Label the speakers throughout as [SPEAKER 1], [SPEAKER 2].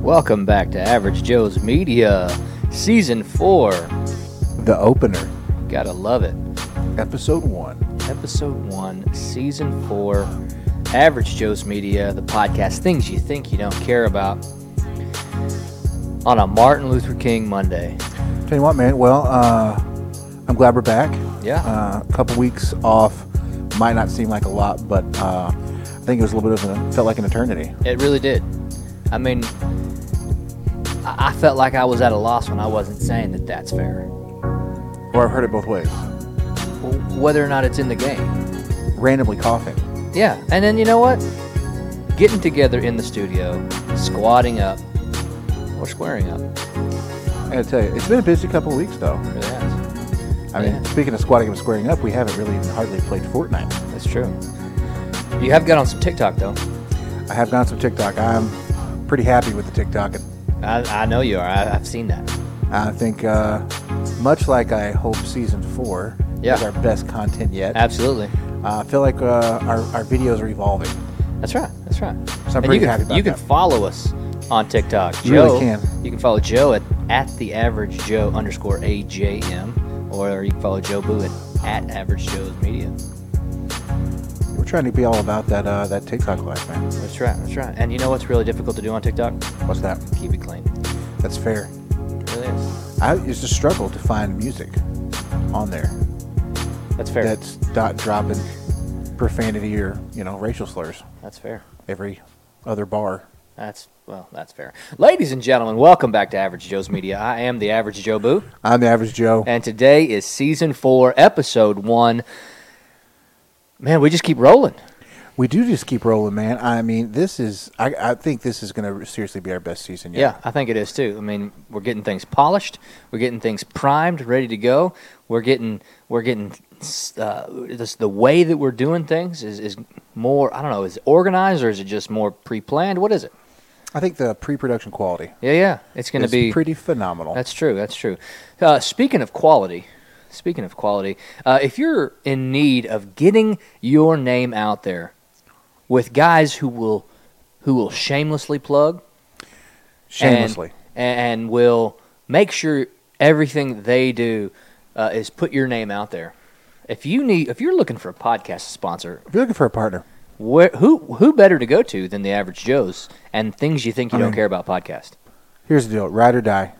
[SPEAKER 1] Welcome back to Average Joe's Media, Season 4.
[SPEAKER 2] The opener,
[SPEAKER 1] Gotta love it.
[SPEAKER 2] episode one.
[SPEAKER 1] Episode 1, Season 4, Average Joe's Media, the podcast Things You Think You Don't Care About, on a Martin Luther King Monday.
[SPEAKER 2] Tell you what, man. Well, uh, I'm glad we're back.
[SPEAKER 1] Yeah.
[SPEAKER 2] Uh, a couple weeks off might not seem like a lot, but uh, I think it was a little bit of a felt like an eternity.
[SPEAKER 1] It really did. I mean, I I felt like I was at a loss when I wasn't saying that that's fair,
[SPEAKER 2] Or I've heard it both ways.
[SPEAKER 1] W- whether or not it's in the game.
[SPEAKER 2] Randomly coughing.
[SPEAKER 1] Yeah, and then you know what? Getting together in the studio, squatting up, or squaring up.
[SPEAKER 2] I gotta tell you, it's been a busy couple of weeks though.
[SPEAKER 1] Really has.
[SPEAKER 2] I mean,
[SPEAKER 1] Yeah.
[SPEAKER 2] speaking of squatting and squaring up, we haven't really even hardly played Fortnite.
[SPEAKER 1] That's true. You have got on some TikTok though.
[SPEAKER 2] I have gone some TikTok. I'm pretty happy with the TikTok. and
[SPEAKER 1] I, I know you are. I, I've seen that.
[SPEAKER 2] I think, uh, much like I hope season four
[SPEAKER 1] Yeah.
[SPEAKER 2] is our best content yet.
[SPEAKER 1] Absolutely.
[SPEAKER 2] Uh, I feel like uh, our, our videos are evolving.
[SPEAKER 1] That's right. That's right.
[SPEAKER 2] So
[SPEAKER 1] and
[SPEAKER 2] I'm
[SPEAKER 1] you
[SPEAKER 2] pretty
[SPEAKER 1] can,
[SPEAKER 2] happy about
[SPEAKER 1] You can
[SPEAKER 2] that.
[SPEAKER 1] follow us on TikTok.
[SPEAKER 2] You
[SPEAKER 1] Joe,
[SPEAKER 2] really can.
[SPEAKER 1] You can follow Joe at, at the average Joe underscore AJM, or you can follow Joe Boo at, at average Joe's media.
[SPEAKER 2] We're trying to be all about that uh, that TikTok life, man.
[SPEAKER 1] That's right. That's right. And you know what's really difficult to do on TikTok?
[SPEAKER 2] What's that?
[SPEAKER 1] Keep it clean.
[SPEAKER 2] That's fair.
[SPEAKER 1] It really is.
[SPEAKER 2] I used to struggle to find music on there
[SPEAKER 1] That's fair.
[SPEAKER 2] that's not dropping profanity or you know racial slurs
[SPEAKER 1] that's fair.
[SPEAKER 2] every other bar.
[SPEAKER 1] That's well, that's fair. Ladies and gentlemen, welcome back to Average Joe's Media. I am the average Joe Boo.
[SPEAKER 2] I'm the average Joe.
[SPEAKER 1] And today is season four, episode one. Man, we just keep rolling.
[SPEAKER 2] We do just keep rolling, man. I mean, this is I, I think this is going to seriously be our best season
[SPEAKER 1] Yeah,
[SPEAKER 2] yet.
[SPEAKER 1] I think it is too. I mean, we're getting things polished, we're getting things primed, ready to go. We're getting, we're getting uh, this, the way that we're doing things is, is more. I don't know, is it organized or is it just more pre-planned? What is it?
[SPEAKER 2] I think the pre-production quality
[SPEAKER 1] Yeah, yeah, it's going to
[SPEAKER 2] is
[SPEAKER 1] be
[SPEAKER 2] pretty phenomenal.
[SPEAKER 1] That's true. That's true. Uh, speaking of quality, speaking of quality, uh, if you're in need of getting your name out there with guys who will who will shamelessly plug
[SPEAKER 2] Shamelessly,
[SPEAKER 1] and, and will make sure everything they do uh, is put your name out there. If you need, if you're looking for a podcast sponsor,
[SPEAKER 2] if you're looking for a partner,
[SPEAKER 1] where, who who better to go to than the average Joe's and things you think you
[SPEAKER 2] I
[SPEAKER 1] don't
[SPEAKER 2] mean-
[SPEAKER 1] care about podcast?
[SPEAKER 2] here's the deal: ride or die.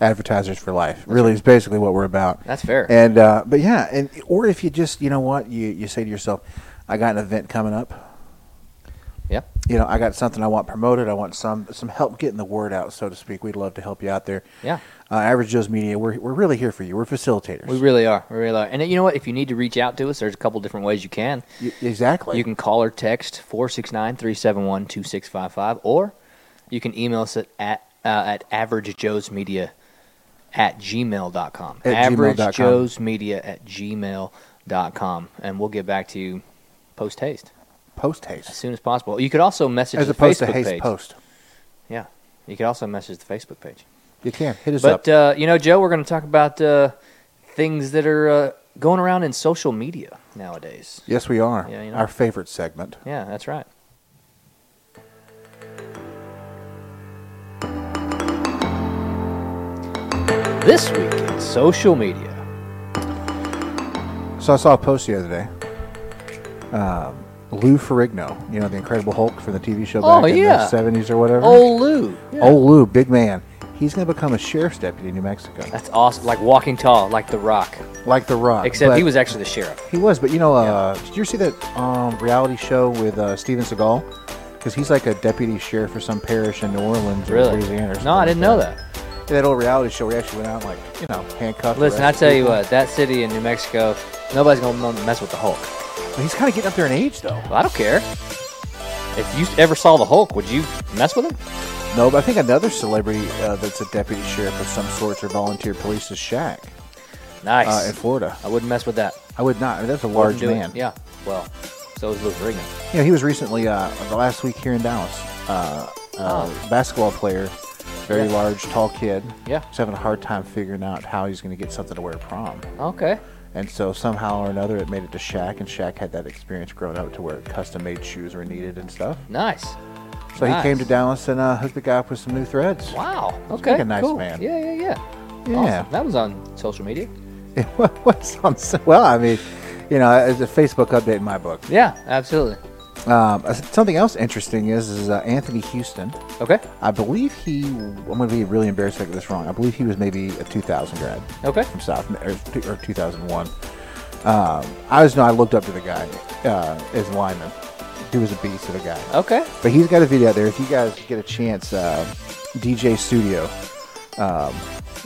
[SPEAKER 2] Advertisers for life. really, is basically what we're about.
[SPEAKER 1] That's fair.
[SPEAKER 2] And uh, but yeah, and or if you just you know what you you say to yourself, I got an event coming up.
[SPEAKER 1] Yeah.
[SPEAKER 2] You know, I got something I want promoted. I want some some help getting the word out, so to speak. We'd love to help you out there.
[SPEAKER 1] Yeah.
[SPEAKER 2] Uh, Average Joe's Media, we're we're really here for you. We're facilitators.
[SPEAKER 1] We really are. We really are. And you know what? If you need to reach out to us, there's a couple different ways you can.
[SPEAKER 2] Y- exactly.
[SPEAKER 1] You can call or text 469 371 2655, or you can email us at, at, uh, at averagejoesmedia at gmail.com.
[SPEAKER 2] At gmail dot com.
[SPEAKER 1] Averagejoesmedia at gmail.com. And we'll get back to you post haste
[SPEAKER 2] post
[SPEAKER 1] as
[SPEAKER 2] haste
[SPEAKER 1] soon as possible. You could also message
[SPEAKER 2] as
[SPEAKER 1] the
[SPEAKER 2] opposed
[SPEAKER 1] Facebook
[SPEAKER 2] to haste
[SPEAKER 1] page.
[SPEAKER 2] post.
[SPEAKER 1] Yeah. You could also message the Facebook page.
[SPEAKER 2] You can hit us
[SPEAKER 1] But,
[SPEAKER 2] up.
[SPEAKER 1] uh, you know, Joe, we're going to talk about uh, things that are uh, going around in social media nowadays.
[SPEAKER 2] yes, we are.
[SPEAKER 1] yeah, you know.
[SPEAKER 2] Our favorite segment.
[SPEAKER 1] Yeah, that's right. This week in social media.
[SPEAKER 2] So I saw a post the other day. Um, Lou Ferrigno, you know the Incredible Hulk from the TV show
[SPEAKER 1] Oh,
[SPEAKER 2] back in
[SPEAKER 1] yeah.
[SPEAKER 2] the seventies or whatever.
[SPEAKER 1] Oh, Lou.
[SPEAKER 2] Old Lou, big man. He's going to become a sheriff's deputy in New Mexico,
[SPEAKER 1] That's awesome. Like walking tall, like The Rock.
[SPEAKER 2] like The Rock.
[SPEAKER 1] Except
[SPEAKER 2] but
[SPEAKER 1] he was actually the sheriff.
[SPEAKER 2] He was, but you know, uh, did you see that um, reality show with uh, Steven Seagal? Because he's like a deputy sheriff for some parish in New Orleans or
[SPEAKER 1] Really?
[SPEAKER 2] Louisiana. Or something
[SPEAKER 1] No, I
[SPEAKER 2] like
[SPEAKER 1] didn't know that.
[SPEAKER 2] that. That old reality show where he actually went out and, like, you know, handcuffed.
[SPEAKER 1] Listen, I
[SPEAKER 2] arrested
[SPEAKER 1] tell you
[SPEAKER 2] people.
[SPEAKER 1] what, that city in New Mexico, nobody's going to mess with the Hulk.
[SPEAKER 2] But he's kind of getting up there in age, though.
[SPEAKER 1] I don't care. If you ever saw the Hulk, would you mess with him?
[SPEAKER 2] No, but I think another celebrity uh, that's a deputy sheriff of some sorts or volunteer police is Shaq
[SPEAKER 1] Nice.
[SPEAKER 2] uh, in Florida.
[SPEAKER 1] I wouldn't mess with that.
[SPEAKER 2] I would not. I mean, that's a large
[SPEAKER 1] Wouldn't do it.
[SPEAKER 2] man.
[SPEAKER 1] Yeah. Well, so is Lou Ferrigno.
[SPEAKER 2] You know, he was recently uh, the last week here in Dallas. Uh, uh, Basketball player, very
[SPEAKER 1] Oh. Yeah.
[SPEAKER 2] large, tall kid.
[SPEAKER 1] Yeah.
[SPEAKER 2] he's having a hard time figuring out how he's going to get something to wear to prom.
[SPEAKER 1] Okay.
[SPEAKER 2] And so somehow or another, it made it to Shaq, and Shaq had that experience growing up to where custom-made shoes were needed and stuff.
[SPEAKER 1] Nice.
[SPEAKER 2] So
[SPEAKER 1] Nice.
[SPEAKER 2] he came to Dallas and uh, hooked me up with some new threads.
[SPEAKER 1] Wow. Okay.
[SPEAKER 2] like a nice
[SPEAKER 1] cool.
[SPEAKER 2] man.
[SPEAKER 1] Yeah, yeah, yeah.
[SPEAKER 2] Yeah.
[SPEAKER 1] Awesome. That was on social media.
[SPEAKER 2] What's on? s- Well, I mean, you know, it's a Facebook update in my book.
[SPEAKER 1] Yeah, absolutely.
[SPEAKER 2] Um, uh, something else interesting is is uh, Anthony Houston.
[SPEAKER 1] Okay.
[SPEAKER 2] I believe he. I'm going to be really embarrassed if I get this wrong. I believe he was maybe a 2000 grad
[SPEAKER 1] Okay.
[SPEAKER 2] from South or, or 2001. Um, I just know I looked up to the guy uh, as lineman. He was a beast of a guy.
[SPEAKER 1] Okay.
[SPEAKER 2] But he's got a video out there. If you guys get a chance, uh, DJ Studio, um,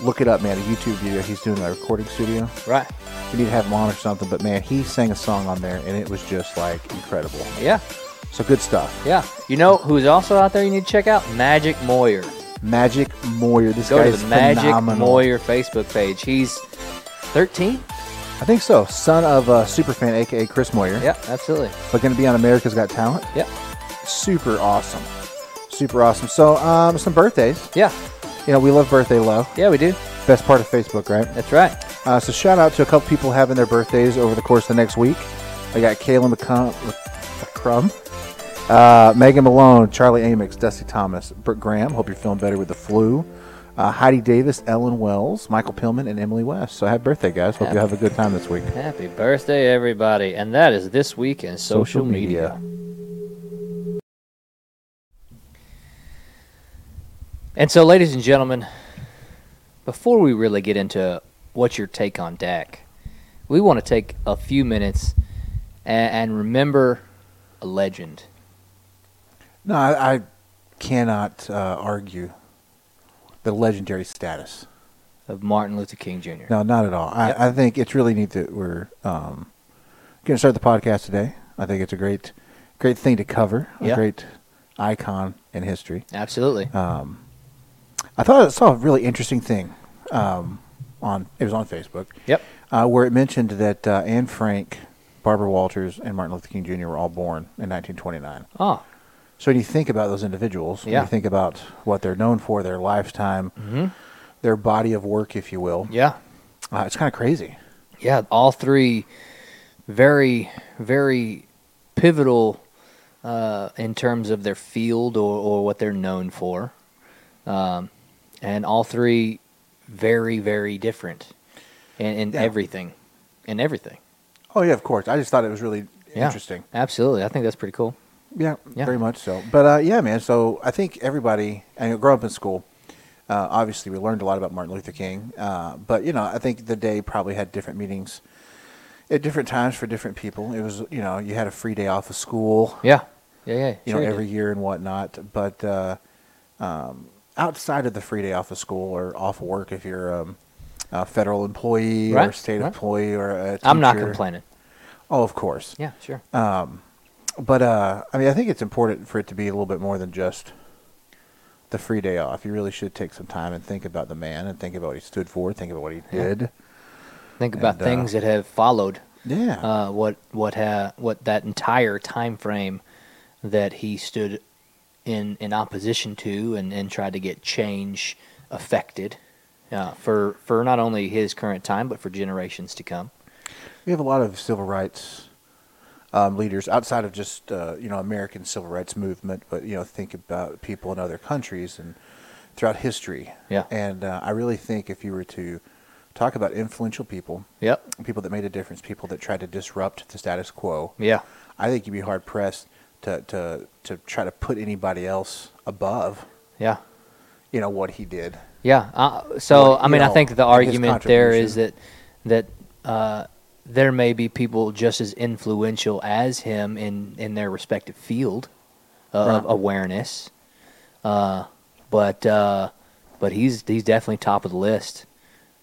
[SPEAKER 2] look it up, man. A YouTube video. He's doing a recording studio.
[SPEAKER 1] Right.
[SPEAKER 2] You need to have him on or something. But man, he sang a song on there, and it was just like incredible.
[SPEAKER 1] Yeah.
[SPEAKER 2] So good stuff.
[SPEAKER 1] Yeah. You know who's also out there you need to check out? Magic Moyer.
[SPEAKER 2] Magic Moyer. This
[SPEAKER 1] Go
[SPEAKER 2] guy
[SPEAKER 1] to
[SPEAKER 2] is
[SPEAKER 1] the Magic
[SPEAKER 2] phenomenal.
[SPEAKER 1] Moyer Facebook page. He's 13?
[SPEAKER 2] I think so. Son of a superfan, aka Chris Moyer.
[SPEAKER 1] Yeah, absolutely.
[SPEAKER 2] But going to be on America's Got Talent.
[SPEAKER 1] Yeah.
[SPEAKER 2] Super awesome. Super awesome. So, um, some birthdays.
[SPEAKER 1] Yeah.
[SPEAKER 2] You know, we love birthday love.
[SPEAKER 1] Yeah, we do.
[SPEAKER 2] Best part of Facebook, right?
[SPEAKER 1] That's right.
[SPEAKER 2] Uh, so shout out to a couple people having their birthdays over the course of the next week. I got Kayla McCrum, McCrum uh, Megan Malone, Charlie Amix, Dusty Thomas, Brooke Graham. Hope you're feeling better with the flu. Uh, Heidi Davis, Ellen Wells, Michael Pillman, and Emily West. So happy birthday, guys. Hope you have a good time this week.
[SPEAKER 1] Happy birthday, everybody. And that is This Week in Social, media. And so, ladies and gentlemen, before we really get into what's your take on Dak, we want to take a few minutes and, and remember a legend.
[SPEAKER 2] No, I, I cannot uh, argue the legendary status.
[SPEAKER 1] Of Martin Luther King Jr.
[SPEAKER 2] No, not at all. I,
[SPEAKER 1] Yep.
[SPEAKER 2] I think it's really neat that we're um, going to start the podcast today. I think it's a great, great thing to cover.
[SPEAKER 1] Yeah.
[SPEAKER 2] A great icon in history.
[SPEAKER 1] Absolutely.
[SPEAKER 2] I thought I saw a really interesting thing um, on it was on Facebook
[SPEAKER 1] yep.
[SPEAKER 2] uh, where it mentioned that uh, Anne Frank, Barbara Walters, and Martin Luther King Jr. were all born in 1929.
[SPEAKER 1] Oh,
[SPEAKER 2] So when you think about those individuals, when
[SPEAKER 1] Yeah. Mm-hmm.
[SPEAKER 2] you think about what they're known for, their lifetime, their body of work, if you will,
[SPEAKER 1] yeah.
[SPEAKER 2] uh, it's kind of crazy.
[SPEAKER 1] Yeah, all three very, very pivotal uh, in terms of their field or, or what they're known for. Um, and all three very, very different in, in
[SPEAKER 2] Yeah.
[SPEAKER 1] everything. In everything.
[SPEAKER 2] Oh yeah, of course. I just thought it was really
[SPEAKER 1] Yeah.
[SPEAKER 2] interesting.
[SPEAKER 1] Absolutely. I think that's pretty cool.
[SPEAKER 2] Yeah,
[SPEAKER 1] Yeah.
[SPEAKER 2] very much so. But uh, yeah, man. So I think everybody, and growing up in school, uh, obviously we learned a lot about Martin Luther King. Uh, but you know, I think the day probably had different meanings at different times for different people. It was you know you had a free day off of school,
[SPEAKER 1] Yeah. Yeah, yeah.
[SPEAKER 2] you
[SPEAKER 1] sure
[SPEAKER 2] know,
[SPEAKER 1] it
[SPEAKER 2] every
[SPEAKER 1] did.
[SPEAKER 2] year and whatnot. But uh, um, outside of the free day off of school or off work, if you're um, a federal employee or
[SPEAKER 1] Right,
[SPEAKER 2] state
[SPEAKER 1] right.
[SPEAKER 2] employee or a teacher, Uh,
[SPEAKER 1] I'm not complaining.
[SPEAKER 2] Oh, of course.
[SPEAKER 1] Yeah, sure.
[SPEAKER 2] But uh, I mean, I think it's important for it to be a little bit more than just the free day off. You really should take some time and think about the man and think about what he stood for, think about what he
[SPEAKER 1] Yeah.
[SPEAKER 2] did.
[SPEAKER 1] think about
[SPEAKER 2] and, uh,
[SPEAKER 1] things that have followed
[SPEAKER 2] Yeah.
[SPEAKER 1] uh, what what ha- what that entire time frame that he stood in in opposition to and, and tried to get change affected uh, for for not only his current time but for generations to come.
[SPEAKER 2] we have a lot of civil rights um, leaders outside of just uh, you know American civil rights movement, but you know think about people in other countries and throughout history.
[SPEAKER 1] Yeah.
[SPEAKER 2] And uh, I really think if you were to talk about influential people,
[SPEAKER 1] Yep.
[SPEAKER 2] people that made a difference, people that tried to disrupt the status quo.
[SPEAKER 1] Yeah.
[SPEAKER 2] I think you'd be hard pressed to, to to try to put anybody else above,
[SPEAKER 1] Yeah.
[SPEAKER 2] you know, what he did.
[SPEAKER 1] Yeah. Uh, so
[SPEAKER 2] Well,
[SPEAKER 1] I mean, I
[SPEAKER 2] you know,
[SPEAKER 1] think the
[SPEAKER 2] his
[SPEAKER 1] argument there is that
[SPEAKER 2] contribution.
[SPEAKER 1] that uh, there may be people just as influential as him in in their respective field of
[SPEAKER 2] Right.
[SPEAKER 1] awareness. Uh, but uh, but he's he's definitely top of the list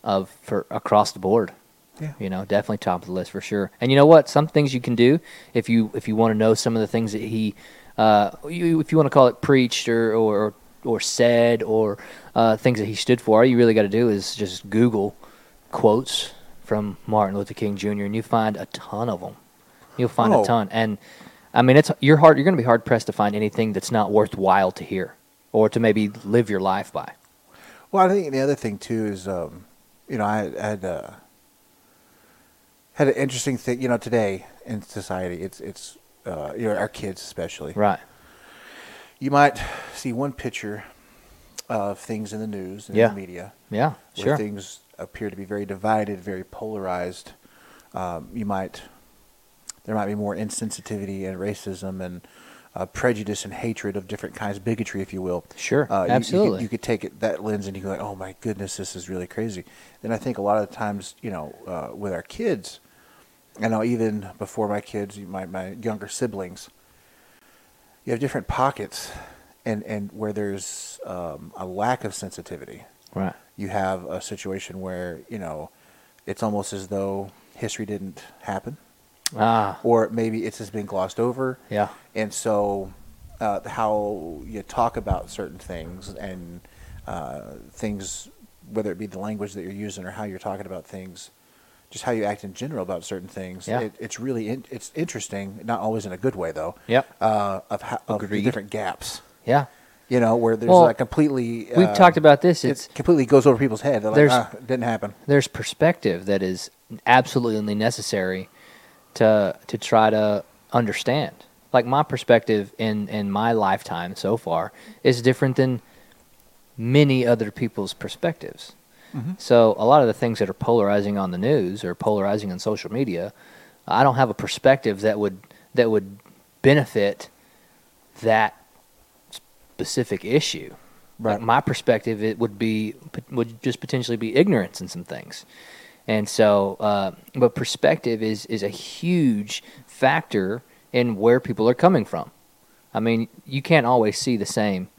[SPEAKER 1] of for across the board.
[SPEAKER 2] Yeah.
[SPEAKER 1] You know, definitely top of the list for sure. And you know what? Some things you can do if you if you want to know some of the things that he, uh, you, if you want to call it preached or or or said or uh, things that he stood for, all you really got to do is just Google quotes from Martin Luther King Jr. and you find a ton of them. You'll find
[SPEAKER 2] Oh.
[SPEAKER 1] a ton, and I mean, it's you're hard. You're going to be hard pressed to find anything that's not worthwhile to hear or to maybe live your life by.
[SPEAKER 2] Well, I think the other thing too is, um, you know, I, I had uh, had an interesting thing. You know, today in society, it's it's uh, you know our kids especially.
[SPEAKER 1] Right.
[SPEAKER 2] you might see one picture of things in the news and
[SPEAKER 1] Yeah.
[SPEAKER 2] in the media
[SPEAKER 1] Yeah,
[SPEAKER 2] where
[SPEAKER 1] sure.
[SPEAKER 2] things appear to be very divided, very polarized. Um, you might there might be more insensitivity and racism and uh, prejudice and hatred of different kinds, bigotry, if you will.
[SPEAKER 1] Sure,
[SPEAKER 2] uh, you- you could- You,
[SPEAKER 1] absolutely.
[SPEAKER 2] could take it that lens and you go, like, "Oh my goodness, this is really crazy." Then I think a lot of the times, you know, uh, with our kids, I know even before my kids, my my younger siblings, you have different pockets, and and where there's um, a lack of sensitivity
[SPEAKER 1] Right.
[SPEAKER 2] you have a situation where you know it's almost as though history didn't happen
[SPEAKER 1] Ah,
[SPEAKER 2] or maybe it's just been glossed over
[SPEAKER 1] yeah.
[SPEAKER 2] and so uh, how you talk about certain things and uh, things whether it be the language that you're using or how you're talking about things just how you act in general about certain things
[SPEAKER 1] Yeah.
[SPEAKER 2] it, it's really in, it's interesting not always in a good way though
[SPEAKER 1] Yep.
[SPEAKER 2] uh, of, how, of the
[SPEAKER 1] Agreed.
[SPEAKER 2] different gaps
[SPEAKER 1] Yeah.
[SPEAKER 2] you know where there's
[SPEAKER 1] Well,
[SPEAKER 2] like completely
[SPEAKER 1] We've
[SPEAKER 2] uh,
[SPEAKER 1] talked about this. It's
[SPEAKER 2] it completely goes over people's head. They're like,
[SPEAKER 1] There's-
[SPEAKER 2] ah, didn't happen.
[SPEAKER 1] there's perspective that is absolutely necessary to to try to understand. Like my perspective in in my lifetime so far is different than many other people's perspectives. So a lot of the things that are polarizing on the news or polarizing on social media, I don't have a perspective that would that would benefit that specific issue.
[SPEAKER 2] Right.
[SPEAKER 1] Like my perspective, it would be would just potentially be ignorance in some things, and so uh, but perspective is is a huge factor in where people are coming from. I mean, you can't always see the same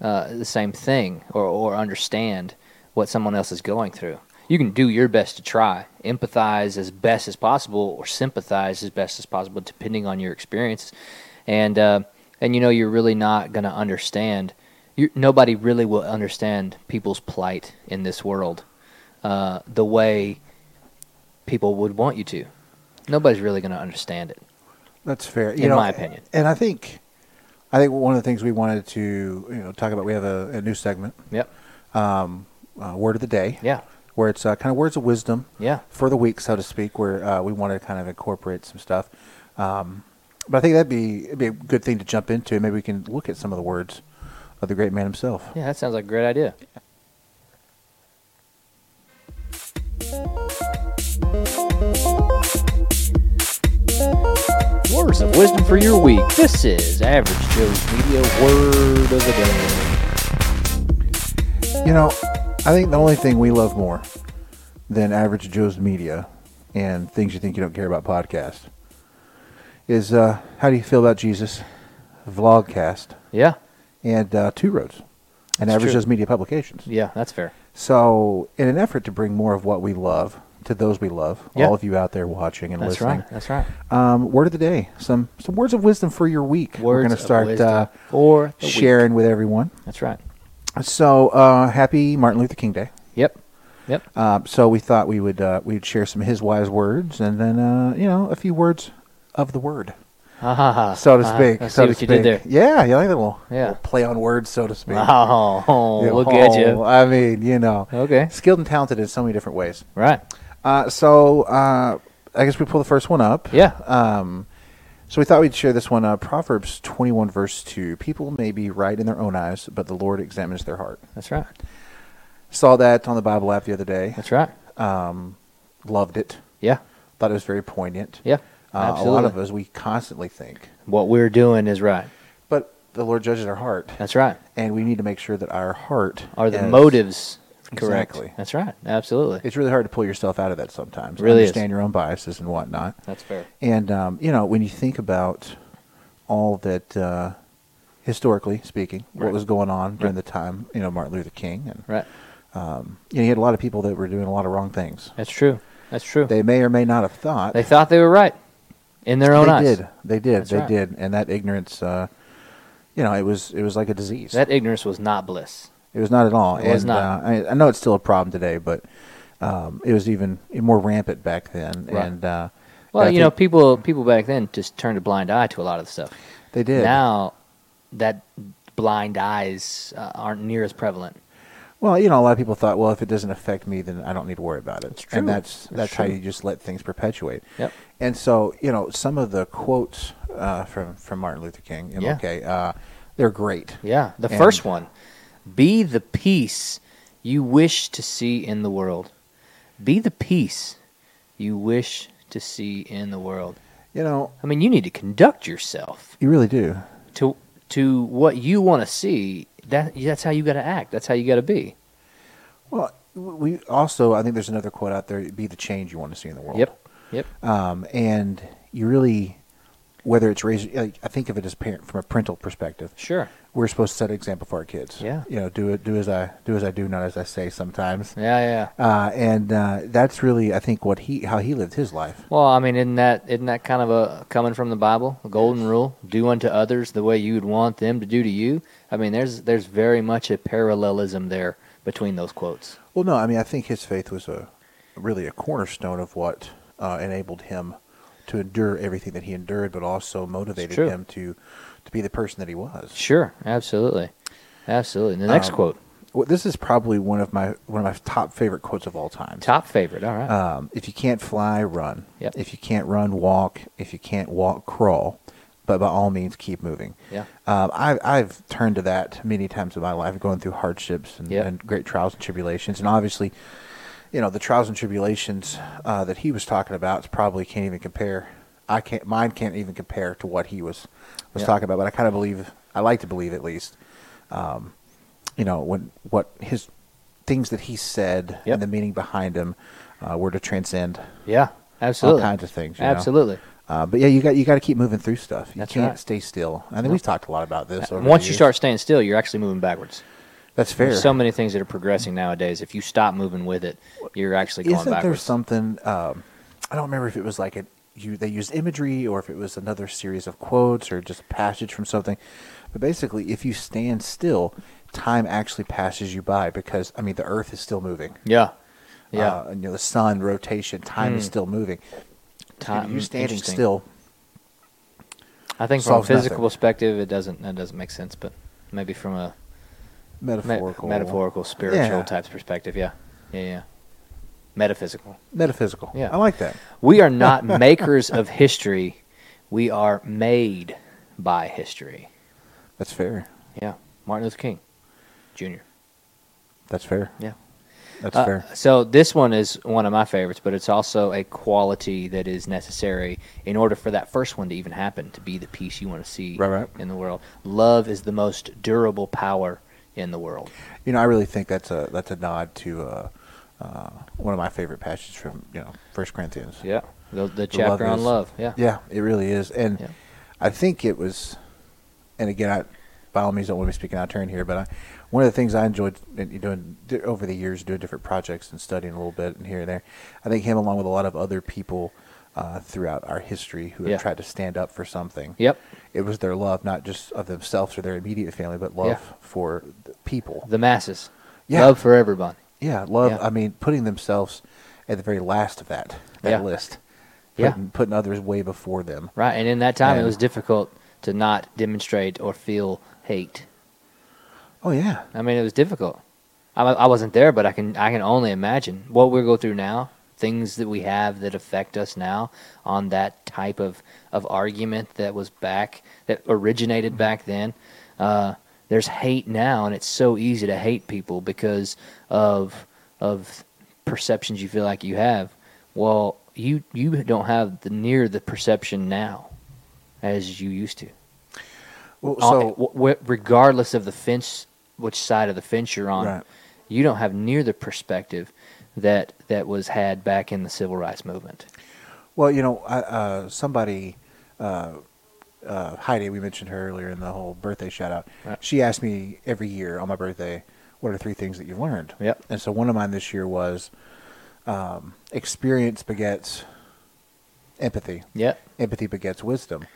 [SPEAKER 1] uh, the same thing or, or understand what someone else is going through. You can do your best to try, empathize as best as possible, or sympathize as best as possible, depending on your experience. And uh, and you know you're really not going to understand. you nobody really will understand people's plight in this world uh, the way people would want you to. Nobody's really going to understand it.
[SPEAKER 2] That's fair,
[SPEAKER 1] In my opinion.
[SPEAKER 2] And I think, I think one of the things we wanted to you know talk about. We have a, a new segment,
[SPEAKER 1] Yep.
[SPEAKER 2] uh, word of the day.
[SPEAKER 1] Yeah.
[SPEAKER 2] where it's uh, kind of words of wisdom.
[SPEAKER 1] Yeah.
[SPEAKER 2] for the week, so to speak, where uh, we want to kind of incorporate some stuff. Um, but I think that'd be it'd be a good thing to jump into. Maybe we can look at some of the words of the great man himself.
[SPEAKER 1] Yeah, that sounds like a great idea. Words of wisdom for your week. This is Average Joe's Media Word of the
[SPEAKER 2] You know, I think the only thing we love more than average Joe's media and things you think you don't care about podcast is uh, how do you feel about Jesus, Vlogcast,
[SPEAKER 1] Day. Yeah,
[SPEAKER 2] and uh, Two Roads, and
[SPEAKER 1] That's
[SPEAKER 2] average
[SPEAKER 1] true.
[SPEAKER 2] Joe's media publications.
[SPEAKER 1] yeah, that's fair.
[SPEAKER 2] So, in an effort to bring more of what we love to those we love,
[SPEAKER 1] Yeah.
[SPEAKER 2] all of you out there watching and
[SPEAKER 1] That's
[SPEAKER 2] listening,
[SPEAKER 1] right. That's right.
[SPEAKER 2] um, word of the day, some some words of wisdom for your week. We're
[SPEAKER 1] Words
[SPEAKER 2] going to start
[SPEAKER 1] of wisdom
[SPEAKER 2] uh,
[SPEAKER 1] for the week.
[SPEAKER 2] sharing with everyone.
[SPEAKER 1] That's right.
[SPEAKER 2] So, uh, happy Martin Luther King Day.
[SPEAKER 1] Yep. Yep.
[SPEAKER 2] Uh, so we thought we would uh, we'd share some of his wise words, and then uh, you know a few words of the word,
[SPEAKER 1] Ha ha ha.
[SPEAKER 2] so to
[SPEAKER 1] Ha, ha.
[SPEAKER 2] speak.
[SPEAKER 1] I Uh-huh. see
[SPEAKER 2] so to
[SPEAKER 1] what you
[SPEAKER 2] speak.
[SPEAKER 1] did there.
[SPEAKER 2] Yeah, yeah, like that little,
[SPEAKER 1] Yeah.
[SPEAKER 2] little play on words, so to speak.
[SPEAKER 1] Oh, oh,
[SPEAKER 2] Yeah,
[SPEAKER 1] look at
[SPEAKER 2] oh,
[SPEAKER 1] you.
[SPEAKER 2] I mean, you know,
[SPEAKER 1] Okay.
[SPEAKER 2] skilled and talented in so many different ways.
[SPEAKER 1] Right.
[SPEAKER 2] Uh, so uh, I guess we pull the first one up.
[SPEAKER 1] Yeah.
[SPEAKER 2] Um, so we thought we'd share this one. Uh, Proverbs twenty-one, verse two: People may be right in their own eyes, but the Lord examines their heart.
[SPEAKER 1] That's right.
[SPEAKER 2] Saw that on the Bible app the other day.
[SPEAKER 1] That's right.
[SPEAKER 2] Loved it.
[SPEAKER 1] Yeah.
[SPEAKER 2] Thought it was very poignant.
[SPEAKER 1] Yeah.
[SPEAKER 2] Uh, a lot of
[SPEAKER 1] Absolutely.
[SPEAKER 2] us we constantly think,
[SPEAKER 1] What we're doing is right.
[SPEAKER 2] but the Lord judges our heart,
[SPEAKER 1] That's right.
[SPEAKER 2] and we need to make sure that our heart
[SPEAKER 1] Are the
[SPEAKER 2] is-
[SPEAKER 1] motives correct?
[SPEAKER 2] Exactly.
[SPEAKER 1] That's right. Absolutely.
[SPEAKER 2] It's really hard to pull yourself out of that sometimes.
[SPEAKER 1] Really is.
[SPEAKER 2] understand your own biases and whatnot.
[SPEAKER 1] That's fair.
[SPEAKER 2] And um, you know, when you think about all that, uh, historically speaking, what
[SPEAKER 1] Right.
[SPEAKER 2] was going on during the time, you know, Martin Luther King, and
[SPEAKER 1] Right.
[SPEAKER 2] you know, you had a lot of people that were doing a lot of wrong things.
[SPEAKER 1] That's true. That's true. They,
[SPEAKER 2] They may or may not have thought
[SPEAKER 1] thought they were right in their own
[SPEAKER 2] they
[SPEAKER 1] eyes.
[SPEAKER 2] did, they did,
[SPEAKER 1] That's
[SPEAKER 2] they
[SPEAKER 1] right.
[SPEAKER 2] did, and that ignorance, uh, you know, it was it was like a disease.
[SPEAKER 1] That ignorance was not bliss.
[SPEAKER 2] it was not at all.
[SPEAKER 1] It was
[SPEAKER 2] and,
[SPEAKER 1] not.
[SPEAKER 2] Uh, I, I know it's still a problem today, but um, it was even more rampant back then.
[SPEAKER 1] Right.
[SPEAKER 2] And uh,
[SPEAKER 1] Well,
[SPEAKER 2] I
[SPEAKER 1] you know,
[SPEAKER 2] think
[SPEAKER 1] people people back then just turned a blind eye to a lot of the stuff.
[SPEAKER 2] they did
[SPEAKER 1] Now that blind eyes uh, aren't near as prevalent.
[SPEAKER 2] Well, you know, a lot of people thought, well, if it doesn't affect me, then I don't need to worry about it.
[SPEAKER 1] true.
[SPEAKER 2] And that's
[SPEAKER 1] It's
[SPEAKER 2] that's how
[SPEAKER 1] true.
[SPEAKER 2] you just let things perpetuate.
[SPEAKER 1] Yep.
[SPEAKER 2] And so, you know, some of the quotes uh, from from Martin Luther King,
[SPEAKER 1] Yeah.
[SPEAKER 2] MLK, uh, They're great.
[SPEAKER 1] Yeah, the
[SPEAKER 2] And-
[SPEAKER 1] first one. Be the peace you wish to see in the world. Be the peace you wish to see in the world.
[SPEAKER 2] You know,
[SPEAKER 1] I mean, you need to conduct yourself
[SPEAKER 2] you really do.
[SPEAKER 1] to to what you want to see. That that's how you got to act. That's how you got to be.
[SPEAKER 2] Well, we also I think there's another quote out there: "Be the change you want to see in the world."
[SPEAKER 1] Yep. Yep.
[SPEAKER 2] Um, and you really, whether it's raised, like, I think of it as parent from a parental perspective.
[SPEAKER 1] Sure.
[SPEAKER 2] We're supposed to set an example for our kids.
[SPEAKER 1] Yeah.
[SPEAKER 2] You know, do it, do as I do as I do, not as I say. Sometimes.
[SPEAKER 1] Yeah, yeah.
[SPEAKER 2] Uh, and uh, that's really, I think, what he how he lived his life.
[SPEAKER 1] Well, I mean, isn't that isn't that kind of a coming from the Bible, a golden rule? Do unto others the way you would want them to do to you. I mean, there's there's very much a parallelism there between those quotes.
[SPEAKER 2] Well, no, I mean, I think his faith was a really a cornerstone of what uh, enabled him to endure everything that he endured, but also motivated
[SPEAKER 1] true.
[SPEAKER 2] him to to be the person that he was.
[SPEAKER 1] Sure, absolutely, absolutely. And the next
[SPEAKER 2] Um,
[SPEAKER 1] quote,
[SPEAKER 2] Well, this is probably one of my one of my top favorite quotes of all time.
[SPEAKER 1] top favorite. All right,
[SPEAKER 2] Um, if you can't fly, run.
[SPEAKER 1] Yep.
[SPEAKER 2] If you can't run, walk. If you can't walk, crawl. But by all means, keep moving.
[SPEAKER 1] Yeah.
[SPEAKER 2] Um, I've, I've turned to that many times in my life, going through hardships and,
[SPEAKER 1] Yep.
[SPEAKER 2] and great trials and tribulations. And obviously, you know, the trials and tribulations uh, that he was talking about probably can't even compare. I can't, mine can't even compare to what he was, was
[SPEAKER 1] Yeah.
[SPEAKER 2] talking about. But I kind of believe, I like to believe at least, um, you know, when what his things that he said
[SPEAKER 1] Yep.
[SPEAKER 2] and the meaning behind them uh, were to transcend
[SPEAKER 1] yeah, absolutely,
[SPEAKER 2] all kinds of things. you know?
[SPEAKER 1] absolutely.
[SPEAKER 2] Uh, but yeah, you got you got to keep moving through stuff. You
[SPEAKER 1] That's
[SPEAKER 2] can't
[SPEAKER 1] right. Uh,
[SPEAKER 2] stay still. I think we've talked a lot about this. Over the
[SPEAKER 1] Once you
[SPEAKER 2] years.
[SPEAKER 1] start staying still, you're actually moving backwards.
[SPEAKER 2] that's fair.
[SPEAKER 1] There's so many things that are progressing nowadays. If you stop moving with it, you're actually going
[SPEAKER 2] Isn't there
[SPEAKER 1] backwards.
[SPEAKER 2] something? Um, I don't remember if it was like a you they used imagery or if it was another series of quotes or just a passage from something. But basically, if you stand still, time actually passes you by because I mean the Earth is still moving.
[SPEAKER 1] yeah, yeah. Hmm.
[SPEAKER 2] Uh, and, you know the sun rotation, time is still moving.
[SPEAKER 1] Time-
[SPEAKER 2] you standing
[SPEAKER 1] mm, interesting.
[SPEAKER 2] still.
[SPEAKER 1] I think from a
[SPEAKER 2] solves nothing.
[SPEAKER 1] physical perspective, it doesn't that doesn't make sense, but maybe from a me-
[SPEAKER 2] Metaphorical.
[SPEAKER 1] metaphorical, spiritual
[SPEAKER 2] Yeah.
[SPEAKER 1] types perspective, yeah, yeah, yeah, metaphysical.
[SPEAKER 2] Metaphysical.
[SPEAKER 1] Yeah.
[SPEAKER 2] I like that.
[SPEAKER 1] We are not makers of history; we are made by history.
[SPEAKER 2] That's fair.
[SPEAKER 1] Yeah, Martin Luther King Jr.
[SPEAKER 2] That's fair.
[SPEAKER 1] Yeah.
[SPEAKER 2] That's
[SPEAKER 1] Uh,
[SPEAKER 2] fair.
[SPEAKER 1] So this one is one of my favorites, but it's also a quality that is necessary in order for that first one to even happen to be the piece you want to see
[SPEAKER 2] Right, right.
[SPEAKER 1] in the world. Love is the most durable power in the world.
[SPEAKER 2] You know, I really think that's a that's a nod to uh, uh, one of my favorite passages from you know First Corinthians.
[SPEAKER 1] Yeah, the, the chapter on
[SPEAKER 2] is-
[SPEAKER 1] love. Yeah,
[SPEAKER 2] Yeah, it really is, and
[SPEAKER 1] Yeah.
[SPEAKER 2] I think it was. And again, I by all means don't want to be speaking out of turn here, but I, one of the things I enjoyed in- doing di- over the years, doing different projects and studying a little bit and here and there, I think him along with a lot of other people uh, throughout our history who
[SPEAKER 1] Yeah.
[SPEAKER 2] have tried to stand up for something.
[SPEAKER 1] Yep.
[SPEAKER 2] It was their love, not just of themselves or their immediate family, but love
[SPEAKER 1] Yeah.
[SPEAKER 2] for the people.
[SPEAKER 1] The masses.
[SPEAKER 2] Yeah.
[SPEAKER 1] Love for everybody.
[SPEAKER 2] Yeah, love.
[SPEAKER 1] Yeah.
[SPEAKER 2] I mean, putting themselves at the very last of that that
[SPEAKER 1] Yeah.
[SPEAKER 2] list.
[SPEAKER 1] Yeah.
[SPEAKER 2] Putting, putting others way before them.
[SPEAKER 1] Right. And in that time,
[SPEAKER 2] Yeah.
[SPEAKER 1] it was difficult to not demonstrate or feel hate.
[SPEAKER 2] Oh yeah,
[SPEAKER 1] I mean, it was difficult. I, I wasn't there, but I can I can only imagine what we go through now. Things that we have that affect us now on that type of, of argument that was back that originated back then. Uh, there's hate now, and it's so easy to hate people because of of perceptions you feel like you have. Well, you you don't have the near the perception now as you used to
[SPEAKER 2] well,
[SPEAKER 1] so,
[SPEAKER 2] so
[SPEAKER 1] Uh, regardless of the fence, which side of the fence you're on,
[SPEAKER 2] Right.
[SPEAKER 1] you don't have near the perspective that that was had back in the civil rights movement.
[SPEAKER 2] well, you know, I, uh, somebody, uh, uh, Heidi, we mentioned her earlier in the whole birthday shout out.
[SPEAKER 1] Right.
[SPEAKER 2] She asked me every year on my birthday, "What are three things that you've learned?"
[SPEAKER 1] Yep.
[SPEAKER 2] And so one of mine this year was, um, experience begets empathy.
[SPEAKER 1] Yep.
[SPEAKER 2] empathy begets wisdom.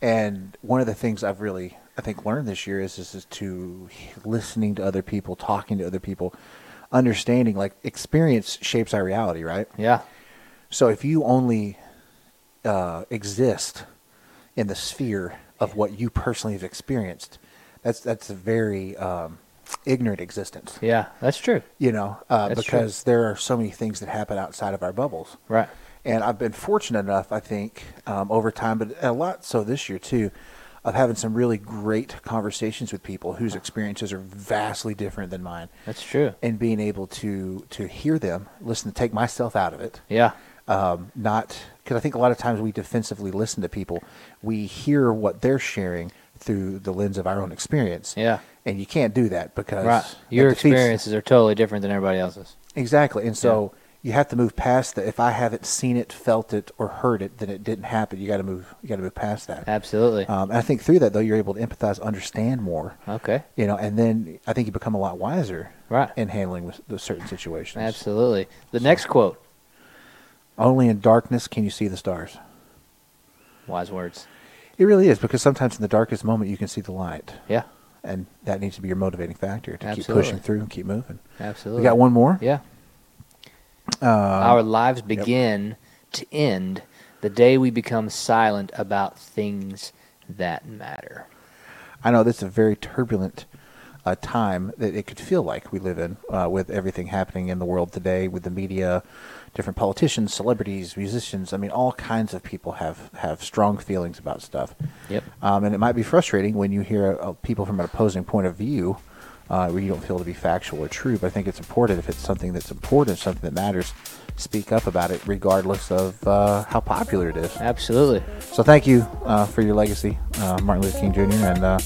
[SPEAKER 2] And one of the things I've really, I think, learned this year is is, is to listening to other people, talking to other people, understanding like experience shapes our reality, right?
[SPEAKER 1] Yeah.
[SPEAKER 2] So if you only uh, exist in the sphere of what you personally have experienced, that's that's a very um, ignorant existence,
[SPEAKER 1] Yeah. That's true.
[SPEAKER 2] you know, uh,
[SPEAKER 1] That's true.
[SPEAKER 2] because there are so many things that happen outside of our bubbles.
[SPEAKER 1] Right.
[SPEAKER 2] And I've been fortunate enough, I think, um, over time, but a lot so this year too, of having some really great conversations with people whose experiences are vastly different than mine,
[SPEAKER 1] That's true.
[SPEAKER 2] and being able to to hear them, listen, take myself out of it,
[SPEAKER 1] Yeah.
[SPEAKER 2] um, not because I think a lot of times we defensively listen to people. We hear what they're sharing through the lens of our own experience.
[SPEAKER 1] Yeah.
[SPEAKER 2] and you can't do that because
[SPEAKER 1] Right.
[SPEAKER 2] that
[SPEAKER 1] Your
[SPEAKER 2] defeats-
[SPEAKER 1] experiences are totally different than everybody else's.
[SPEAKER 2] exactly, and so you have to move past that. If I haven't seen it, felt it, or heard it, then it didn't happen. You got to move. You got to move past that.
[SPEAKER 1] Absolutely.
[SPEAKER 2] Um, and I think through that though, you're able to empathize, understand more.
[SPEAKER 1] okay.
[SPEAKER 2] You know, and then I think you become a lot wiser
[SPEAKER 1] Right.
[SPEAKER 2] in handling with those certain situations.
[SPEAKER 1] Absolutely. The next quote.
[SPEAKER 2] Only in darkness can you see the stars.
[SPEAKER 1] Wise words.
[SPEAKER 2] It really is because sometimes in the darkest moment you can see the light,
[SPEAKER 1] Yeah.
[SPEAKER 2] and that needs to be your motivating factor to
[SPEAKER 1] Absolutely.
[SPEAKER 2] keep pushing through and keep moving.
[SPEAKER 1] Absolutely.
[SPEAKER 2] We got one more.
[SPEAKER 1] Yeah. Our lives begin to end the day we become silent about things that matter.
[SPEAKER 2] I know this is a very turbulent uh, time that it could feel like we live in uh, with everything happening in the world today, with the media, different politicians, celebrities, musicians. I mean, all kinds of people have have strong feelings about stuff.
[SPEAKER 1] Yep.
[SPEAKER 2] Um, and it might be frustrating when you hear uh, people from an opposing point of view uh, where you don't feel to be factual or true. But I think it's important if it's something that's important, something that matters, speak up about it regardless of uh, how popular it is.
[SPEAKER 1] Absolutely.
[SPEAKER 2] So thank you uh, for your legacy, uh, Martin Luther King Jr. And uh,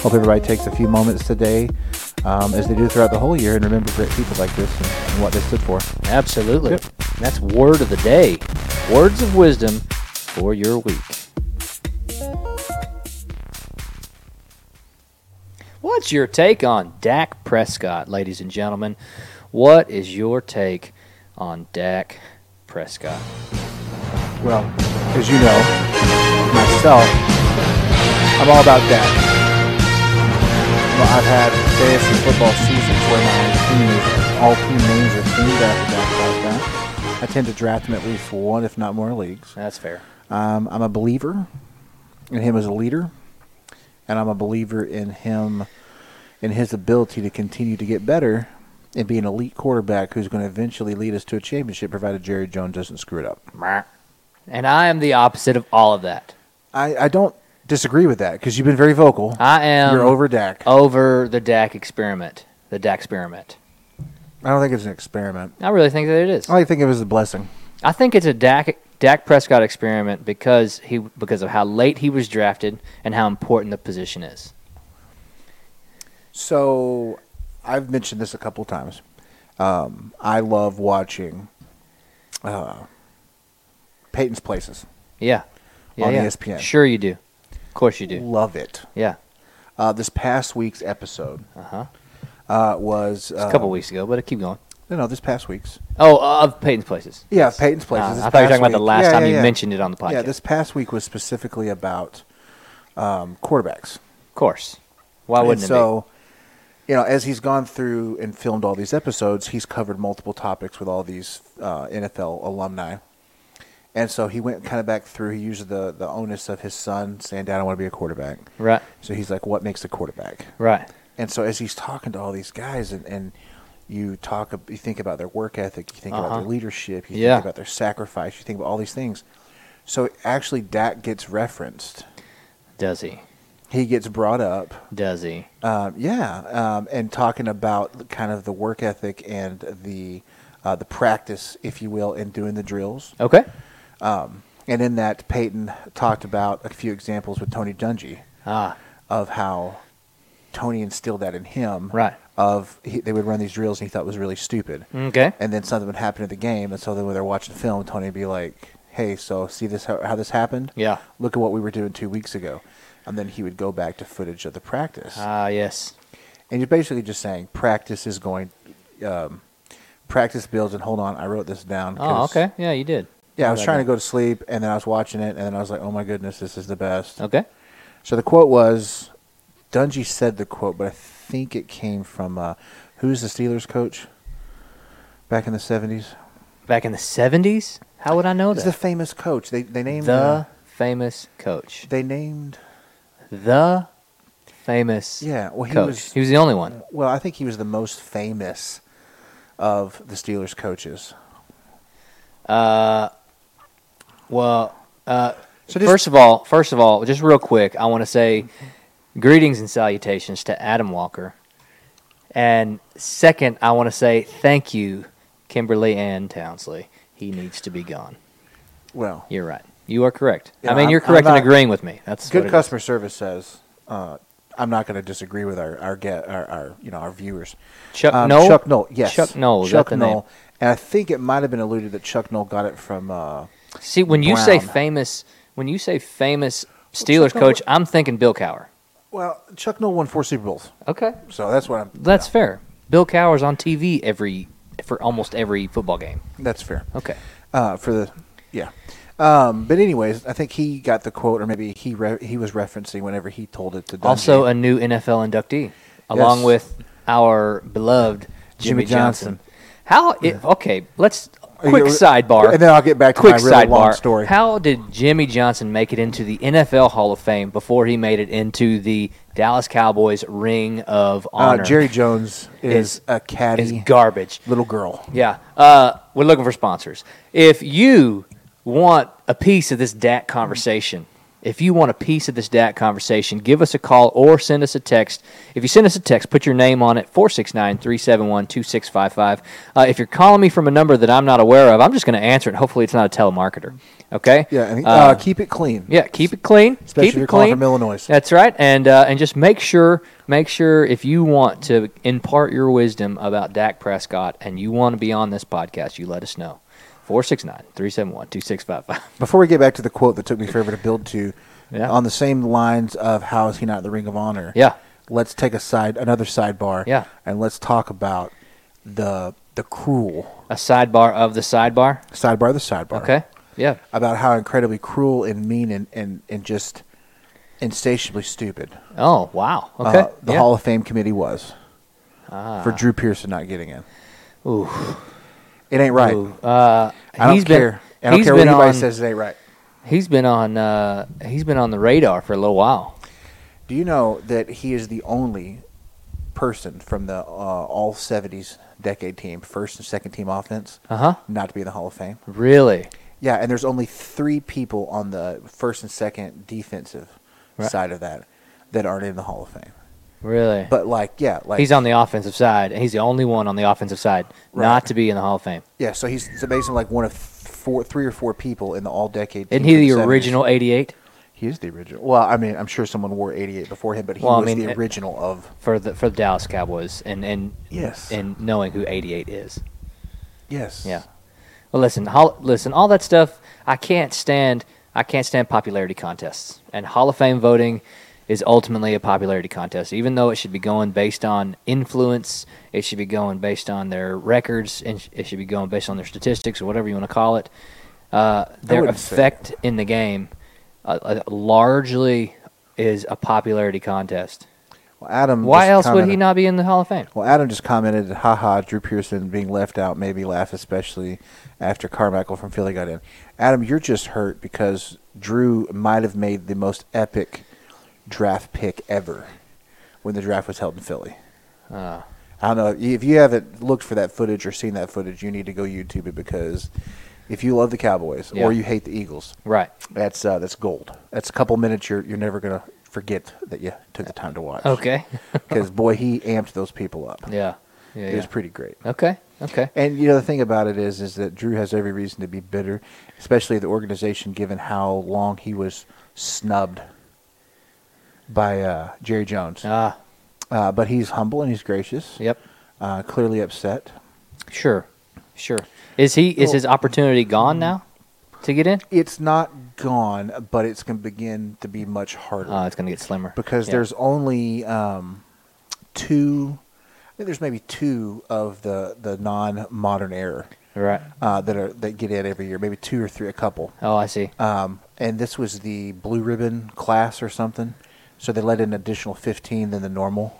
[SPEAKER 2] hope everybody takes a few moments today, um, as they do throughout the whole year, and remember great people like this and, and what they stood for.
[SPEAKER 1] Absolutely.
[SPEAKER 2] Yep.
[SPEAKER 1] And that's word of the day. Words of wisdom for your week. What's your take on Dak Prescott, ladies and gentlemen? What is your take on Dak Prescott?
[SPEAKER 2] Well, as you know, myself, I'm all about that. Well, I've had fantasy football seasons where my teams, all team names are themed after that. like that. I tend to draft him at least one, if not more, leagues.
[SPEAKER 1] That's fair.
[SPEAKER 2] Um, I'm a believer in him as a leader, and I'm a believer in him in his ability to continue to get better and be an elite quarterback who's going to eventually lead us to a championship, provided Jerry Jones doesn't screw it up.
[SPEAKER 1] And I am the opposite of all of that.
[SPEAKER 2] I, I don't disagree with that because you've been very vocal.
[SPEAKER 1] I am Oh.
[SPEAKER 2] You're over Dak.
[SPEAKER 1] over the Dak experiment. The Dak experiment.
[SPEAKER 2] I don't think it's an experiment.
[SPEAKER 1] I really think that it is.
[SPEAKER 2] I like to think of it as a blessing.
[SPEAKER 1] I think it's a Dak Dak Prescott experiment because he because of how late he was drafted and how important the position is.
[SPEAKER 2] So, I've mentioned this a couple times. Um, I love watching uh, Peyton's Places.
[SPEAKER 1] Yeah. yeah
[SPEAKER 2] On E
[SPEAKER 1] yeah.
[SPEAKER 2] ESPN.
[SPEAKER 1] Sure you do. Of course you do.
[SPEAKER 2] Love it.
[SPEAKER 1] Yeah.
[SPEAKER 2] Uh, this past week's episode
[SPEAKER 1] Uh-huh.
[SPEAKER 2] uh, was
[SPEAKER 1] It's a
[SPEAKER 2] uh,
[SPEAKER 1] couple weeks ago, but I keep going.
[SPEAKER 2] No, no, this past week's.
[SPEAKER 1] Oh, uh, of Peyton's places.
[SPEAKER 2] Yeah, Peyton's places.
[SPEAKER 1] Uh,
[SPEAKER 2] this
[SPEAKER 1] I thought you were
[SPEAKER 2] past
[SPEAKER 1] talking about the
[SPEAKER 2] week.
[SPEAKER 1] last
[SPEAKER 2] Yeah,
[SPEAKER 1] time
[SPEAKER 2] yeah,
[SPEAKER 1] you
[SPEAKER 2] yeah.
[SPEAKER 1] mentioned it on the podcast.
[SPEAKER 2] Yeah, this past week was specifically about um, quarterbacks.
[SPEAKER 1] of course. Why
[SPEAKER 2] And
[SPEAKER 1] wouldn't it
[SPEAKER 2] so, you know, as he's gone through and filmed all these episodes, he's covered multiple topics with all these uh, NFL alumni. And so he went kind of back through. He used the, the onus of his son saying, Dad, I want to be a quarterback.
[SPEAKER 1] be? Right.
[SPEAKER 2] So he's like, What makes a quarterback?
[SPEAKER 1] Right.
[SPEAKER 2] And so as he's talking to all these guys, and, and you talk, ab- you think about their work ethic, you think about
[SPEAKER 1] Uh-huh.
[SPEAKER 2] their leadership, you
[SPEAKER 1] Yeah.
[SPEAKER 2] think about their sacrifice, you think about all these things. So actually, Dak gets referenced.
[SPEAKER 1] Does he?
[SPEAKER 2] He gets brought up,
[SPEAKER 1] Does he?
[SPEAKER 2] um, yeah, um, and talking about the- kind of the work ethic and the uh, the practice, if you will, in doing the drills.
[SPEAKER 1] Okay.
[SPEAKER 2] And in that, Peyton talked about a few examples with Tony Dungy
[SPEAKER 1] Ah,
[SPEAKER 2] of how Tony instilled that in him.
[SPEAKER 1] Right. Mm.
[SPEAKER 2] Of he, they would run these drills and he thought it was really stupid.
[SPEAKER 1] okay.
[SPEAKER 2] And then something would happen in the game, and so then when they're watching the film, Tony would be like, "Hey, so see this how, how this happened?
[SPEAKER 1] Yeah.
[SPEAKER 2] Look at what we were doing two weeks ago." And then he would go back to footage of the practice,
[SPEAKER 1] Ah, yes.
[SPEAKER 2] and you're basically just saying practice is going, um, practice builds. And hold on, I wrote this down.
[SPEAKER 1] Oh,
[SPEAKER 2] 'cause-
[SPEAKER 1] okay. Yeah, you did.
[SPEAKER 2] Yeah, I was
[SPEAKER 1] How'd
[SPEAKER 2] trying to
[SPEAKER 1] that
[SPEAKER 2] go to sleep, and then I was watching it, and then I was like, "Oh my goodness, this is the best."
[SPEAKER 1] Okay.
[SPEAKER 2] So the quote was, Dungy said the quote, but I think it came from uh, who's the Steelers coach back in the seventies?
[SPEAKER 1] Back in the 70s? How would I know
[SPEAKER 2] It's the
[SPEAKER 1] that?
[SPEAKER 2] famous coach. They they named
[SPEAKER 1] the
[SPEAKER 2] uh,
[SPEAKER 1] famous coach.
[SPEAKER 2] they named
[SPEAKER 1] The famous
[SPEAKER 2] yeah. Well, he
[SPEAKER 1] coach.
[SPEAKER 2] was
[SPEAKER 1] he was the only one.
[SPEAKER 2] well. I think he was the most famous of the Steelers coaches.
[SPEAKER 1] Uh, well, uh,
[SPEAKER 2] So just
[SPEAKER 1] first of all, first of all, just real quick, I want to say greetings and salutations to Adam Walker, and second, I want to say thank you, Kimberly Ann Townsley. He needs to be gone.
[SPEAKER 2] well,
[SPEAKER 1] You're right. You are correct.
[SPEAKER 2] Yeah,
[SPEAKER 1] I mean,
[SPEAKER 2] I'm-
[SPEAKER 1] you're correct
[SPEAKER 2] I'm
[SPEAKER 1] in
[SPEAKER 2] not-
[SPEAKER 1] agreeing with me. That's what
[SPEAKER 2] good
[SPEAKER 1] it is.
[SPEAKER 2] customer service says. Uh, I'm not going to disagree with our our, get, our our you know our viewers.
[SPEAKER 1] Chuck
[SPEAKER 2] Um,
[SPEAKER 1] Noll.
[SPEAKER 2] Chuck Noll. Yes.
[SPEAKER 1] Chuck Noll. Is
[SPEAKER 2] Chuck
[SPEAKER 1] that the
[SPEAKER 2] Noll. And I think it might have been alluded that Chuck Noll got it from. Uh,
[SPEAKER 1] name? See, when you say
[SPEAKER 2] Brown.
[SPEAKER 1] famous, when you say famous Steelers
[SPEAKER 2] Chuck Noll-
[SPEAKER 1] coach, I'm thinking Bill Cowher.
[SPEAKER 2] well, Chuck Noll won four Super Bowls,
[SPEAKER 1] Okay,
[SPEAKER 2] so that's what I'm.
[SPEAKER 1] that's fair. Bill Cowher's on TV every for almost every football game.
[SPEAKER 2] That's fair.
[SPEAKER 1] Okay,
[SPEAKER 2] uh, for the yeah. Um, but anyways, I think he got the quote, or maybe he re- he was referencing whenever he told it to. Dungy.
[SPEAKER 1] also a new NFL inductee, along
[SPEAKER 2] Yes.
[SPEAKER 1] with our beloved Jimmy,
[SPEAKER 2] Jimmy
[SPEAKER 1] Johnson.
[SPEAKER 2] Johnson.
[SPEAKER 1] How? It, okay, let's
[SPEAKER 2] Are
[SPEAKER 1] quick
[SPEAKER 2] you-
[SPEAKER 1] sidebar,
[SPEAKER 2] and then I'll get back to
[SPEAKER 1] quick
[SPEAKER 2] my really long
[SPEAKER 1] sidebar.
[SPEAKER 2] story.
[SPEAKER 1] How did Jimmy Johnson make it into the NFL Hall of Fame before he made it into the Dallas Cowboys Ring of
[SPEAKER 2] uh,
[SPEAKER 1] Honor?
[SPEAKER 2] Jerry Jones is,
[SPEAKER 1] Is-
[SPEAKER 2] a catty
[SPEAKER 1] is garbage.
[SPEAKER 2] little girl.
[SPEAKER 1] Yeah. Uh, we're looking for sponsors. If you want a piece of this DAC conversation, if you want a piece of this DAC conversation, give us a call or send us a text. If you send us a text, put your name on it, 469 371 2655. Uh, If you're calling me from a number that I'm not aware of, I'm just going to answer it. Hopefully, it's not a telemarketer. Okay?
[SPEAKER 2] Yeah, and he-
[SPEAKER 1] Uh,
[SPEAKER 2] uh, keep it clean.
[SPEAKER 1] yeah, keep it clean.
[SPEAKER 2] Especially
[SPEAKER 1] keep
[SPEAKER 2] if
[SPEAKER 1] it
[SPEAKER 2] you're calling
[SPEAKER 1] clean.
[SPEAKER 2] from Illinois.
[SPEAKER 1] That's right, and uh, and just make sure make sure if you want to impart your wisdom about Dak Prescott and you want to be on this podcast, you let us know. 469-371-2655.
[SPEAKER 2] Before we get back to the quote that took me forever to build to,
[SPEAKER 1] Yeah.
[SPEAKER 2] on the same lines of how is he not in the Ring of Honor?
[SPEAKER 1] Yeah.
[SPEAKER 2] Let's take a side another sidebar.
[SPEAKER 1] Yeah.
[SPEAKER 2] And let's talk about the the cruel
[SPEAKER 1] A sidebar of the sidebar.
[SPEAKER 2] sidebar. The sidebar.
[SPEAKER 1] Okay. Yeah.
[SPEAKER 2] about how incredibly cruel and mean and, and, and just insatiably stupid
[SPEAKER 1] Oh wow.
[SPEAKER 2] uh,
[SPEAKER 1] Okay.
[SPEAKER 2] the
[SPEAKER 1] Yeah. Ah.
[SPEAKER 2] Hall of Fame committee was for Drew Pearson not getting in.
[SPEAKER 1] Ooh.
[SPEAKER 2] It ain't right.
[SPEAKER 1] Ooh. Uh,
[SPEAKER 2] I don't
[SPEAKER 1] he's been-
[SPEAKER 2] care. I don't
[SPEAKER 1] he's
[SPEAKER 2] care what
[SPEAKER 1] been
[SPEAKER 2] anybody
[SPEAKER 1] on-
[SPEAKER 2] says. It ain't right.
[SPEAKER 1] He's been on. Uh, he's been on the radar for a little while.
[SPEAKER 2] Do you know that he is the only person from the uh, all '70s decade team, first and second team offense,
[SPEAKER 1] Uh huh.
[SPEAKER 2] not to be in the Hall of Fame?
[SPEAKER 1] Really.
[SPEAKER 2] Yeah, and there's only three people on the first and second defensive
[SPEAKER 1] Right.
[SPEAKER 2] side of that that aren't in the Hall of Fame.
[SPEAKER 1] Really.
[SPEAKER 2] But like, yeah, like
[SPEAKER 1] he's on the offensive side, and he's the only one on the offensive side
[SPEAKER 2] Right.
[SPEAKER 1] not to be in the Hall of Fame.
[SPEAKER 2] Yeah, so he's it's amazing like one of four, three or four people in the all decade.
[SPEAKER 1] Isn't he the original '88
[SPEAKER 2] He is the original. Well, I mean, I'm sure someone wore 88 before him, but he
[SPEAKER 1] Well, I
[SPEAKER 2] was
[SPEAKER 1] mean,
[SPEAKER 2] the
[SPEAKER 1] it-
[SPEAKER 2] original of.
[SPEAKER 1] for the for the Dallas Cowboys, and and
[SPEAKER 2] Yes.
[SPEAKER 1] and knowing who '88 is?
[SPEAKER 2] Yes.
[SPEAKER 1] Yeah. Well, listen, hol- listen, all that stuff. I can't stand. I can't stand popularity contests, and Hall of Fame voting is ultimately a popularity contest. Even though it should be going based on influence, it should be going based on their records, and sh- it should be going based on their statistics or whatever you want to call it. Uh, their
[SPEAKER 2] wouldn't say-
[SPEAKER 1] effect in the game uh, uh, largely is a popularity contest.
[SPEAKER 2] Well, Adam.
[SPEAKER 1] Why
[SPEAKER 2] just
[SPEAKER 1] else would he
[SPEAKER 2] commented-
[SPEAKER 1] not be in the Hall of Fame?
[SPEAKER 2] Well, Adam just commented, haha, Drew Pearson being left out made me laugh, especially after Carmichael from Philly got in. Adam, you're just hurt because Drew might have made the most epic draft pick ever when the draft was held in Philly.
[SPEAKER 1] Ah.
[SPEAKER 2] I don't know. If you haven't looked for that footage or seen that footage, you need to go YouTube it because if you love the Cowboys
[SPEAKER 1] Yeah.
[SPEAKER 2] or you hate the Eagles,
[SPEAKER 1] Right.
[SPEAKER 2] that's uh, that's gold. That's a couple minutes you're you're never gonna forget that you took the time to watch.
[SPEAKER 1] Okay.
[SPEAKER 2] Because boy, he amped those people up.
[SPEAKER 1] yeah. Yeah.
[SPEAKER 2] It was
[SPEAKER 1] yeah.
[SPEAKER 2] pretty great.
[SPEAKER 1] okay. Okay.
[SPEAKER 2] And you know the thing about it is, is that Drew has every reason to be bitter, especially the organization, given how long he was snubbed by uh, Jerry Jones.
[SPEAKER 1] Ah.
[SPEAKER 2] Uh, but he's humble and he's gracious.
[SPEAKER 1] Yep.
[SPEAKER 2] Uh, clearly upset.
[SPEAKER 1] Sure. Sure. Is he is his opportunity gone
[SPEAKER 2] Mm-hmm.
[SPEAKER 1] now to get in?
[SPEAKER 2] It's not gone, but it's going to begin to be much harder
[SPEAKER 1] Oh, it's gonna get slimmer.
[SPEAKER 2] because
[SPEAKER 1] Yeah.
[SPEAKER 2] there's only um, two. I think there's maybe two of the the non-modern era
[SPEAKER 1] right.
[SPEAKER 2] uh, that are that get in every year. Maybe two or three, a couple.
[SPEAKER 1] Oh, I see.
[SPEAKER 2] Um, and this was the blue ribbon class or something. So they let in an additional 15 than the normal.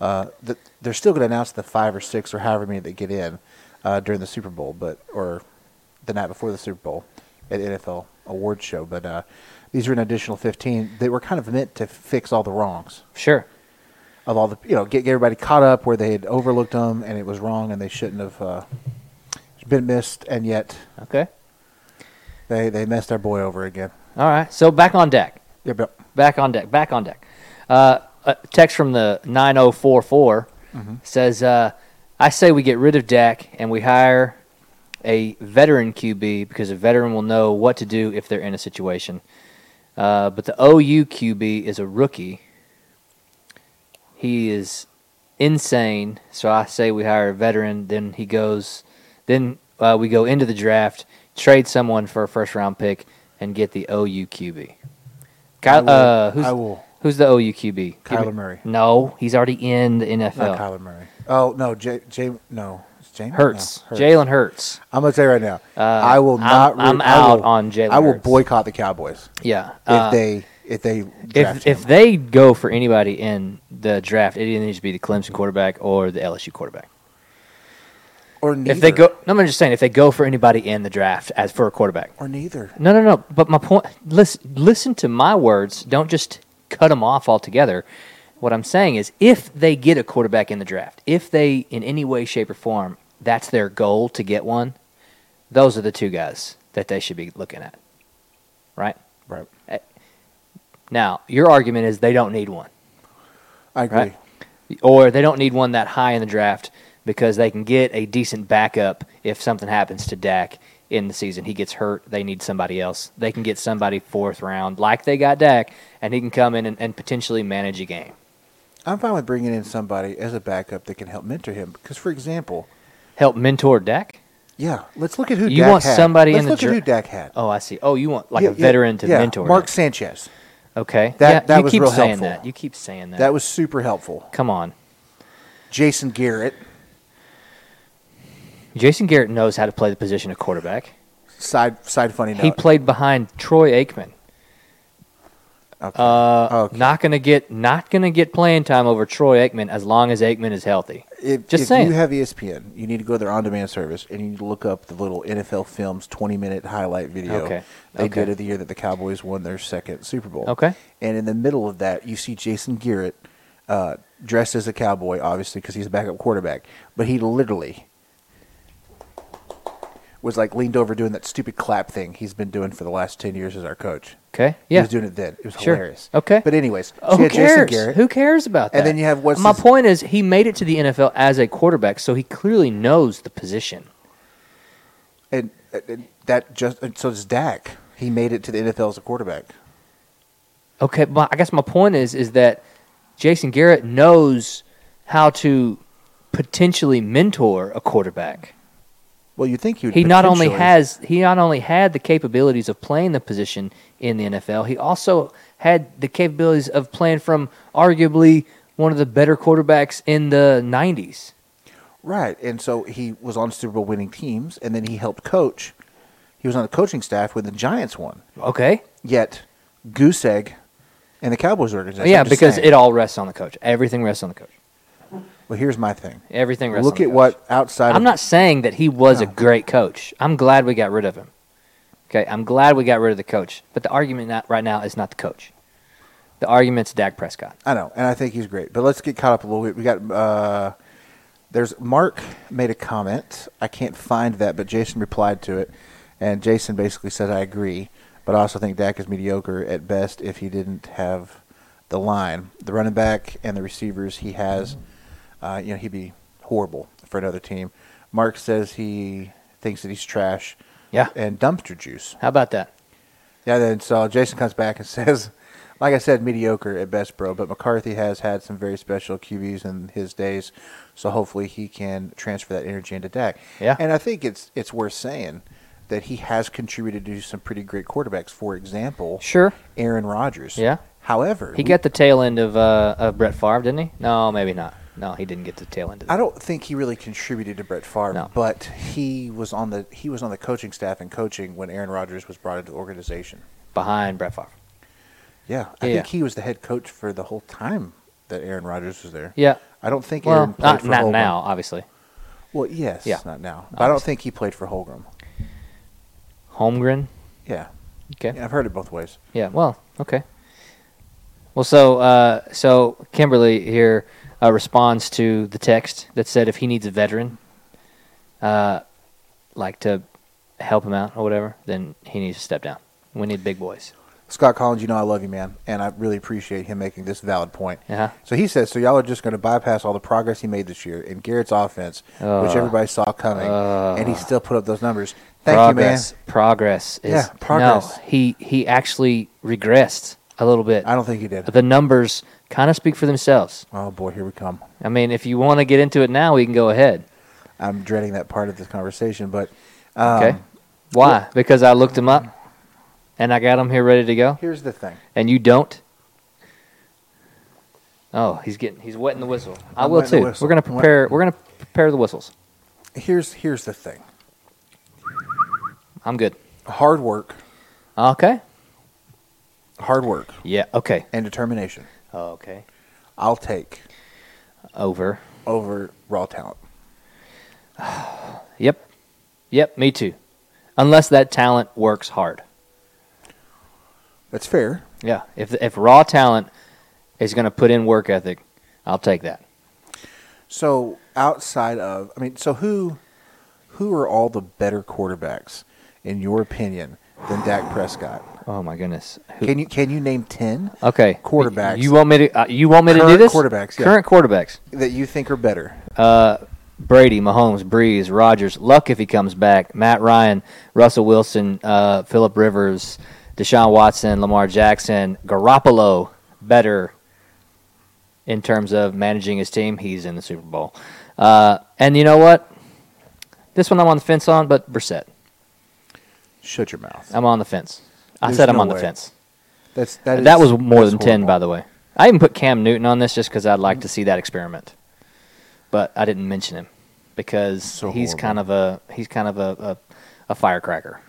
[SPEAKER 2] Uh, the, they're still going to announce the five or six or however many that get in uh, during the Super Bowl, but or the night before the Super Bowl at NFL award show. But uh, these are an additional 15. They were kind of meant to fix all the wrongs
[SPEAKER 1] Sure.
[SPEAKER 2] of all the you know get, get everybody caught up where they had overlooked them and it was wrong and they shouldn't have uh, been missed and yet
[SPEAKER 1] Okay.
[SPEAKER 2] they they messed our boy over again.
[SPEAKER 1] All right. So back on deck.
[SPEAKER 2] Yep, yep.
[SPEAKER 1] Back on deck. Back on deck. Uh, a text from the 9044 says, uh, I say we get rid of Dak and we hire a veteran QB because a veteran will know what to do if they're in a situation. Uh, but the OU QB is a rookie. He is insane. So I say we hire a veteran. Then he goes. Then uh, we go into the draft, trade someone for a first round pick, and get the OU QB. Ky-
[SPEAKER 2] I will-
[SPEAKER 1] uh, who's,
[SPEAKER 2] I will.
[SPEAKER 1] Who's the OU QB?
[SPEAKER 2] Kyler
[SPEAKER 1] Give me-
[SPEAKER 2] Murray.
[SPEAKER 1] No, he's already in the
[SPEAKER 2] Not
[SPEAKER 1] NFL.
[SPEAKER 2] Kyler Murray. Oh no, Jay. Jay no, it's James.
[SPEAKER 1] Hurts.
[SPEAKER 2] No, Hurts.
[SPEAKER 1] Jalen Hurts.
[SPEAKER 2] I'm gonna tell you right now.
[SPEAKER 1] Uh,
[SPEAKER 2] I will
[SPEAKER 1] I'm-
[SPEAKER 2] not. root-
[SPEAKER 1] I'm
[SPEAKER 2] I will-
[SPEAKER 1] out on Jalen
[SPEAKER 2] I will
[SPEAKER 1] Hurts.
[SPEAKER 2] boycott the Cowboys
[SPEAKER 1] Yeah.
[SPEAKER 2] if
[SPEAKER 1] Uh,
[SPEAKER 2] they if they draft
[SPEAKER 1] if,
[SPEAKER 2] him.
[SPEAKER 1] if they go for anybody in the draft, it either needs to be the Clemson quarterback or the LSU quarterback.
[SPEAKER 2] or
[SPEAKER 1] If they
[SPEAKER 2] neither.
[SPEAKER 1] go, no, I'm just saying if they go for anybody in the draft as for a quarterback.
[SPEAKER 2] or neither.
[SPEAKER 1] No, no, no. But my point, listen, listen to my words. Don't just cut them off altogether. What I'm saying is, if they get a quarterback in the draft, if they in any way, shape, or form, that's their goal to get one. Those are the two guys that they should be looking at. Right
[SPEAKER 2] Right.
[SPEAKER 1] now, your argument is they don't need one.
[SPEAKER 2] I agree.
[SPEAKER 1] Right. or they don't need one that high in the draft because they can get a decent backup if something happens to Dak in the season. He gets hurt, they need somebody else. They can get somebody fourth round, like they got Dak, and he can come in and, and potentially manage a game.
[SPEAKER 2] I'm fine with bringing in somebody as a backup that can help mentor him. Because, for example,
[SPEAKER 1] Help mentor Dak.
[SPEAKER 2] yeah, let's look at who
[SPEAKER 1] You
[SPEAKER 2] Dak
[SPEAKER 1] want
[SPEAKER 2] had.
[SPEAKER 1] somebody
[SPEAKER 2] let's
[SPEAKER 1] in the
[SPEAKER 2] look
[SPEAKER 1] dra-
[SPEAKER 2] at who Dak had.
[SPEAKER 1] Oh, I see. Oh, you want like
[SPEAKER 2] Yeah,
[SPEAKER 1] a
[SPEAKER 2] yeah,
[SPEAKER 1] veteran to
[SPEAKER 2] yeah,
[SPEAKER 1] mentor.
[SPEAKER 2] Mark
[SPEAKER 1] him.
[SPEAKER 2] Sanchez.
[SPEAKER 1] Okay.
[SPEAKER 2] that-
[SPEAKER 1] Yeah,
[SPEAKER 2] that
[SPEAKER 1] you
[SPEAKER 2] was
[SPEAKER 1] keep
[SPEAKER 2] real
[SPEAKER 1] saying
[SPEAKER 2] helpful.
[SPEAKER 1] that. You keep saying that.
[SPEAKER 2] That was super helpful.
[SPEAKER 1] Come on.
[SPEAKER 2] Jason Garrett,
[SPEAKER 1] Jason Garrett knows how to play the position of quarterback.
[SPEAKER 2] side side funny note.
[SPEAKER 1] He played behind Troy Aikman.
[SPEAKER 2] Okay.
[SPEAKER 1] Uh,
[SPEAKER 2] Okay.
[SPEAKER 1] not gonna get not gonna get playing time over Troy Aikman as long as Aikman is healthy.
[SPEAKER 2] if,
[SPEAKER 1] just
[SPEAKER 2] if
[SPEAKER 1] saying.
[SPEAKER 2] you have E ESPN, you need to go to their on-demand service and you need to look up the little NFL Films 20-minute highlight video
[SPEAKER 1] Okay.
[SPEAKER 2] they
[SPEAKER 1] Okay.
[SPEAKER 2] did of the year that the Cowboys won their second Super Bowl.
[SPEAKER 1] Okay.
[SPEAKER 2] And in the middle of that, you see Jason Garrett uh, dressed as a cowboy, obviously because he's a backup quarterback, but he literally was like leaned over doing that stupid clap thing he's been doing for the last 10 years as our coach.
[SPEAKER 1] Okay,
[SPEAKER 2] He
[SPEAKER 1] yeah,
[SPEAKER 2] was doing it then. It was
[SPEAKER 1] Sure.
[SPEAKER 2] hilarious.
[SPEAKER 1] Okay.
[SPEAKER 2] But anyways,
[SPEAKER 1] Oh,
[SPEAKER 2] so you
[SPEAKER 1] who
[SPEAKER 2] had Jason
[SPEAKER 1] cares?
[SPEAKER 2] Garrett.
[SPEAKER 1] Who cares about that?
[SPEAKER 2] And then you have what's
[SPEAKER 1] my
[SPEAKER 2] his-
[SPEAKER 1] point is he made it to the NFL as a quarterback, so he clearly knows the position.
[SPEAKER 2] And, and that just and so does Dak. He made it to the NFL as a quarterback.
[SPEAKER 1] Okay, my, I guess my point is is that Jason Garrett knows how to potentially mentor a quarterback.
[SPEAKER 2] Well, you think he would
[SPEAKER 1] he not only
[SPEAKER 2] potentially-
[SPEAKER 1] has he not only had the capabilities of playing the position in the NFL, he also had the capabilities of playing from arguably one of the better quarterbacks in the '90s.
[SPEAKER 2] right, and so he was on Super Bowl winning teams, and then he helped coach. He was on the coaching staff when the Giants won.
[SPEAKER 1] Okay,
[SPEAKER 2] Yet Goose Egg and the Cowboys organization.
[SPEAKER 1] yeah,
[SPEAKER 2] I'm just
[SPEAKER 1] because
[SPEAKER 2] saying.
[SPEAKER 1] it all rests on the coach. Everything rests on the coach.
[SPEAKER 2] Well, here's my thing.
[SPEAKER 1] Everything rests.
[SPEAKER 2] Look
[SPEAKER 1] on the
[SPEAKER 2] at
[SPEAKER 1] coach.
[SPEAKER 2] what outside.
[SPEAKER 1] I'm
[SPEAKER 2] of,
[SPEAKER 1] not saying that he was a
[SPEAKER 2] No.
[SPEAKER 1] great coach. I'm glad we got rid of him. Okay, I'm glad we got rid of the coach. But the argument not, right now is not the coach. The argument's Dak Prescott.
[SPEAKER 2] I know, and I think he's great. But let's get caught up a little bit. We got uh, there's Mark made a comment. I can't find that, but Jason replied to it, and Jason basically said, "I agree, but I also think Dak is mediocre at best if he didn't have the line, the running back, and the receivers he has. Uh, you know, he'd be horrible for another team." Mark says he thinks that he's trash.
[SPEAKER 1] Yeah.
[SPEAKER 2] and dumpster juice.
[SPEAKER 1] How about that?
[SPEAKER 2] Yeah, then so Jason comes back and says, like I said, mediocre at best, bro. But McCarthy has had some very special QBs in his days, so hopefully he can transfer that energy into Dak.
[SPEAKER 1] Yeah.
[SPEAKER 2] and I think it's it's worth saying that he has contributed to some pretty great quarterbacks. For example,
[SPEAKER 1] Sure.
[SPEAKER 2] Aaron Rodgers.
[SPEAKER 1] Yeah.
[SPEAKER 2] However,
[SPEAKER 1] He
[SPEAKER 2] we-
[SPEAKER 1] got the tail end of uh, of Brett Favre, didn't he? No, maybe not. No, he didn't get the tail end of.
[SPEAKER 2] I don't think he really contributed to Brett Favre,
[SPEAKER 1] No.
[SPEAKER 2] but he was on the he was on the coaching staff and coaching when Aaron Rodgers was brought into the organization.
[SPEAKER 1] behind Brett Favre.
[SPEAKER 2] Yeah, I
[SPEAKER 1] Yeah.
[SPEAKER 2] think he was the head coach for the whole time that Aaron Rodgers was there.
[SPEAKER 1] Yeah.
[SPEAKER 2] I don't think Aaron
[SPEAKER 1] Well,
[SPEAKER 2] played
[SPEAKER 1] not
[SPEAKER 2] for
[SPEAKER 1] not
[SPEAKER 2] Holgram.
[SPEAKER 1] now, obviously.
[SPEAKER 2] Well, yes,
[SPEAKER 1] Yeah.
[SPEAKER 2] not now. But I don't
[SPEAKER 1] Obviously.
[SPEAKER 2] think he played for Holgram.
[SPEAKER 1] Holmgren.
[SPEAKER 2] Yeah.
[SPEAKER 1] Okay.
[SPEAKER 2] Yeah, I've heard it both ways.
[SPEAKER 1] Yeah. Well. Okay. Well, so uh, so Kimberly here uh, responds to the text that said if he needs a veteran, uh, like to help him out or whatever, then he needs to step down. We need big boys.
[SPEAKER 2] Scott Collins, you know I love you, man, and I really appreciate him making this valid point.
[SPEAKER 1] Yeah.
[SPEAKER 2] So he says, so y'all are just going to bypass all the progress he made this year in Garrett's offense,
[SPEAKER 1] Uh.
[SPEAKER 2] which everybody saw coming, and he still put up those numbers. Thank
[SPEAKER 1] progress,
[SPEAKER 2] you,
[SPEAKER 1] Progress. Is,
[SPEAKER 2] Yeah, progress.
[SPEAKER 1] No, he he actually regressed a little bit.
[SPEAKER 2] man. I don't think he did.
[SPEAKER 1] the numbers kind of speak for themselves.
[SPEAKER 2] Oh boy, here we come.
[SPEAKER 1] I mean, if you want to get into it now, we can go ahead.
[SPEAKER 2] I'm dreading that part of this conversation, but
[SPEAKER 1] Okay. Why? because I looked him up, and I got him here ready to go,
[SPEAKER 2] here's the thing.
[SPEAKER 1] and you don't. Oh, he's getting he's wetting the whistle. I
[SPEAKER 2] I'm
[SPEAKER 1] will
[SPEAKER 2] wetting the
[SPEAKER 1] too.
[SPEAKER 2] whistle.
[SPEAKER 1] We're gonna
[SPEAKER 2] I'm wet-
[SPEAKER 1] prepare. We're gonna prepare the whistles.
[SPEAKER 2] Here's here's the thing.
[SPEAKER 1] I'm good.
[SPEAKER 2] Hard work,
[SPEAKER 1] Okay.
[SPEAKER 2] hard work,
[SPEAKER 1] Yeah. Okay.
[SPEAKER 2] and determination.
[SPEAKER 1] Okay.
[SPEAKER 2] I'll take
[SPEAKER 1] Over.
[SPEAKER 2] over raw talent.
[SPEAKER 1] Yep. Yep, me too. Unless that talent works hard.
[SPEAKER 2] That's fair.
[SPEAKER 1] Yeah. If if raw talent is going to put in work ethic, I'll take that.
[SPEAKER 2] So outside of, I mean, so who, who are all the better quarterbacks in your opinion than Dak Prescott?
[SPEAKER 1] Oh my goodness. Who- Uh,
[SPEAKER 2] Can you can you name ten
[SPEAKER 1] okay.
[SPEAKER 2] quarterbacks.
[SPEAKER 1] You want me to uh, you want me to do
[SPEAKER 2] Current
[SPEAKER 1] this?
[SPEAKER 2] quarterbacks, yeah.
[SPEAKER 1] Current quarterbacks.
[SPEAKER 2] that you think are better?
[SPEAKER 1] Brady, Mahomes, Breeze, Rogers, Luck if he comes back, Matt Ryan, Russell Wilson, uh, Philip Rivers, Deshaun Watson, Lamar Jackson, Garoppolo better in terms of managing his team. He's in the Super Bowl. Uh, and you know what? This one I'm on the fence on, but Brissett.
[SPEAKER 2] Shut your mouth.
[SPEAKER 1] I'm on the fence. I
[SPEAKER 2] There's
[SPEAKER 1] said I'm
[SPEAKER 2] no
[SPEAKER 1] on the
[SPEAKER 2] way.
[SPEAKER 1] fence.
[SPEAKER 2] That's that. Is,
[SPEAKER 1] that was more
[SPEAKER 2] that's
[SPEAKER 1] than 10,
[SPEAKER 2] horrible.
[SPEAKER 1] by the way. I even put Cam Newton on this just because I'd like to see that experiment. But I didn't mention him because
[SPEAKER 2] So
[SPEAKER 1] he's
[SPEAKER 2] horrible.
[SPEAKER 1] kind of a he's kind of a, a, a firecracker.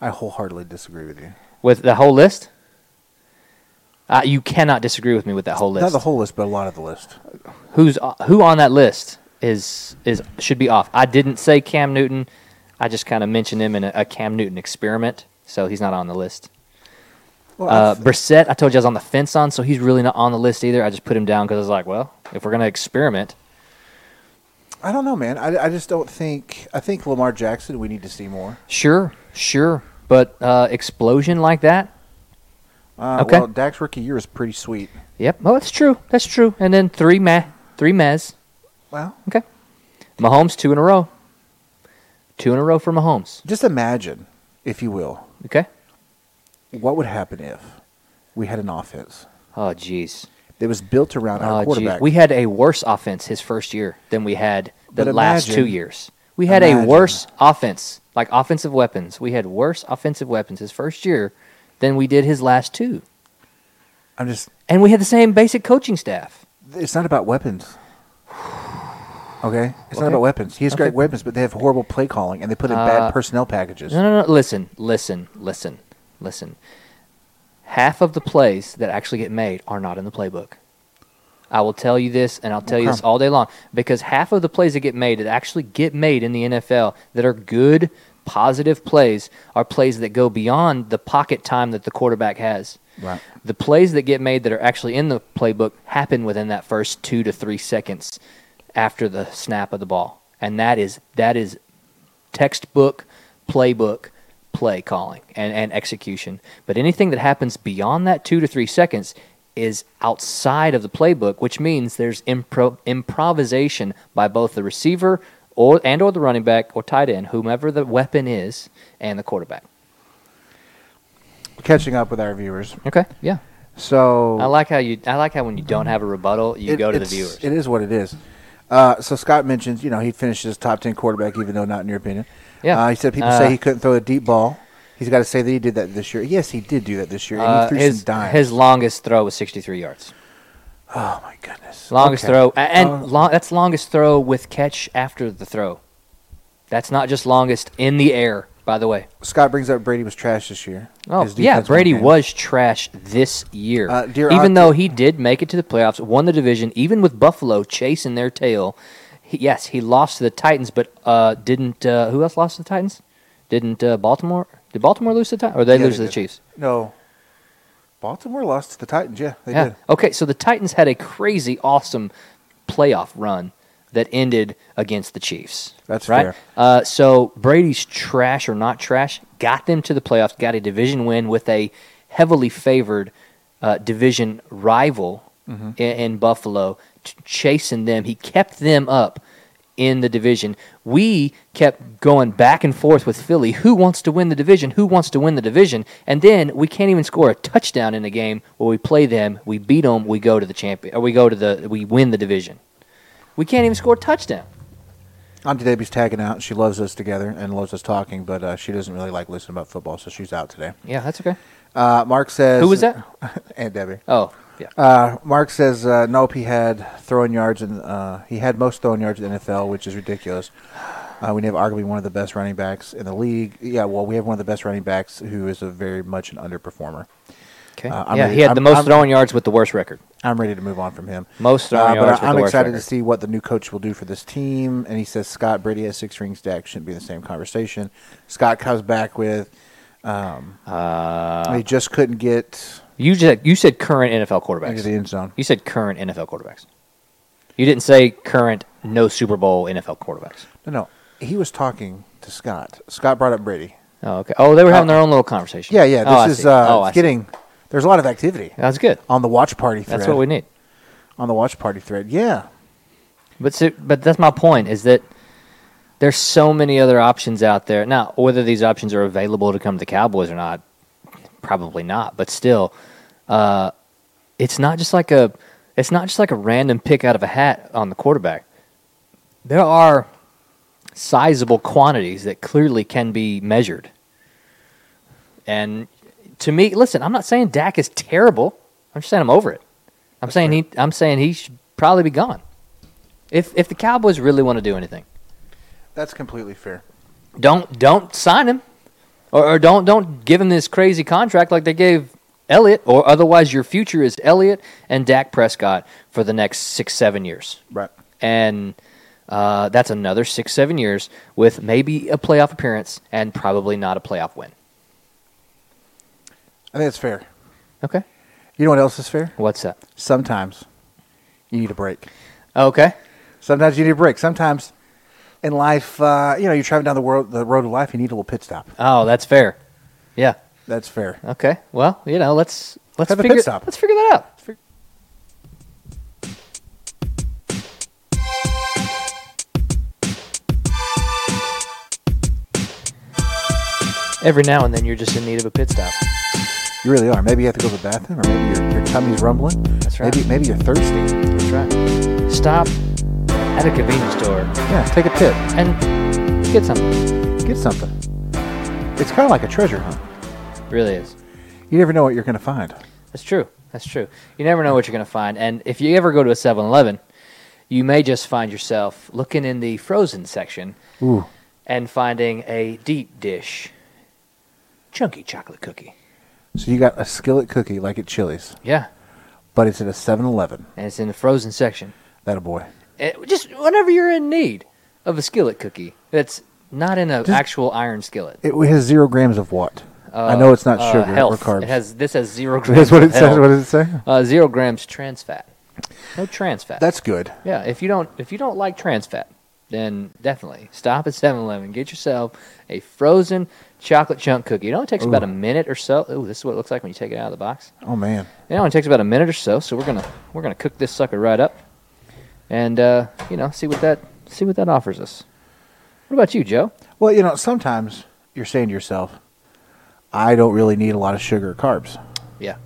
[SPEAKER 2] I wholeheartedly disagree with you.
[SPEAKER 1] With the whole list? Uh, you cannot disagree with me with that whole list.
[SPEAKER 2] Not the whole list, but a lot of the list.
[SPEAKER 1] Who's o- who on that list is is should be off. I didn't say Cam Newton. I just kind of mentioned him in a, a Cam Newton experiment, so he's not on the list.
[SPEAKER 2] Well,
[SPEAKER 1] Uh,
[SPEAKER 2] I th-
[SPEAKER 1] Brissett, I told you I was on the fence on, so he's really not on the list either. I just put him down because I was like, well, if we're gonna experiment,
[SPEAKER 2] I don't know, man. I, I just don't think. I think Lamar Jackson. We need to see more.
[SPEAKER 1] sure, sure, but uh, explosion like that,
[SPEAKER 2] Uh,
[SPEAKER 1] Okay.
[SPEAKER 2] Well, Dak's rookie year is pretty sweet.
[SPEAKER 1] yep. Oh, that's true, that's true. And then three ma, three mez,
[SPEAKER 2] Well,
[SPEAKER 1] okay. Mahomes two in a row, two in a row for Mahomes,
[SPEAKER 2] just imagine, if you will,
[SPEAKER 1] okay.
[SPEAKER 2] what would happen if we had an offense
[SPEAKER 1] Oh, jeez.
[SPEAKER 2] that was built around our
[SPEAKER 1] Oh,
[SPEAKER 2] quarterback.
[SPEAKER 1] jeez. We had a worse offense his first year than we had the
[SPEAKER 2] But
[SPEAKER 1] last
[SPEAKER 2] imagine-
[SPEAKER 1] two years. We had a
[SPEAKER 2] imagine.
[SPEAKER 1] worse offense, like offensive weapons. We had worse offensive weapons his first year than we did his last two.
[SPEAKER 2] I'm just.
[SPEAKER 1] And we had the same basic coaching staff.
[SPEAKER 2] It's not about weapons. Okay, it's not
[SPEAKER 1] Okay.
[SPEAKER 2] about weapons. He has great
[SPEAKER 1] Okay. Uh,
[SPEAKER 2] weapons, but they have horrible play calling and they put in bad personnel packages.
[SPEAKER 1] No, no, no. Listen, listen, listen, listen. Half of the plays that actually get made are not in the playbook. I will tell you this, and I'll tell you this
[SPEAKER 2] Okay.
[SPEAKER 1] all day long, because half of the plays that get made that actually get made in the NFL that are good, positive plays are plays that go beyond the pocket time that the quarterback has.
[SPEAKER 2] Right.
[SPEAKER 1] The plays that get made that are actually in the playbook happen within that first two to three seconds after the snap of the ball, and that is that is textbook playbook play calling and, and execution. But anything that happens beyond that two to three seconds is outside of the playbook, which means there's impro- improvisation by both the receiver or and or the running back or tight end, whomever the weapon is, and the quarterback.
[SPEAKER 2] Catching up with our viewers.
[SPEAKER 1] Okay, yeah.
[SPEAKER 2] So
[SPEAKER 1] I like how you. I like how when you don't have a rebuttal, you
[SPEAKER 2] It-
[SPEAKER 1] go to the
[SPEAKER 2] it's-
[SPEAKER 1] viewers.
[SPEAKER 2] It is what it is. Uh, so Scott mentions, you know, he finished as top ten quarterback, even though not in your opinion.
[SPEAKER 1] Yeah.
[SPEAKER 2] Uh, he said people
[SPEAKER 1] Uh,
[SPEAKER 2] say he couldn't throw a deep ball. He's got to say that he did that this year. Yes, he did do that this year, and
[SPEAKER 1] Uh,
[SPEAKER 2] he threw
[SPEAKER 1] his,
[SPEAKER 2] some dimes.
[SPEAKER 1] his longest throw was 63 yards.
[SPEAKER 2] oh my goodness,
[SPEAKER 1] Longest
[SPEAKER 2] Okay.
[SPEAKER 1] throw, a- and
[SPEAKER 2] Uh,
[SPEAKER 1] long, that's longest throw with catch after the throw. That's not just longest in the air, by the way.
[SPEAKER 2] Scott brings up Brady was trash this year.
[SPEAKER 1] Oh
[SPEAKER 2] His
[SPEAKER 1] yeah,
[SPEAKER 2] defense
[SPEAKER 1] Brady
[SPEAKER 2] game.
[SPEAKER 1] was trash this year.
[SPEAKER 2] Uh, dear
[SPEAKER 1] even
[SPEAKER 2] Oct-
[SPEAKER 1] though he did make it to the playoffs, won the division, even with Buffalo chasing their tail. He, yes, he lost to the Titans, but uh, didn't. Uh, who else lost to the Titans? Didn't uh, Baltimore? Did Baltimore lose to the Titans, or did they
[SPEAKER 2] Yeah,
[SPEAKER 1] lose to the
[SPEAKER 2] did.
[SPEAKER 1] Chiefs?
[SPEAKER 2] No, Baltimore lost to the Titans. Yeah, they
[SPEAKER 1] yeah.
[SPEAKER 2] did.
[SPEAKER 1] Okay, so the Titans had a crazy, awesome playoff run that ended against the Chiefs.
[SPEAKER 2] That's
[SPEAKER 1] right.
[SPEAKER 2] fair.
[SPEAKER 1] Uh, so Brady's trash or not trash got them to the playoffs, got a division win with a heavily favored uh, division rival i- in, Buffalo, ch- chasing them. He kept them up in the division. We kept going back and forth with Philly. Who wants to win the division? Who wants to win the division? And then we can't even score a touchdown in a game where we play them, we beat them, we go to the champion, or we go to the, we win the division. We can't even score a touchdown.
[SPEAKER 2] Auntie Debbie's tagging out. She loves us together and loves us talking, but uh, she doesn't really like listening about football, so she's out today.
[SPEAKER 1] Yeah, that's okay.
[SPEAKER 2] Uh, Mark says,
[SPEAKER 1] Who was that?
[SPEAKER 2] Aunt Debbie.
[SPEAKER 1] Oh, yeah.
[SPEAKER 2] Uh, Mark says, uh, nope, he had throwing yards, and uh, he had most throwing yards in the NFL, which is ridiculous. Uh, we have arguably one of the best running backs in the league. Yeah, well, we have one of the best running backs who is a very much an underperformer.
[SPEAKER 1] Okay.
[SPEAKER 2] Uh, I'm
[SPEAKER 1] yeah,
[SPEAKER 2] ready-
[SPEAKER 1] he had the
[SPEAKER 2] I'm-
[SPEAKER 1] most
[SPEAKER 2] I'm-
[SPEAKER 1] throwing yards with the worst record.
[SPEAKER 2] I'm ready to move on from him. Uh,
[SPEAKER 1] Most throwing
[SPEAKER 2] but
[SPEAKER 1] yards
[SPEAKER 2] I-
[SPEAKER 1] with
[SPEAKER 2] I'm
[SPEAKER 1] the worst
[SPEAKER 2] excited to
[SPEAKER 1] record.
[SPEAKER 2] see what the new coach will do for this team. And he says Scott Brady has six rings stacked. Shouldn't be in the same conversation. Scott comes back with
[SPEAKER 1] Uh,
[SPEAKER 2] they just couldn't get
[SPEAKER 1] you said you said current NFL
[SPEAKER 2] into
[SPEAKER 1] quarterbacks.
[SPEAKER 2] the end zone.
[SPEAKER 1] You said current NFL quarterbacks. You didn't say current no Super Bowl NFL quarterbacks.
[SPEAKER 2] No, no, he was talking to Scott. Scott brought up Brady.
[SPEAKER 1] Oh, okay. Oh, they were having their own little conversation.
[SPEAKER 2] Yeah, yeah. This
[SPEAKER 1] Oh, I
[SPEAKER 2] is
[SPEAKER 1] see.
[SPEAKER 2] uh,
[SPEAKER 1] Oh, I
[SPEAKER 2] it's
[SPEAKER 1] see.
[SPEAKER 2] getting. There's a lot of activity
[SPEAKER 1] That's good.
[SPEAKER 2] on the watch party thread.
[SPEAKER 1] That's what we need.
[SPEAKER 2] on the watch party thread. Yeah,
[SPEAKER 1] But see, but that's my point is that there's so many other options out there now. Whether these options are available to come to the Cowboys or not, probably not. But still, uh, it's not just like a it's not just like a random pick out of a hat on the quarterback. There are sizable quantities that clearly can be measured. And to me, listen, I'm not saying Dak is terrible. I'm just saying I'm over it. I'm saying he I'm saying he should probably be gone. If if the Cowboys really want to do anything,
[SPEAKER 2] that's completely fair.
[SPEAKER 1] don't don't sign him, or, or don't don't give him this crazy contract like they gave Elliott, or otherwise your future is Elliott and Dak Prescott for the next six seven years,
[SPEAKER 2] Right.
[SPEAKER 1] and uh, that's another six seven years with maybe a playoff appearance and probably not a playoff win.
[SPEAKER 2] I think it's fair.
[SPEAKER 1] Okay,
[SPEAKER 2] You know what else is fair?
[SPEAKER 1] what's that?
[SPEAKER 2] Sometimes you need a break.
[SPEAKER 1] Okay,
[SPEAKER 2] Sometimes you need a break. Sometimes in life, uh, you know, you're traveling down the world, the road of life. You need a little pit stop.
[SPEAKER 1] oh that's fair. Yeah.
[SPEAKER 2] That's fair.
[SPEAKER 1] Okay. Well, you know, let's let's
[SPEAKER 2] Have a pit
[SPEAKER 1] figure
[SPEAKER 2] stop.
[SPEAKER 1] let's figure that out. Every now and then, you're just in need of a pit stop.
[SPEAKER 2] You really are. Maybe you have to go to the bathroom, or maybe your, your tummy's rumbling.
[SPEAKER 1] That's right.
[SPEAKER 2] Maybe maybe you're thirsty.
[SPEAKER 1] That's right. Stop at a convenience store
[SPEAKER 2] Yeah, take a pit.
[SPEAKER 1] and get something.
[SPEAKER 2] Get something. It's kind of like a treasure hunt.
[SPEAKER 1] really is.
[SPEAKER 2] You never know what you're going to find.
[SPEAKER 1] That's true. That's true. You never know what you're going to find. And if you ever go to a 7 Eleven, you may just find yourself looking in the frozen section
[SPEAKER 2] Ooh,
[SPEAKER 1] and finding a deep dish chunky chocolate cookie.
[SPEAKER 2] so you got a skillet cookie like at Chili's,
[SPEAKER 1] Yeah.
[SPEAKER 2] but it's at a 7-Eleven.
[SPEAKER 1] And it's in the frozen section.
[SPEAKER 2] That a boy.
[SPEAKER 1] Eh, just whenever you're in need of a skillet cookie that's not in an
[SPEAKER 2] Just-
[SPEAKER 1] actual iron skillet.
[SPEAKER 2] It has zero grams of what? I know it's not
[SPEAKER 1] Uh,
[SPEAKER 2] sugar
[SPEAKER 1] health.
[SPEAKER 2] or carbs.
[SPEAKER 1] It has this has zero grams.
[SPEAKER 2] That's what
[SPEAKER 1] of
[SPEAKER 2] it says.
[SPEAKER 1] health.
[SPEAKER 2] What does it say?
[SPEAKER 1] Uh, zero grams trans fat. No trans fat.
[SPEAKER 2] That's good.
[SPEAKER 1] yeah. If you don't if you don't like trans fat, then definitely stop at 7-Eleven. Get yourself a frozen chocolate chunk cookie. It only takes about a minute or so. Ooh, this is what it looks like when you take it out of the box.
[SPEAKER 2] Oh man.
[SPEAKER 1] It only takes about a minute or so. So we're gonna we're gonna cook this sucker right up, and uh, you know see what that see what that offers us. What about you, Joe?
[SPEAKER 2] Well, you know, sometimes you're saying to yourself, I don't really need a lot of sugar or carbs.
[SPEAKER 1] Yeah.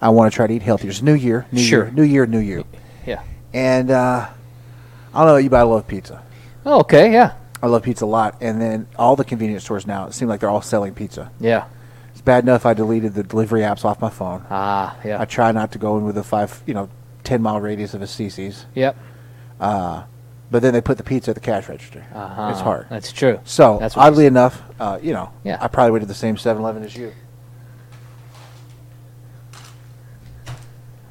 [SPEAKER 2] I want to try to eat healthier. It's new year, new
[SPEAKER 1] Sure.
[SPEAKER 2] year, new year, new year.
[SPEAKER 1] Yeah.
[SPEAKER 2] And uh, I don't know about you, but I love pizza.
[SPEAKER 1] Oh, okay. Yeah.
[SPEAKER 2] I love pizza a lot. And then all the convenience stores now, it seems like they're all selling pizza.
[SPEAKER 1] Yeah.
[SPEAKER 2] It's bad enough I deleted the delivery apps off my phone.
[SPEAKER 1] Ah. Yeah.
[SPEAKER 2] I try not to go in with a five, you know, 10 mile radius of Assisi's.
[SPEAKER 1] yep.
[SPEAKER 2] But then they put the pizza at the cash register.
[SPEAKER 1] Uh-huh.
[SPEAKER 2] It's hard.
[SPEAKER 1] That's true.
[SPEAKER 2] So
[SPEAKER 1] That's what
[SPEAKER 2] oddly
[SPEAKER 1] you-
[SPEAKER 2] enough, uh, you know,
[SPEAKER 1] Yeah.
[SPEAKER 2] I probably went to the same 7-Eleven as you.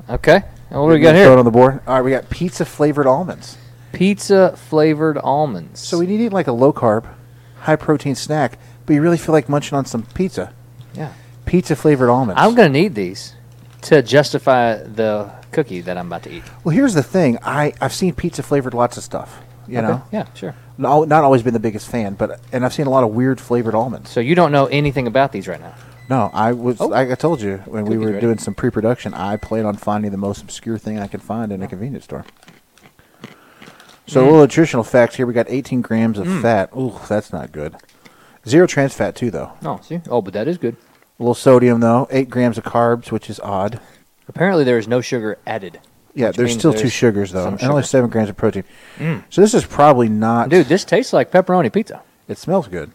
[SPEAKER 1] Okay. And what do we
[SPEAKER 2] You
[SPEAKER 1] got
[SPEAKER 2] wanna Throw it
[SPEAKER 1] here?
[SPEAKER 2] on the board. All right, we got pizza flavored almonds.
[SPEAKER 1] Pizza flavored almonds.
[SPEAKER 2] So we need to eat like a low carb, high protein snack, but you really feel like munching on some pizza.
[SPEAKER 1] Yeah.
[SPEAKER 2] Pizza flavored almonds.
[SPEAKER 1] I'm gonna need these to justify the cookie that I'm about to eat.
[SPEAKER 2] Well, here's the thing. I I've seen pizza flavored lots of stuff. You
[SPEAKER 1] Okay?
[SPEAKER 2] know,
[SPEAKER 1] Yeah, sure.
[SPEAKER 2] no, not always been the biggest fan, but and I've seen a lot of weird flavored almonds.
[SPEAKER 1] So you don't know anything about these right now.
[SPEAKER 2] No, I was
[SPEAKER 1] Oh.
[SPEAKER 2] I, I told you when we
[SPEAKER 1] Cookies
[SPEAKER 2] were
[SPEAKER 1] ready.
[SPEAKER 2] doing some pre-production, I planned on finding the most obscure thing I could find in a convenience store.
[SPEAKER 1] Mm.
[SPEAKER 2] So a little nutritional facts here. We got 18 grams of fat. Ooh, that's not good. Zero trans fat too, though.
[SPEAKER 1] No, see? Oh, but that is good.
[SPEAKER 2] A little sodium though. Eight grams of carbs, which is odd.
[SPEAKER 1] Apparently, there is no sugar added.
[SPEAKER 2] Yeah,
[SPEAKER 1] which
[SPEAKER 2] there's
[SPEAKER 1] means
[SPEAKER 2] still two sugars though,
[SPEAKER 1] some
[SPEAKER 2] and only
[SPEAKER 1] sugar. Mm.
[SPEAKER 2] seven grams of protein. So this is probably not.
[SPEAKER 1] Dude, this tastes like pepperoni pizza.
[SPEAKER 2] it smells good.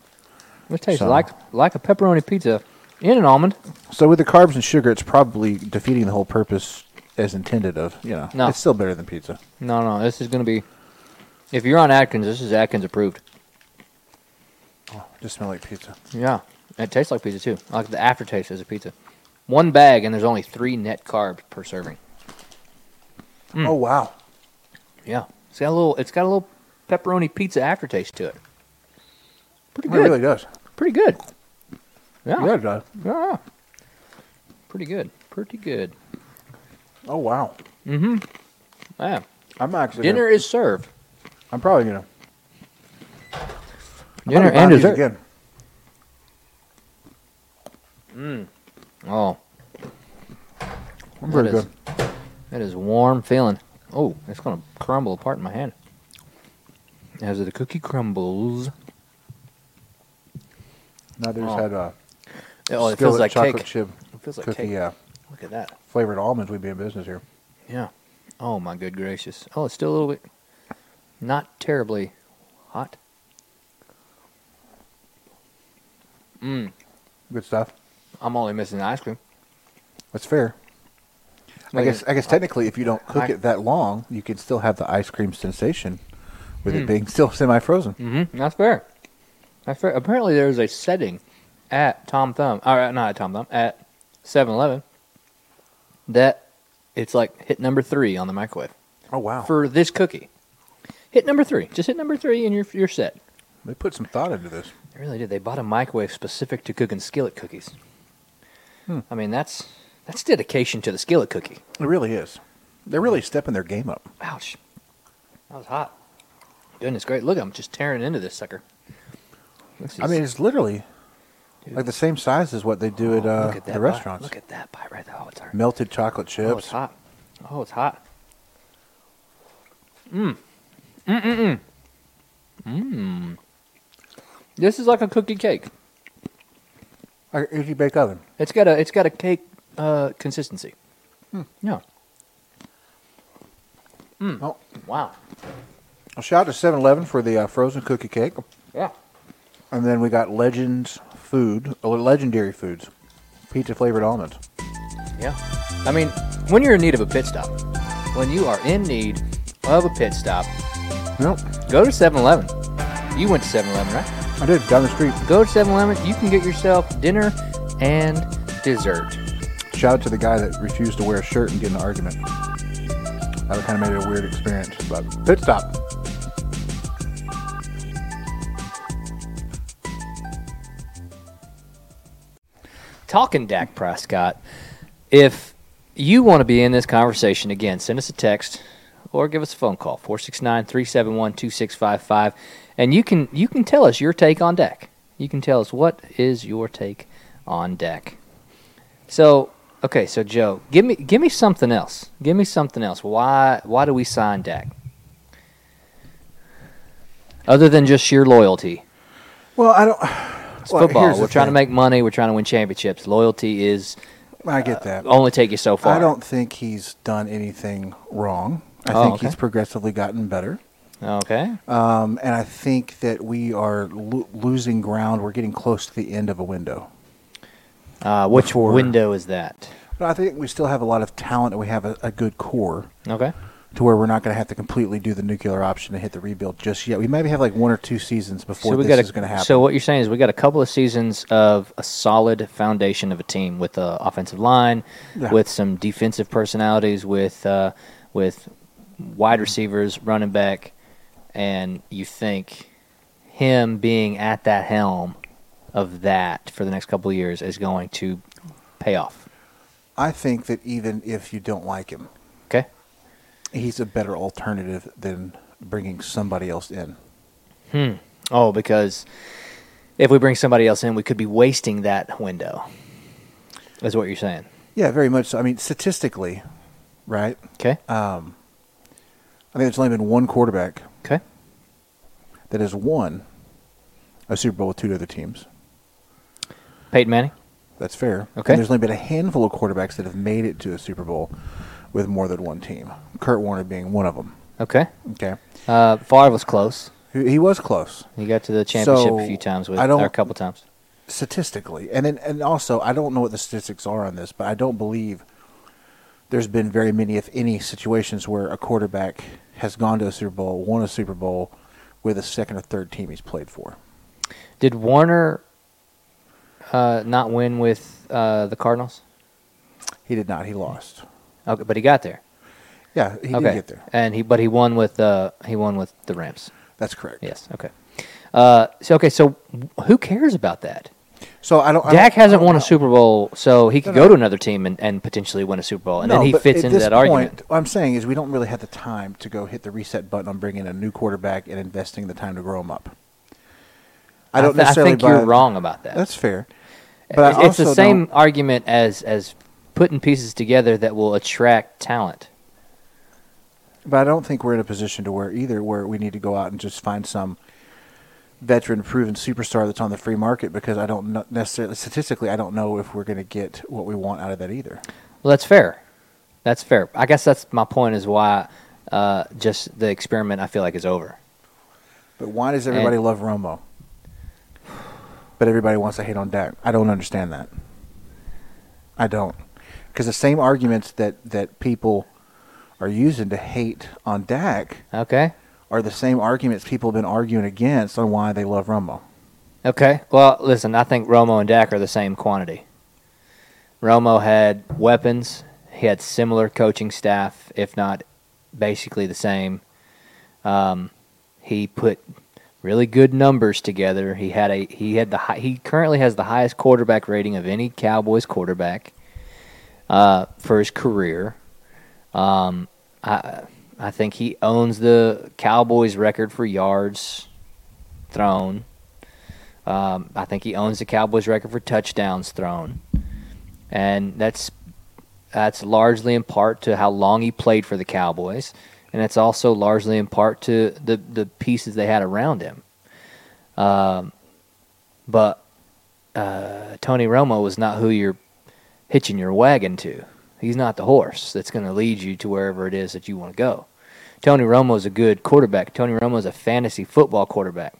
[SPEAKER 1] This tastes
[SPEAKER 2] So-
[SPEAKER 1] like like a pepperoni pizza in an almond.
[SPEAKER 2] So with the carbs and sugar, it's probably defeating the whole purpose as intended of. You know,
[SPEAKER 1] No.
[SPEAKER 2] it's still better than pizza.
[SPEAKER 1] No, no, this is going to be. If you're on Atkins, this is Atkins approved.
[SPEAKER 2] Just smell like pizza.
[SPEAKER 1] Yeah, it tastes like pizza too. I like the aftertaste is a pizza. One bag and there's only three net carbs per serving. Mm.
[SPEAKER 2] Oh wow.
[SPEAKER 1] Yeah, it's got a little. It's got a little pepperoni pizza aftertaste to it. Pretty
[SPEAKER 2] It
[SPEAKER 1] good.
[SPEAKER 2] really does.
[SPEAKER 1] Pretty good. Yeah.
[SPEAKER 2] Yeah, it does.
[SPEAKER 1] Yeah. Pretty good. Pretty good.
[SPEAKER 2] Oh wow.
[SPEAKER 1] Yeah.
[SPEAKER 2] I'm actually
[SPEAKER 1] Ah, Dinner
[SPEAKER 2] Gonna,
[SPEAKER 1] is served.
[SPEAKER 2] I'm probably gonna. I'm
[SPEAKER 1] Dinner
[SPEAKER 2] probably
[SPEAKER 1] and
[SPEAKER 2] buying these
[SPEAKER 1] dessert.
[SPEAKER 2] again.
[SPEAKER 1] Oh,
[SPEAKER 2] I'm very
[SPEAKER 1] That is-
[SPEAKER 2] good.
[SPEAKER 1] That is warm feeling. Oh, it's gonna crumble apart in my hand. As the cookie crumbles.
[SPEAKER 2] Now they just
[SPEAKER 1] Oh.
[SPEAKER 2] had a
[SPEAKER 1] Oh, it feels like
[SPEAKER 2] chocolate
[SPEAKER 1] cake.
[SPEAKER 2] chip
[SPEAKER 1] It feels like
[SPEAKER 2] cookie
[SPEAKER 1] cake.
[SPEAKER 2] Uh,
[SPEAKER 1] Look at that.
[SPEAKER 2] flavored almonds. We'd be in business here.
[SPEAKER 1] Yeah. Oh my good gracious. Oh, it's still a little bit not terribly hot.
[SPEAKER 2] Good stuff.
[SPEAKER 1] I'm only missing the ice cream.
[SPEAKER 2] That's fair. I
[SPEAKER 1] Like,
[SPEAKER 2] guess I guess technically, if you don't cook
[SPEAKER 1] I-
[SPEAKER 2] it that long, you can still have the ice cream sensation, with it being still semi-frozen.
[SPEAKER 1] Mm. Mm-hmm. That's fair. That's fair. Apparently, there's a setting at Tom Thumb, or at- not at Tom Thumb, at 7 Eleven that it's like hit number three on the microwave
[SPEAKER 2] Oh wow!
[SPEAKER 1] for this cookie. Hit number three. Just hit number three and you're, you're set.
[SPEAKER 2] they put some thought into this.
[SPEAKER 1] They really did. They bought a microwave specific to cooking skillet cookies.
[SPEAKER 2] Hmm.
[SPEAKER 1] I mean, that's that's dedication to the skillet cookie.
[SPEAKER 2] It really is. They're really stepping their game up.
[SPEAKER 1] Ouch. That was hot. Goodness great. Look, I'm just tearing into this sucker. This
[SPEAKER 2] I
[SPEAKER 1] is-
[SPEAKER 2] mean, it's literally like the same size as what they do at,
[SPEAKER 1] Oh,
[SPEAKER 2] uh,
[SPEAKER 1] look at that
[SPEAKER 2] the
[SPEAKER 1] bite.
[SPEAKER 2] restaurants.
[SPEAKER 1] Look at that pie right there. Oh, it's hard.
[SPEAKER 2] Melted chocolate chips.
[SPEAKER 1] Oh, it's hot. Oh, it's hot. Mmm. Mm mm mm. Mmm. This is like a cookie cake.
[SPEAKER 2] Like an easy bake oven.
[SPEAKER 1] It's got a it's got a cake uh, consistency.
[SPEAKER 2] Hmm.
[SPEAKER 1] Yeah. Hmm.
[SPEAKER 2] Oh,
[SPEAKER 1] Wow.
[SPEAKER 2] a shout out to 7-Eleven for the uh, frozen cookie cake,
[SPEAKER 1] Yeah.
[SPEAKER 2] and then we got Legends Food, or Legendary Foods, pizza flavored almonds.
[SPEAKER 1] Yeah. I mean, when you're in need of a pit stop, when you are in need of a pit stop,
[SPEAKER 2] Nope,
[SPEAKER 1] go to 7-Eleven. You went to 7-Eleven, right?
[SPEAKER 2] I did down the street.
[SPEAKER 1] Go to 7 Eleven. You can get yourself dinner and dessert.
[SPEAKER 2] Shout out to the guy that refused to wear a shirt and get in an argument. That kind of made it a weird experience, but pit stop.
[SPEAKER 1] Talking Dak Prescott, if you want to be in this conversation again, send us a text or give us a phone call 469-371-2655 and you can you can tell us your take on Dak. You can tell us what is your take on Dak. So, okay, so Joe, give me give me something else. Give me something else. Why why do we sign Dak? Other than just sheer loyalty.
[SPEAKER 2] Well, I don't.
[SPEAKER 1] It's football. We're trying to make money. We're trying to win championships. Loyalty is
[SPEAKER 2] I get that.
[SPEAKER 1] uh, only take you so far.
[SPEAKER 2] I don't think he's done anything wrong. I
[SPEAKER 1] Oh,
[SPEAKER 2] think
[SPEAKER 1] okay.
[SPEAKER 2] he's progressively gotten better.
[SPEAKER 1] Okay.
[SPEAKER 2] Um, and I think that we are lo- losing ground. We're getting close to the end of a window.
[SPEAKER 1] Uh, which
[SPEAKER 2] before-
[SPEAKER 1] window is that?
[SPEAKER 2] But I think we still have a lot of talent and we have a, a good core
[SPEAKER 1] Okay.
[SPEAKER 2] to where we're not going to have to completely do the nuclear option and hit the rebuild just yet. We maybe have like one or two seasons before
[SPEAKER 1] we
[SPEAKER 2] this
[SPEAKER 1] got a-
[SPEAKER 2] is going to happen.
[SPEAKER 1] So what you're saying is we got a couple of seasons of a solid foundation of a team with a offensive line,
[SPEAKER 2] Yeah.
[SPEAKER 1] with some defensive personalities, with uh, with wide receivers, running back, and you think him being at that helm of that for the next couple of years is going to pay off.
[SPEAKER 2] I think that even if you don't like him, He's a better alternative than bringing somebody else in.
[SPEAKER 1] Oh, because if we bring somebody else in, we could be wasting that window. Is what you're saying?
[SPEAKER 2] Yeah, very much so. I mean, statistically, right? um,
[SPEAKER 1] Okay.
[SPEAKER 2] Uh, I think there's only been one quarterback
[SPEAKER 1] okay.
[SPEAKER 2] that has won a Super Bowl with two other teams.
[SPEAKER 1] Peyton Manning.
[SPEAKER 2] That's fair.
[SPEAKER 1] Okay.
[SPEAKER 2] And there's only been a handful of quarterbacks that have made it to a Super Bowl with more than one team. Kurt Warner being one of them.
[SPEAKER 1] Okay.
[SPEAKER 2] Okay.
[SPEAKER 1] Uh, Favre was close.
[SPEAKER 2] He he was close
[SPEAKER 1] He got to the championship
[SPEAKER 2] So,
[SPEAKER 1] a few times with,
[SPEAKER 2] I don't-
[SPEAKER 1] or a couple times.
[SPEAKER 2] statistically, and then, and also I don't know what the statistics are on this, but I don't believe there's been very many, if any, situations where a quarterback has gone to a Super Bowl, won a Super Bowl with a second or third team he's played for.
[SPEAKER 1] Did Warner uh, not win with uh, the Cardinals?
[SPEAKER 2] He did not. He lost.
[SPEAKER 1] Okay, but he got there.
[SPEAKER 2] Yeah, he
[SPEAKER 1] okay.
[SPEAKER 2] did get there.
[SPEAKER 1] And he, but he won with uh, he won with the Rams.
[SPEAKER 2] That's correct.
[SPEAKER 1] Yes. Okay. Uh, so okay. So who cares about that?
[SPEAKER 2] So I don't. I
[SPEAKER 1] Dak
[SPEAKER 2] don't- I
[SPEAKER 1] hasn't
[SPEAKER 2] don't
[SPEAKER 1] won a
[SPEAKER 2] know.
[SPEAKER 1] Super Bowl, so he could go
[SPEAKER 2] No, no.
[SPEAKER 1] to another team and, and potentially win a Super Bowl, and then he
[SPEAKER 2] but
[SPEAKER 1] fits
[SPEAKER 2] at
[SPEAKER 1] into
[SPEAKER 2] this
[SPEAKER 1] that
[SPEAKER 2] point,
[SPEAKER 1] argument.
[SPEAKER 2] What I'm saying is we don't really have the time to go hit the reset button on bringing a new quarterback and investing the time to grow him up. I don't
[SPEAKER 1] th-
[SPEAKER 2] necessarily
[SPEAKER 1] I think you're
[SPEAKER 2] buy-
[SPEAKER 1] wrong about that.
[SPEAKER 2] That's fair. But
[SPEAKER 1] it's,
[SPEAKER 2] I
[SPEAKER 1] it's
[SPEAKER 2] also
[SPEAKER 1] the same
[SPEAKER 2] don't-
[SPEAKER 1] argument as as putting pieces together that will attract talent.
[SPEAKER 2] but I don't think we're in a position to where either where we need to go out and just find some veteran, proven superstar that's on the free market because I don't kno- necessarily statistically I don't know if we're going to get what we want out of that either.
[SPEAKER 1] Well, that's fair. That's fair. I guess that's my point. Is why uh, just the experiment I feel like is over.
[SPEAKER 2] But why does everybody
[SPEAKER 1] And-
[SPEAKER 2] love Romo? But everybody wants to hate on Dak. I don't understand that. I don't. Because the same arguments that, that people are using to hate on Dak
[SPEAKER 1] Okay.
[SPEAKER 2] are the same arguments people have been arguing against on why they love Romo.
[SPEAKER 1] Okay. Well, listen, I think Romo and Dak are the same quantity. Romo had weapons. He had similar coaching staff, if not basically the same. Um, he put really good numbers together. He had a he had the hi- he currently has the highest quarterback rating of any Cowboys quarterback uh, for his career. Um, I I think he owns the Cowboys record for yards thrown. Um, I think he owns the Cowboys record for touchdowns thrown, and that's that's largely in part to how long he played for the Cowboys, and it's also largely in part to the the pieces they had around him. Um, but uh, Tony Romo was not who you're hitching your wagon to. He's not the horse that's going to lead you to wherever it is that you want to go. Tony Romo is a good quarterback. Tony Romo is a fantasy football quarterback.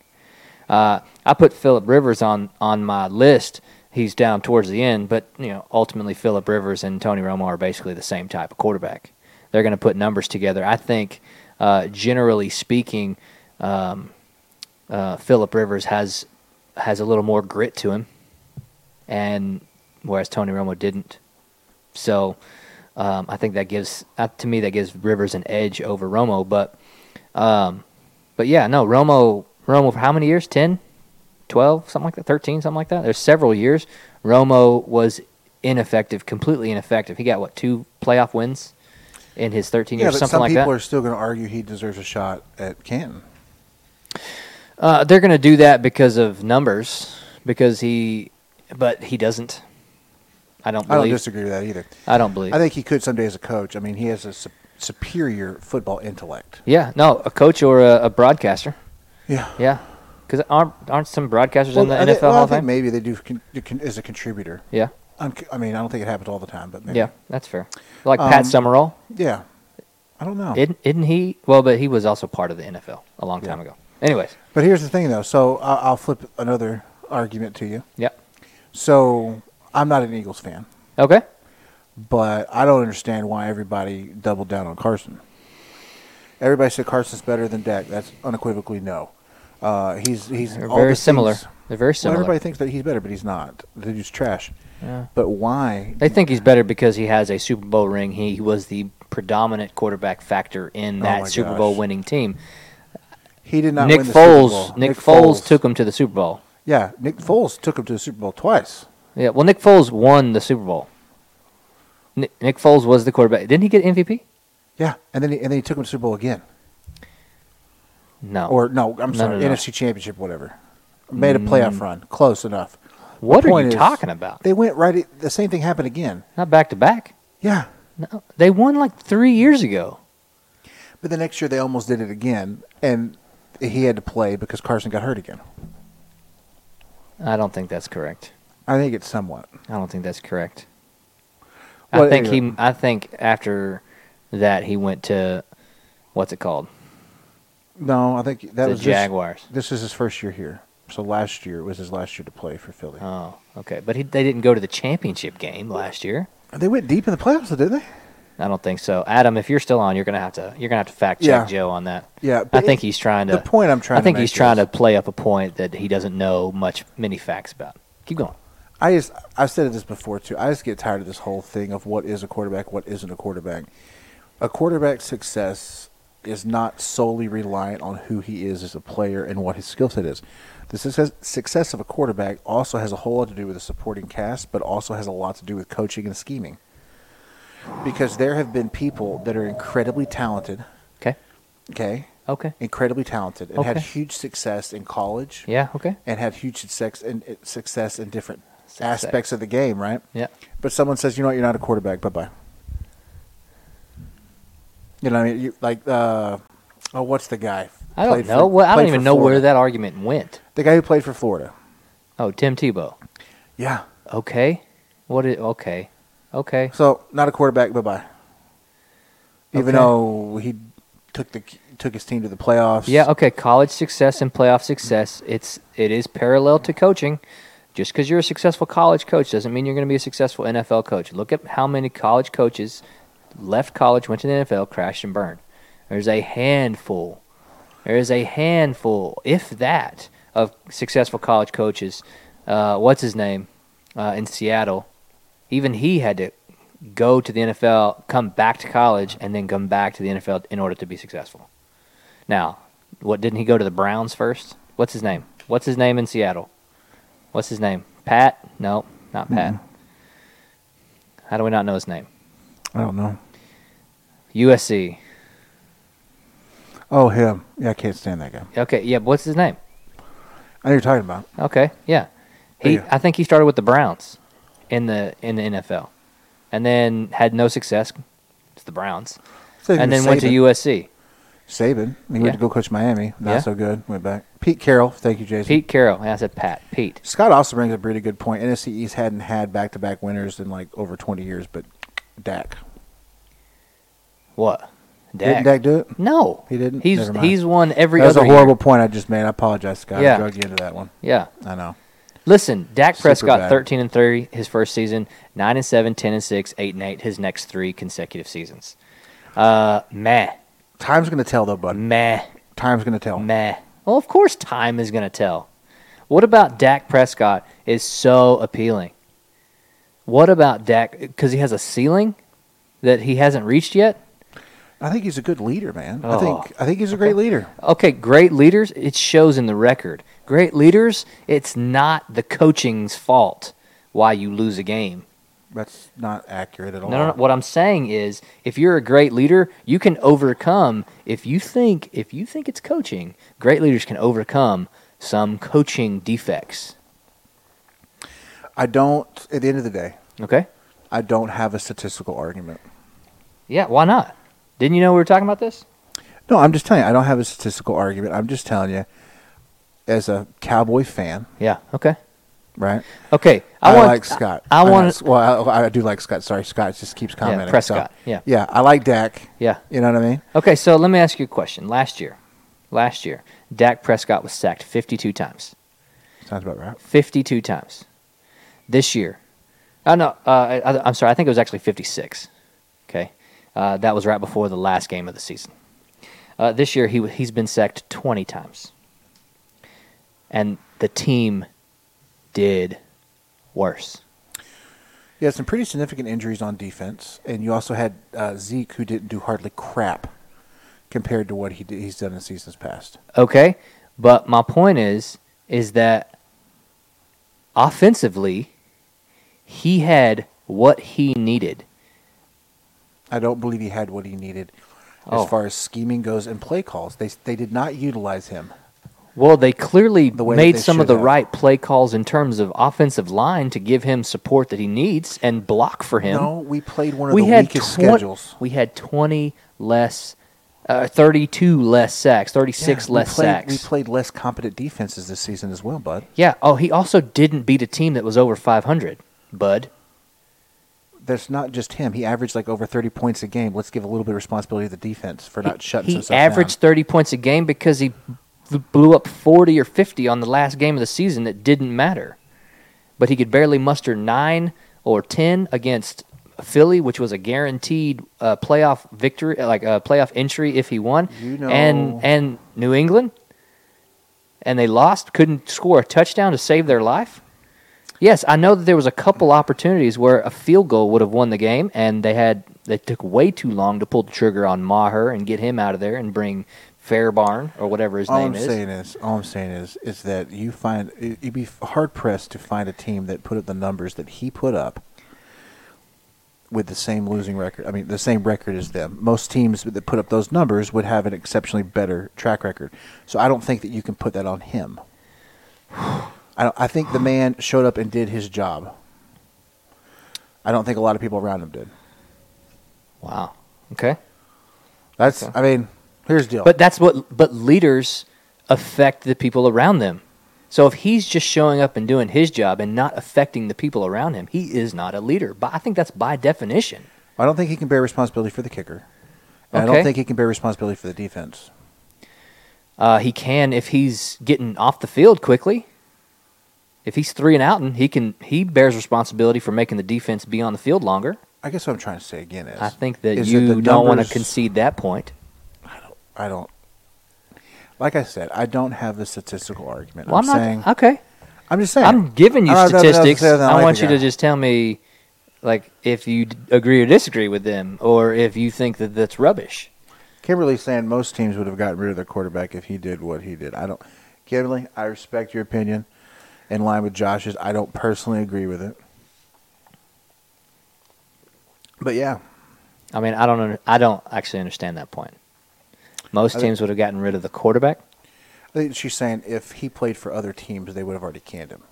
[SPEAKER 1] Uh, I put Philip Rivers on on my list. He's down towards the end, but you know, ultimately Philip Rivers and Tony Romo are basically the same type of quarterback. They're going to put numbers together. I think, uh, generally speaking, um, uh, Philip Rivers has has a little more grit to him, and whereas Tony Romo didn't. So, um, I think that gives uh, to me that gives Rivers an edge over Romo, but. Um, but yeah, no, Romo, Romo for how many years? 10, 12, something like that, 13, something like that. There's several years. Romo was ineffective, completely ineffective. He got what, two playoff wins in his 13
[SPEAKER 2] Yeah,
[SPEAKER 1] years,
[SPEAKER 2] but
[SPEAKER 1] something
[SPEAKER 2] some
[SPEAKER 1] like
[SPEAKER 2] people
[SPEAKER 1] that.
[SPEAKER 2] are still going to argue he deserves a shot at Canton.
[SPEAKER 1] Uh, they're going to do that because of numbers, because he, but he doesn't. I don't
[SPEAKER 2] I
[SPEAKER 1] believe.
[SPEAKER 2] don't disagree with that either.
[SPEAKER 1] I don't believe.
[SPEAKER 2] I think he could someday as a coach. I mean, he has a su- superior football intellect.
[SPEAKER 1] yeah, no, a coach or a, a broadcaster.
[SPEAKER 2] Yeah.
[SPEAKER 1] Yeah. Because aren't, aren't some broadcasters in the
[SPEAKER 2] I
[SPEAKER 1] NFL
[SPEAKER 2] think- well,
[SPEAKER 1] Hall
[SPEAKER 2] I
[SPEAKER 1] of
[SPEAKER 2] think
[SPEAKER 1] Fame?
[SPEAKER 2] maybe they do con- con- as a contributor.
[SPEAKER 1] Yeah.
[SPEAKER 2] I'm, c- I mean, I don't think it happens all the time, but maybe.
[SPEAKER 1] Yeah, that's fair. Like Pat
[SPEAKER 2] Um,
[SPEAKER 1] Summerall.
[SPEAKER 2] Yeah. I don't know.
[SPEAKER 1] Isn't, isn't he? Well, but he was also part of the NFL a long time
[SPEAKER 2] Yeah.
[SPEAKER 1] ago. Anyways,
[SPEAKER 2] but here's the thing, though. So I- I'll flip another argument to you.
[SPEAKER 1] yeah.
[SPEAKER 2] So I'm not an Eagles fan,
[SPEAKER 1] Okay.
[SPEAKER 2] but I don't understand why everybody doubled down on Carson. Everybody said Carson's better than Dak. That's unequivocally no. Uh, he's he's
[SPEAKER 1] They're
[SPEAKER 2] all
[SPEAKER 1] very
[SPEAKER 2] the
[SPEAKER 1] similar.
[SPEAKER 2] things-
[SPEAKER 1] They're very
[SPEAKER 2] Well,
[SPEAKER 1] similar.
[SPEAKER 2] everybody thinks that he's better, but he's not. The dude's trash.
[SPEAKER 1] Yeah.
[SPEAKER 2] But why?
[SPEAKER 1] They think he's better because he has a Super Bowl ring. He was the predominant quarterback factor in
[SPEAKER 2] Oh
[SPEAKER 1] that
[SPEAKER 2] my
[SPEAKER 1] Super
[SPEAKER 2] gosh.
[SPEAKER 1] Bowl winning team.
[SPEAKER 2] He did not
[SPEAKER 1] Nick
[SPEAKER 2] win the Super Bowl.
[SPEAKER 1] Foles. Nick, Foles, took him to the Super Bowl.
[SPEAKER 2] Yeah, Nick Foles took him to the Super Bowl twice.
[SPEAKER 1] Yeah. Well, Nick Foles won the Super Bowl. Nick, Nick Foles was the quarterback. Didn't he get MVP?
[SPEAKER 2] Yeah, and then he, and then he took him to Super Bowl again,
[SPEAKER 1] No.
[SPEAKER 2] or no, I'm
[SPEAKER 1] Oh. No,
[SPEAKER 2] sorry,
[SPEAKER 1] no, Mm. no.
[SPEAKER 2] NFC Championship, whatever. Made a playoff run, close enough.
[SPEAKER 1] what
[SPEAKER 2] The
[SPEAKER 1] are
[SPEAKER 2] point
[SPEAKER 1] you
[SPEAKER 2] is,
[SPEAKER 1] talking about?
[SPEAKER 2] They went right. The same thing happened again.
[SPEAKER 1] Not back to back.
[SPEAKER 2] Yeah,
[SPEAKER 1] No, they won like three years ago.
[SPEAKER 2] but the next year they almost did it again, and he had to play because Carson got hurt again.
[SPEAKER 1] I don't think that's correct.
[SPEAKER 2] I think it's somewhat.
[SPEAKER 1] I don't think that's correct. I
[SPEAKER 2] Well,
[SPEAKER 1] think he.
[SPEAKER 2] anyway.
[SPEAKER 1] I think after that he went to what's it called?
[SPEAKER 2] No, I think that
[SPEAKER 1] the
[SPEAKER 2] was this-
[SPEAKER 1] Jaguars.
[SPEAKER 2] This, is his first year here, so last year was his last year to play for Philly.
[SPEAKER 1] Oh, okay. But he, they didn't go to the championship game last year.
[SPEAKER 2] they went deep in the playoffs, did they?
[SPEAKER 1] I don't think so. Adam, if you're still on, you're gonna have to you're gonna have to fact check
[SPEAKER 2] Yeah.
[SPEAKER 1] Joe on that.
[SPEAKER 2] Yeah,
[SPEAKER 1] I
[SPEAKER 2] but
[SPEAKER 1] think
[SPEAKER 2] it-
[SPEAKER 1] he's trying to.
[SPEAKER 2] the point I'm trying
[SPEAKER 1] I
[SPEAKER 2] to
[SPEAKER 1] think
[SPEAKER 2] make
[SPEAKER 1] he's trying
[SPEAKER 2] is-
[SPEAKER 1] to play up a point that he doesn't know much many facts about. Keep going.
[SPEAKER 2] I just I've said this before too. I just get tired of this whole thing of what is a quarterback, what isn't a quarterback. A quarterback's success is not solely reliant on who he is as a player and what his skill set is. The success, success of a quarterback also has a whole lot to do with the supporting cast, but also has a lot to do with coaching and scheming. Because there have been people that are incredibly talented,
[SPEAKER 1] Okay.
[SPEAKER 2] okay,
[SPEAKER 1] Okay.
[SPEAKER 2] incredibly talented, and had
[SPEAKER 1] Okay.
[SPEAKER 2] huge success in college,
[SPEAKER 1] Yeah. Okay.
[SPEAKER 2] and had huge success in success in different
[SPEAKER 1] Success.
[SPEAKER 2] aspects of the game, right?
[SPEAKER 1] Yeah.
[SPEAKER 2] But someone says, you know what, you're not a quarterback. Bye bye. You know, what I mean, you, like, uh, oh, what's the guy?
[SPEAKER 1] I don't
[SPEAKER 2] Played
[SPEAKER 1] know.
[SPEAKER 2] for-
[SPEAKER 1] well, I don't
[SPEAKER 2] played for
[SPEAKER 1] even know where
[SPEAKER 2] Florida.
[SPEAKER 1] that argument went.
[SPEAKER 2] The guy who played for Florida.
[SPEAKER 1] Oh, Tim Tebow.
[SPEAKER 2] Yeah.
[SPEAKER 1] Okay. What? Is, okay. Okay.
[SPEAKER 2] So not a quarterback. Bye bye. Even
[SPEAKER 1] Okay.
[SPEAKER 2] though he took the took his team to the playoffs.
[SPEAKER 1] Yeah. Okay. College success and playoff success. It's it is parallel to coaching. Just because you're a successful college coach doesn't mean you're going to be a successful NFL coach. Look at how many college coaches left college, went to the NFL, crashed and burned. There's a handful. There is a handful, if that, of successful college coaches. Uh, what's his name uh, in Seattle? Even he had to go to the NFL, come back to college, and then come back to the NFL in order to be successful. Now, what didn't he go to the Browns first? What's his name? What's his name in Seattle? What's his name? Pat? No, not Pat.
[SPEAKER 2] Mm-hmm.
[SPEAKER 1] How do we not know his name?
[SPEAKER 2] I don't know.
[SPEAKER 1] USC.
[SPEAKER 2] Oh, him. Yeah, I can't stand that guy.
[SPEAKER 1] Okay, yeah, but what's his name?
[SPEAKER 2] I know you're talking about.
[SPEAKER 1] Okay, yeah. He
[SPEAKER 2] Yeah.
[SPEAKER 1] I think he started with the Browns in the in the NFL. And then had no success. It's the Browns.
[SPEAKER 2] Saban-
[SPEAKER 1] And then went to
[SPEAKER 2] Saban.
[SPEAKER 1] USC.
[SPEAKER 2] Saban. He went
[SPEAKER 1] Yeah.
[SPEAKER 2] to go coach Miami. Not
[SPEAKER 1] Yeah.
[SPEAKER 2] so good. Went back. Pete Carroll. Thank you, Jason.
[SPEAKER 1] Pete Carroll. Yeah, I said Pat. Pete.
[SPEAKER 2] Scott also brings up a really good point. NFC East hadn't had back to back winners in like over 20 years, but Dak.
[SPEAKER 1] What?
[SPEAKER 2] Didn't Dak do it?
[SPEAKER 1] No.
[SPEAKER 2] He didn't?
[SPEAKER 1] He's
[SPEAKER 2] Never mind.
[SPEAKER 1] he's won every
[SPEAKER 2] that was
[SPEAKER 1] other
[SPEAKER 2] a horrible
[SPEAKER 1] year.
[SPEAKER 2] point I just made. I apologize, Scott. I
[SPEAKER 1] Yeah.
[SPEAKER 2] drug you into that one.
[SPEAKER 1] Yeah.
[SPEAKER 2] I know.
[SPEAKER 1] Listen, Dak
[SPEAKER 2] Super
[SPEAKER 1] Prescott,
[SPEAKER 2] bad.
[SPEAKER 1] 13 and 3 his first season, 9 and 7, 10 and 6, 8 and 8 his next three consecutive seasons. Uh, meh,
[SPEAKER 2] Time's going to tell, though, bud.
[SPEAKER 1] meh,
[SPEAKER 2] Time's going to tell.
[SPEAKER 1] meh. Well, of course, time is going to tell. What about Dak Prescott is so appealing? What about Dak? Because he has a ceiling that he hasn't reached yet.
[SPEAKER 2] I think he's a good leader, man. I
[SPEAKER 1] Oh.
[SPEAKER 2] think I think he's a great leader.
[SPEAKER 1] Okay, great leaders, it shows in the record. Great leaders, it's not the coaching's fault why you lose a game.
[SPEAKER 2] That's not accurate at all.
[SPEAKER 1] No, no, no. What I'm saying is, if you're a great leader, you can overcome. If you think, if you think it's coaching, great leaders can overcome some coaching defects.
[SPEAKER 2] I don't, at the end of the day,
[SPEAKER 1] Okay.
[SPEAKER 2] I don't have a statistical argument.
[SPEAKER 1] Yeah. Why not? Didn't you know we were talking about this?
[SPEAKER 2] No, I'm just telling you, I don't have a statistical argument. I'm just telling you, as a Cowboy fan,
[SPEAKER 1] Yeah. Okay.
[SPEAKER 2] right?
[SPEAKER 1] Okay.
[SPEAKER 2] I,
[SPEAKER 1] want-
[SPEAKER 2] like Scott.
[SPEAKER 1] I,
[SPEAKER 2] like-
[SPEAKER 1] want. to
[SPEAKER 2] Well, I, I do like Scott. Sorry, Scott just keeps commenting.
[SPEAKER 1] Prescott,
[SPEAKER 2] So,
[SPEAKER 1] yeah.
[SPEAKER 2] yeah. I like Dak.
[SPEAKER 1] Yeah.
[SPEAKER 2] You know what I mean?
[SPEAKER 1] Okay. So let me ask you a question. Last year, last year, Dak Prescott was sacked 52 times.
[SPEAKER 2] Sounds about right.
[SPEAKER 1] 52 times. This year, oh no, uh, I, am sorry, I think it was actually 56. Okay, uh, that was right before the last game of the season. Uh, this year, he w- he's been sacked 20 times, and the team did worse.
[SPEAKER 2] You had some pretty significant injuries on defense, and you also had uh, Zeke, who didn't do hardly crap compared to what he did, he's done in seasons past.
[SPEAKER 1] Okay, but my point is, is that offensively, he had what he needed
[SPEAKER 2] I don't believe he had what he needed
[SPEAKER 1] Oh.
[SPEAKER 2] as far as scheming goes and play calls. They they did not utilize him.
[SPEAKER 1] Well, they clearly
[SPEAKER 2] The way that
[SPEAKER 1] made
[SPEAKER 2] they
[SPEAKER 1] some of
[SPEAKER 2] should
[SPEAKER 1] the
[SPEAKER 2] have.
[SPEAKER 1] right play calls in terms of offensive line to give him support that he needs and block for him.
[SPEAKER 2] No, we played one of
[SPEAKER 1] we
[SPEAKER 2] the
[SPEAKER 1] had
[SPEAKER 2] weakest
[SPEAKER 1] 20
[SPEAKER 2] schedules.
[SPEAKER 1] We had twenty less, uh, thirty-two less sacks, thirty-six
[SPEAKER 2] Yeah, we
[SPEAKER 1] less
[SPEAKER 2] played-
[SPEAKER 1] sacks.
[SPEAKER 2] We played less competent defenses this season as well, bud.
[SPEAKER 1] yeah. Oh, he also didn't beat a team that was over five hundred. Bud.
[SPEAKER 2] That's not just him. He averaged like over 30 points a game. Let's give a little bit of responsibility to the defense for not shutting
[SPEAKER 1] He
[SPEAKER 2] himself down.
[SPEAKER 1] averaged thirty points a game because he b- blew up forty or fifty on the last game of the season that didn't matter. But he could barely muster nine or ten against Philly, which was a guaranteed uh, playoff victory, uh, like a playoff entry if he won,
[SPEAKER 2] You know-
[SPEAKER 1] and and New England, and they lost, couldn't score a touchdown to save their life. Yes, I know that there was a couple opportunities where a field goal would have won the game, and they had they took way too long to pull the trigger on Maher and get him out of there and bring Fairbarn or whatever his
[SPEAKER 2] all
[SPEAKER 1] name
[SPEAKER 2] I'm
[SPEAKER 1] is.
[SPEAKER 2] saying is, all I'm saying is, is that you find it- you'd be hard pressed to find a team that put up the numbers that he put up with the same losing record. I mean, the same record as them. Most teams that put up those numbers would have an exceptionally better track record. So I don't think that you can put that on him. I, don't, I think the man showed up and did his job. I don't think a lot of people around him did.
[SPEAKER 1] Wow. Okay.
[SPEAKER 2] That's. I mean, here's the deal.
[SPEAKER 1] But that's what. But leaders affect the people around them. So if he's just showing up and doing his job and not affecting the people around him, he is not a leader. But I think that's by definition.
[SPEAKER 2] I don't think he can bear responsibility for the kicker. And I don't
[SPEAKER 1] Okay.
[SPEAKER 2] think he can bear responsibility for the defense.
[SPEAKER 1] Uh, he can if he's getting off the field quickly. If he's three and out, and he can he bears responsibility for making the defense be on the field longer.
[SPEAKER 2] I guess what I'm trying to say again is
[SPEAKER 1] I think that
[SPEAKER 2] is
[SPEAKER 1] you
[SPEAKER 2] the
[SPEAKER 1] don't want to
[SPEAKER 2] numbers-
[SPEAKER 1] concede that point.
[SPEAKER 2] I don't. Like I said, I don't have the statistical argument.
[SPEAKER 1] Well, I'm,
[SPEAKER 2] I'm,
[SPEAKER 1] not
[SPEAKER 2] saying.
[SPEAKER 1] okay.
[SPEAKER 2] I'm just saying.
[SPEAKER 1] I'm giving you
[SPEAKER 2] I don't have nothing else to
[SPEAKER 1] statistics.
[SPEAKER 2] say other than I
[SPEAKER 1] I
[SPEAKER 2] like
[SPEAKER 1] want
[SPEAKER 2] the
[SPEAKER 1] you
[SPEAKER 2] guy.
[SPEAKER 1] to just tell me, like, if you d- agree or disagree with them, or if you think that that's rubbish.
[SPEAKER 2] Kimberly's saying most teams would have gotten rid of their quarterback if he did what he did. I don't. Kimberly, I respect your opinion. In line with Josh's, I don't personally agree with it. But yeah,
[SPEAKER 1] I mean, I don't. under- I don't actually understand that point. Most
[SPEAKER 2] I think-
[SPEAKER 1] teams would have gotten rid of the quarterback.
[SPEAKER 2] I think she's saying if he played for other teams, they would have already canned him.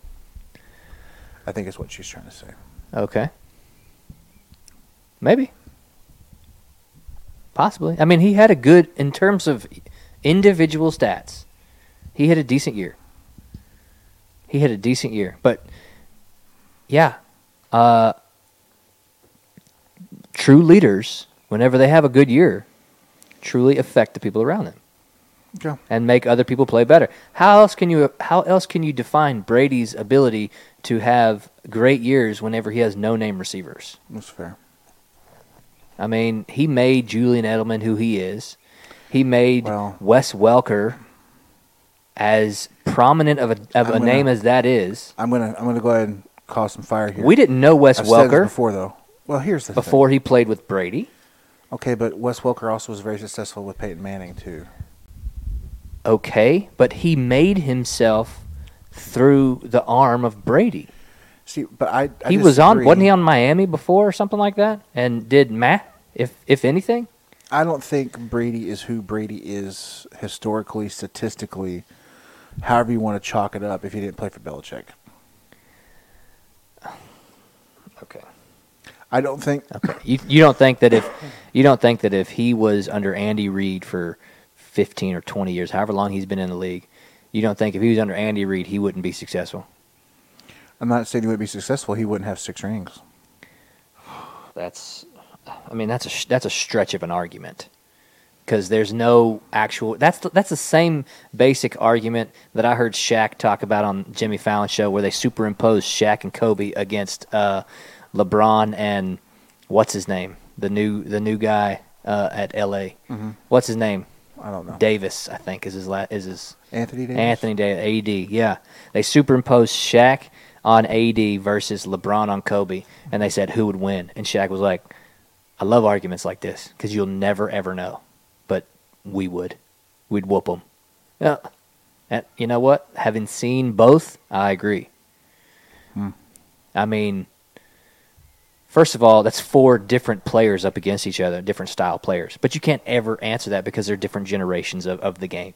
[SPEAKER 2] I think is what she's trying to say.
[SPEAKER 1] Okay. Maybe. Possibly. I mean, he had a good in terms of individual stats. He had a decent year. He had a decent year, but yeah, uh, true leaders, whenever they have a good year, truly affect the people around them
[SPEAKER 2] Yeah.
[SPEAKER 1] and make other people play better. How else can you how else can you define Brady's ability to have great years whenever he has no name receivers?
[SPEAKER 2] That's fair.
[SPEAKER 1] I mean, he made Julian Edelman who he is. He made
[SPEAKER 2] Well-
[SPEAKER 1] Wes Welker as prominent of a of
[SPEAKER 2] I'm
[SPEAKER 1] a
[SPEAKER 2] gonna-
[SPEAKER 1] name as that is.
[SPEAKER 2] I'm gonna I'm gonna go ahead and cause some fire here.
[SPEAKER 1] We didn't know Wes
[SPEAKER 2] I've said this
[SPEAKER 1] Welker
[SPEAKER 2] before though. Well, here's the thing.
[SPEAKER 1] before he played with Brady.
[SPEAKER 2] Okay, but Wes Welker also was very successful with Peyton Manning too.
[SPEAKER 1] Okay, but he made himself through the arm of Brady.
[SPEAKER 2] See, but I, I
[SPEAKER 1] he was on
[SPEAKER 2] disagree.
[SPEAKER 1] wasn't he on Miami before or something like that and did math if if anything
[SPEAKER 2] I don't think Brady is who Brady is historically, statistically, however you want to chalk it up. If he didn't play for Belichick,
[SPEAKER 1] okay
[SPEAKER 2] I don't think.
[SPEAKER 1] okay you, you don't think that if you don't think that if he was under Andy Reid for 15 or 20 years however long he's been in the league you don't think if he was under Andy Reid he wouldn't be successful
[SPEAKER 2] I'm not saying he would be successful. He wouldn't have six rings.
[SPEAKER 1] that's I mean that's a sh- that's a stretch of an argument because there's no actual that's the, that's the same basic argument that I heard Shaq talk about on Jimmy Fallon show where they superimposed Shaq and Kobe against uh, LeBron and what's his name the new the new guy uh, at LA what's his name
[SPEAKER 2] Mm-hmm. I don't know.
[SPEAKER 1] Davis I think is his la- is his
[SPEAKER 2] Anthony Davis.
[SPEAKER 1] Anthony Day, AD, yeah. They superimposed Shaq on AD versus LeBron on Kobe, and they said who would win. And Shaq was like, I love arguments like this because you'll never, ever know. But we would. We'd whoop them. Yeah. And you know what? Having
[SPEAKER 2] Hmm.
[SPEAKER 1] seen both, I agree. I mean, First of all, that's four different players up against each other, different style players. But you can't ever answer that because they're different generations of, of the game,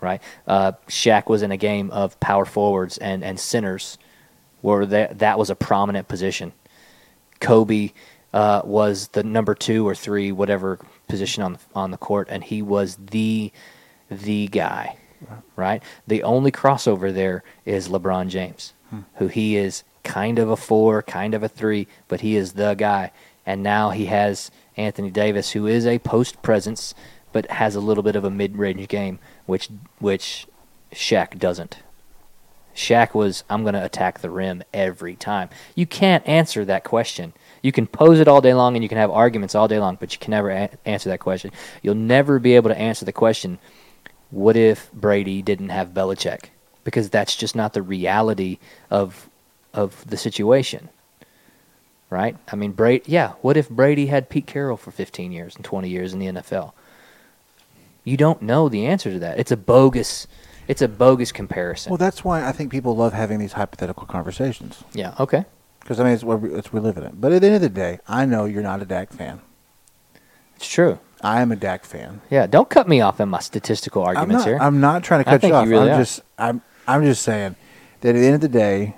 [SPEAKER 1] right? Uh, Shaq was in a game of power forwards and, and centers where that, that was a prominent position. Kobe uh, was the number two or three, whatever position on, on the court, and he was the, the guy, right? The only crossover there is LeBron James, who he is kind of a four, kind of a three, but he is the guy. And now he has Anthony Davis, who is a post presence, but has a little bit of a mid range game, which which Shaq doesn't. Shaq was, I'm going to attack the rim every time. You can't answer that question. You can pose it all day long and you can have arguments all day long, but you can never a- answer that question. You'll never be able to answer the question, what if Brady didn't have Belichick? Because that's just not the reality of of the situation, right? I mean, Brady. Yeah, what if Brady had Pete Carroll for 15 years and 20 years in the NFL? You don't know the answer to that. It's a bogus. It's a bogus comparison.
[SPEAKER 2] Well, that's why I think people love having these hypothetical conversations.
[SPEAKER 1] yeah. Okay.
[SPEAKER 2] Because I mean, it's where we, it's we live in it. But at the end of the day, I know you're not a Dak fan.
[SPEAKER 1] It's true.
[SPEAKER 2] I am a Dak fan.
[SPEAKER 1] Yeah. Don't cut me off in my statistical
[SPEAKER 2] I'm
[SPEAKER 1] arguments
[SPEAKER 2] not,
[SPEAKER 1] here.
[SPEAKER 2] I'm not trying to
[SPEAKER 1] I
[SPEAKER 2] cut
[SPEAKER 1] think
[SPEAKER 2] you
[SPEAKER 1] you
[SPEAKER 2] off.
[SPEAKER 1] really
[SPEAKER 2] I'm
[SPEAKER 1] are.
[SPEAKER 2] just I'm I'm just saying that at the end of the day,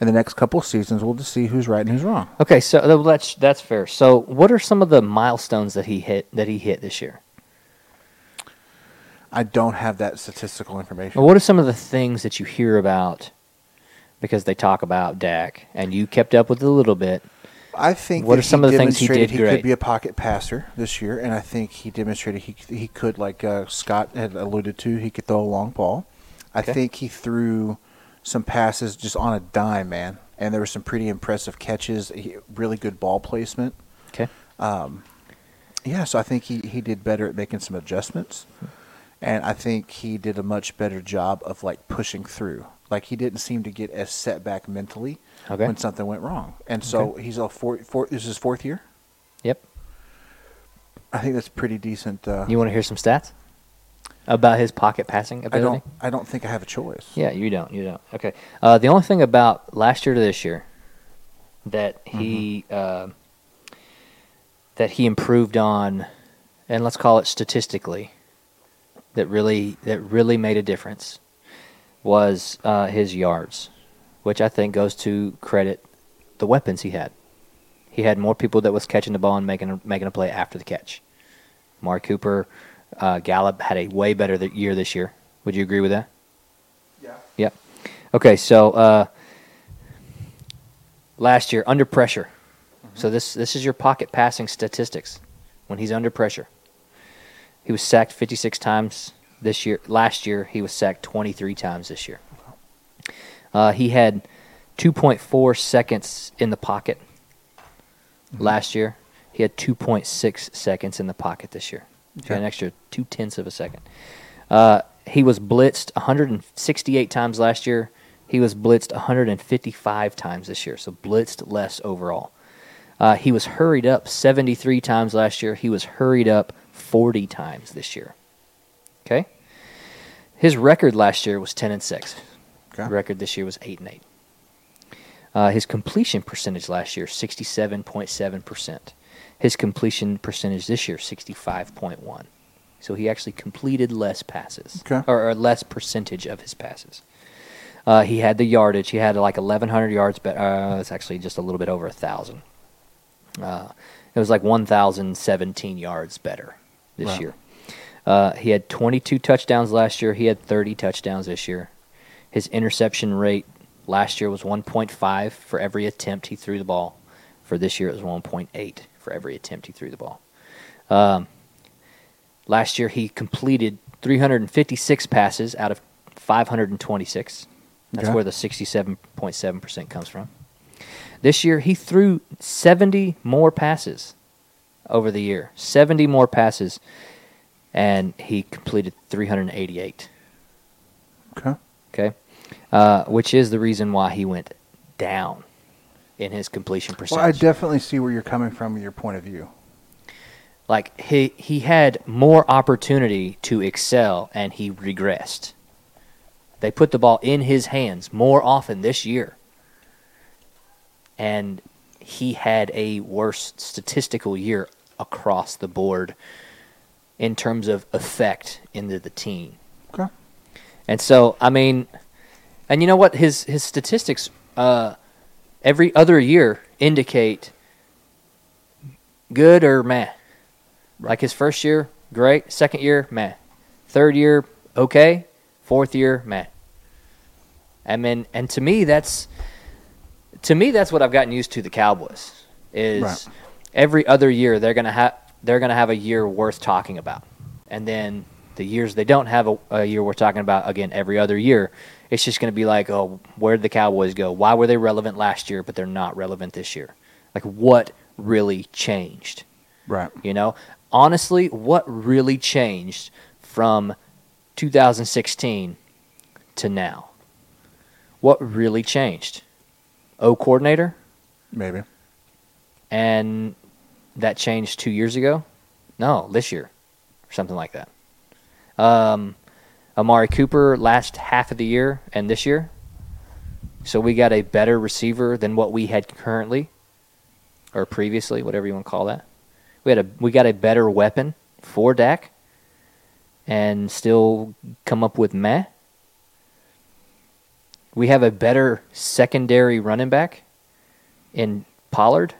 [SPEAKER 2] in the next couple of seasons, we'll just see who's right and who's wrong.
[SPEAKER 1] okay. So th- that's that's fair. So what are some of the milestones that he hit that he hit this year?
[SPEAKER 2] I don't have that statistical information.
[SPEAKER 1] Well, what are some of the things that you hear about? Because they talk about Dak, and you kept up with it a little bit.
[SPEAKER 2] I think
[SPEAKER 1] what
[SPEAKER 2] that
[SPEAKER 1] are some
[SPEAKER 2] he
[SPEAKER 1] of the things he
[SPEAKER 2] demonstrated
[SPEAKER 1] did
[SPEAKER 2] he
[SPEAKER 1] great?
[SPEAKER 2] could be a pocket passer this year, and I think he demonstrated he he could like uh, Scott had alluded to. He could throw a long ball. I
[SPEAKER 1] Okay.
[SPEAKER 2] think he threw some passes just on a dime, man, and there were some pretty impressive catches. He, really good ball placement.
[SPEAKER 1] Okay.
[SPEAKER 2] Yeah, so I think he, he did better at making some adjustments. And I think he did a much better job of like pushing through. Like he didn't seem to get as setback mentally
[SPEAKER 1] Okay.
[SPEAKER 2] when something went wrong. And so he's a four, four this is his fourth year.
[SPEAKER 1] Yep.
[SPEAKER 2] I think that's pretty decent uh,
[SPEAKER 1] You want to hear some stats about his pocket passing
[SPEAKER 2] I
[SPEAKER 1] ability?
[SPEAKER 2] don't I don't think I have a choice.
[SPEAKER 1] Yeah, you don't. You don't. Okay. Uh, the only thing about last year to this year that he uh, that he improved on, and let's call it statistically, that really that really made a difference was uh, his yards, which I think goes to credit the weapons he had. He had more people that was catching the ball and making a, making a play after the catch. Mark Cooper, uh, Gallup had a way better th- year this year. Would you agree with that? Yep. Okay, so uh, last year under pressure. So this this is your pocket passing statistics when he's under pressure. He was sacked 56 times this year. Last year he was sacked 23 times this year. Uh, he had 2.4 seconds in the pocket last year. He had 2.6 seconds in the pocket this year. So
[SPEAKER 2] Okay.
[SPEAKER 1] an extra two tenths of a second. Uh, he was blitzed 168 times last year. He was blitzed 155 times this year, so blitzed less overall. Uh, he was hurried up 73 times last year. He was hurried up 40 times this year. Okay? His record last year was 10 and 6.
[SPEAKER 2] Okay.
[SPEAKER 1] Record this year was 8 and 8. Uh, his completion percentage last year, 67.7%. His completion percentage this year, 65.1. So he actually completed less passes
[SPEAKER 2] Okay.
[SPEAKER 1] or, or less percentage of his passes. Uh, he had the yardage. He had like 1,100 yards. But, uh, it's actually just a little bit over 1,000. Uh, it was like 1,017 yards better this
[SPEAKER 2] Right.
[SPEAKER 1] year. Uh, he had 22 touchdowns last year. He had 30 touchdowns this year. His interception rate last year was 1.5 for every attempt he threw the ball. For this year, it was 1.8 for every attempt he threw the ball. Um, last year, he completed 356 passes out of 526. That's
[SPEAKER 2] Okay.
[SPEAKER 1] where the 67.7% comes from. This year, he threw 70 more passes over the year. 70 more passes, and he completed 388.
[SPEAKER 2] Okay.
[SPEAKER 1] Okay, uh, which is the reason why he went down in his completion percentage.
[SPEAKER 2] Well, I definitely see where you're coming from your point of view.
[SPEAKER 1] like he he had more opportunity to excel and he regressed. They put the ball in his hands more often this year. And he had a worse statistical year across the board in terms of effect into the team.
[SPEAKER 2] Okay.
[SPEAKER 1] And so, I mean, and you know what? His his statistics uh, every other year indicate good or meh. Like his first year, great. Second year, meh. Third year, okay. Fourth year, meh. I mean, and to me, that's to me that's what I've gotten used to. The Cowboys is
[SPEAKER 2] Right.
[SPEAKER 1] every other year they're gonna have they're gonna have a year worth talking about, and then the years they don't have a, a year we're talking about again every other year. It's just gonna be like, oh, where did the Cowboys go? Why were they relevant last year, but they're not relevant this year? Like, what really changed?
[SPEAKER 2] Right.
[SPEAKER 1] You know, honestly, what really changed from 2016 to now? What really changed? O coordinator,
[SPEAKER 2] Maybe.
[SPEAKER 1] and that changed two years ago. No, this year, or something like that. Um, Amari Cooper last half of the year and this year. So we got a better receiver than what we had currently, or previously, whatever you want to call that. We had a we got a better weapon for Dak, and still come up with meh. We have a better secondary running back in Pollard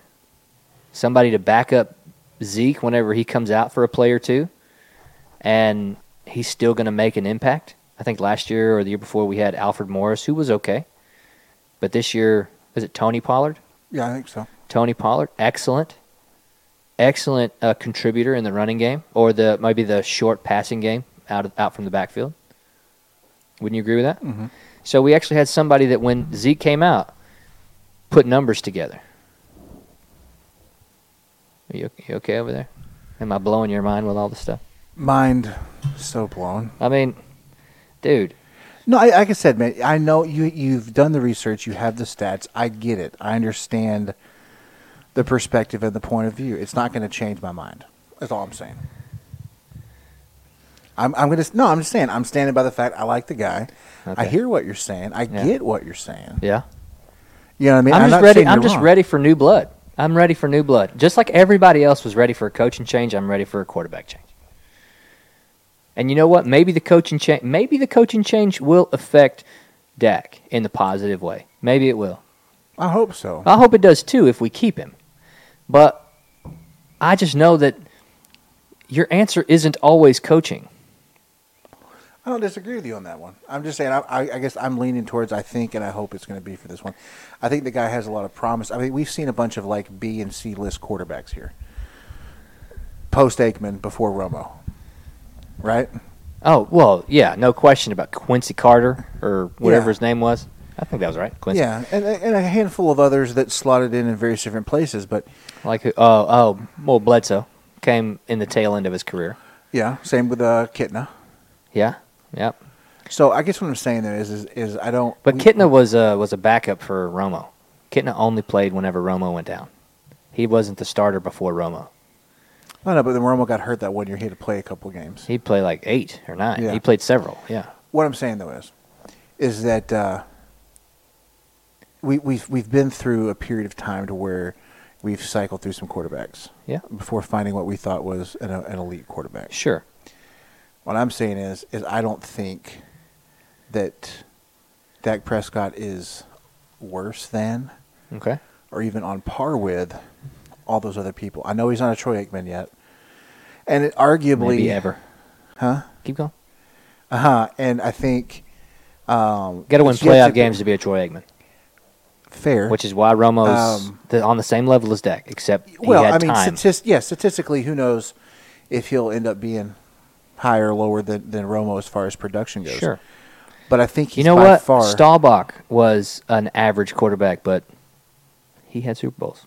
[SPEAKER 1] somebody to back up Zeke whenever he comes out for a play or two, and he's still going to make an impact. I think last year or the year before we had Alfred Morris, who was okay, but this year is it Tony Pollard?
[SPEAKER 2] Yeah, I think so.
[SPEAKER 1] Tony Pollard, excellent, excellent uh, contributor in the running game or the maybe the short passing game out of, out from the backfield. Wouldn't you agree with that?
[SPEAKER 2] Mhm.
[SPEAKER 1] So we actually had somebody that when Zeke came out, put numbers together. Are you, you okay over there? Am I blowing your mind with all this stuff?
[SPEAKER 2] Mind so blown.
[SPEAKER 1] I mean, dude,
[SPEAKER 2] No, I, like I said, man, I know you. You've done the research. You have the stats. I get it. I understand the perspective and the point of view. It's not going to change my mind. That's all I'm saying. I'm, I'm gonna. No, I'm just saying. I'm standing by the fact. I like the guy. I
[SPEAKER 1] Okay.
[SPEAKER 2] hear what you're saying. I
[SPEAKER 1] Yeah.
[SPEAKER 2] get what you're saying.
[SPEAKER 1] yeah.
[SPEAKER 2] You know what I mean?
[SPEAKER 1] I'm,
[SPEAKER 2] not
[SPEAKER 1] just ready.
[SPEAKER 2] saying
[SPEAKER 1] I'm
[SPEAKER 2] you're
[SPEAKER 1] just
[SPEAKER 2] wrong.
[SPEAKER 1] ready for new blood. I'm ready for new blood. Just like everybody else was ready for a coaching change, I'm ready for a quarterback change. And you know what? Maybe the coaching change. Maybe the coaching change will affect Dak in the positive way. Maybe it will.
[SPEAKER 2] I hope so.
[SPEAKER 1] I hope it does too if we keep him. But I just know that your answer isn't always coaching.
[SPEAKER 2] I don't disagree with you on that one. I'm just saying. I, I, I guess I'm leaning towards. I think, and I hope it's going to be for this one. I think the guy has a lot of promise. I mean, we've seen a bunch of like B and C list quarterbacks here. Post Aikman, before Romo, right?
[SPEAKER 1] Oh well, yeah, no question about Quincy Carter or whatever
[SPEAKER 2] Yeah.
[SPEAKER 1] his name was. I think that was right, Quincy.
[SPEAKER 2] Yeah, and, and a handful of others that slotted in in various different places. But
[SPEAKER 1] Like who? Oh, oh, well, Bledsoe came in the tail end of his career.
[SPEAKER 2] yeah, same with uh, Kitna.
[SPEAKER 1] Yeah, yep.
[SPEAKER 2] So I guess what I'm saying there is, is, is I don't.
[SPEAKER 1] But
[SPEAKER 2] we-
[SPEAKER 1] Kitna was uh, was a backup for Romo. Kitna only played whenever Romo went down. He wasn't the starter before Romo.
[SPEAKER 2] No, no. But then Romo got hurt that one year. He had to play a couple games.
[SPEAKER 1] He played like eight or nine.
[SPEAKER 2] Yeah.
[SPEAKER 1] He played several. Yeah.
[SPEAKER 2] what I'm saying though is, is that uh, we we've we've been through a period of time to where we've cycled through some quarterbacks
[SPEAKER 1] Yeah.
[SPEAKER 2] before finding what we thought was an, an elite quarterback.
[SPEAKER 1] Sure.
[SPEAKER 2] What I'm saying is, is I don't think that Dak Prescott is worse than
[SPEAKER 1] Okay.
[SPEAKER 2] or even on par with all those other people. I know he's not a Troy Aikman yet, and it arguably
[SPEAKER 1] Maybe ever.
[SPEAKER 2] huh?
[SPEAKER 1] Keep going.
[SPEAKER 2] Uh huh. And I think um,
[SPEAKER 1] Got to win
[SPEAKER 2] it's yet
[SPEAKER 1] playoff games to be a Troy Aikman,
[SPEAKER 2] Fair,
[SPEAKER 1] which is why Romo's
[SPEAKER 2] Um,
[SPEAKER 1] the, on the same level as Dak, except
[SPEAKER 2] well,
[SPEAKER 1] he had
[SPEAKER 2] I mean,
[SPEAKER 1] time.
[SPEAKER 2] statis- yeah, statistically, who knows if he'll end up being higher or lower than, than Romo as far as production goes.
[SPEAKER 1] Sure.
[SPEAKER 2] But I think he's
[SPEAKER 1] You know
[SPEAKER 2] by
[SPEAKER 1] what?
[SPEAKER 2] far.
[SPEAKER 1] Staubach was an average quarterback, but he had Super Bowls.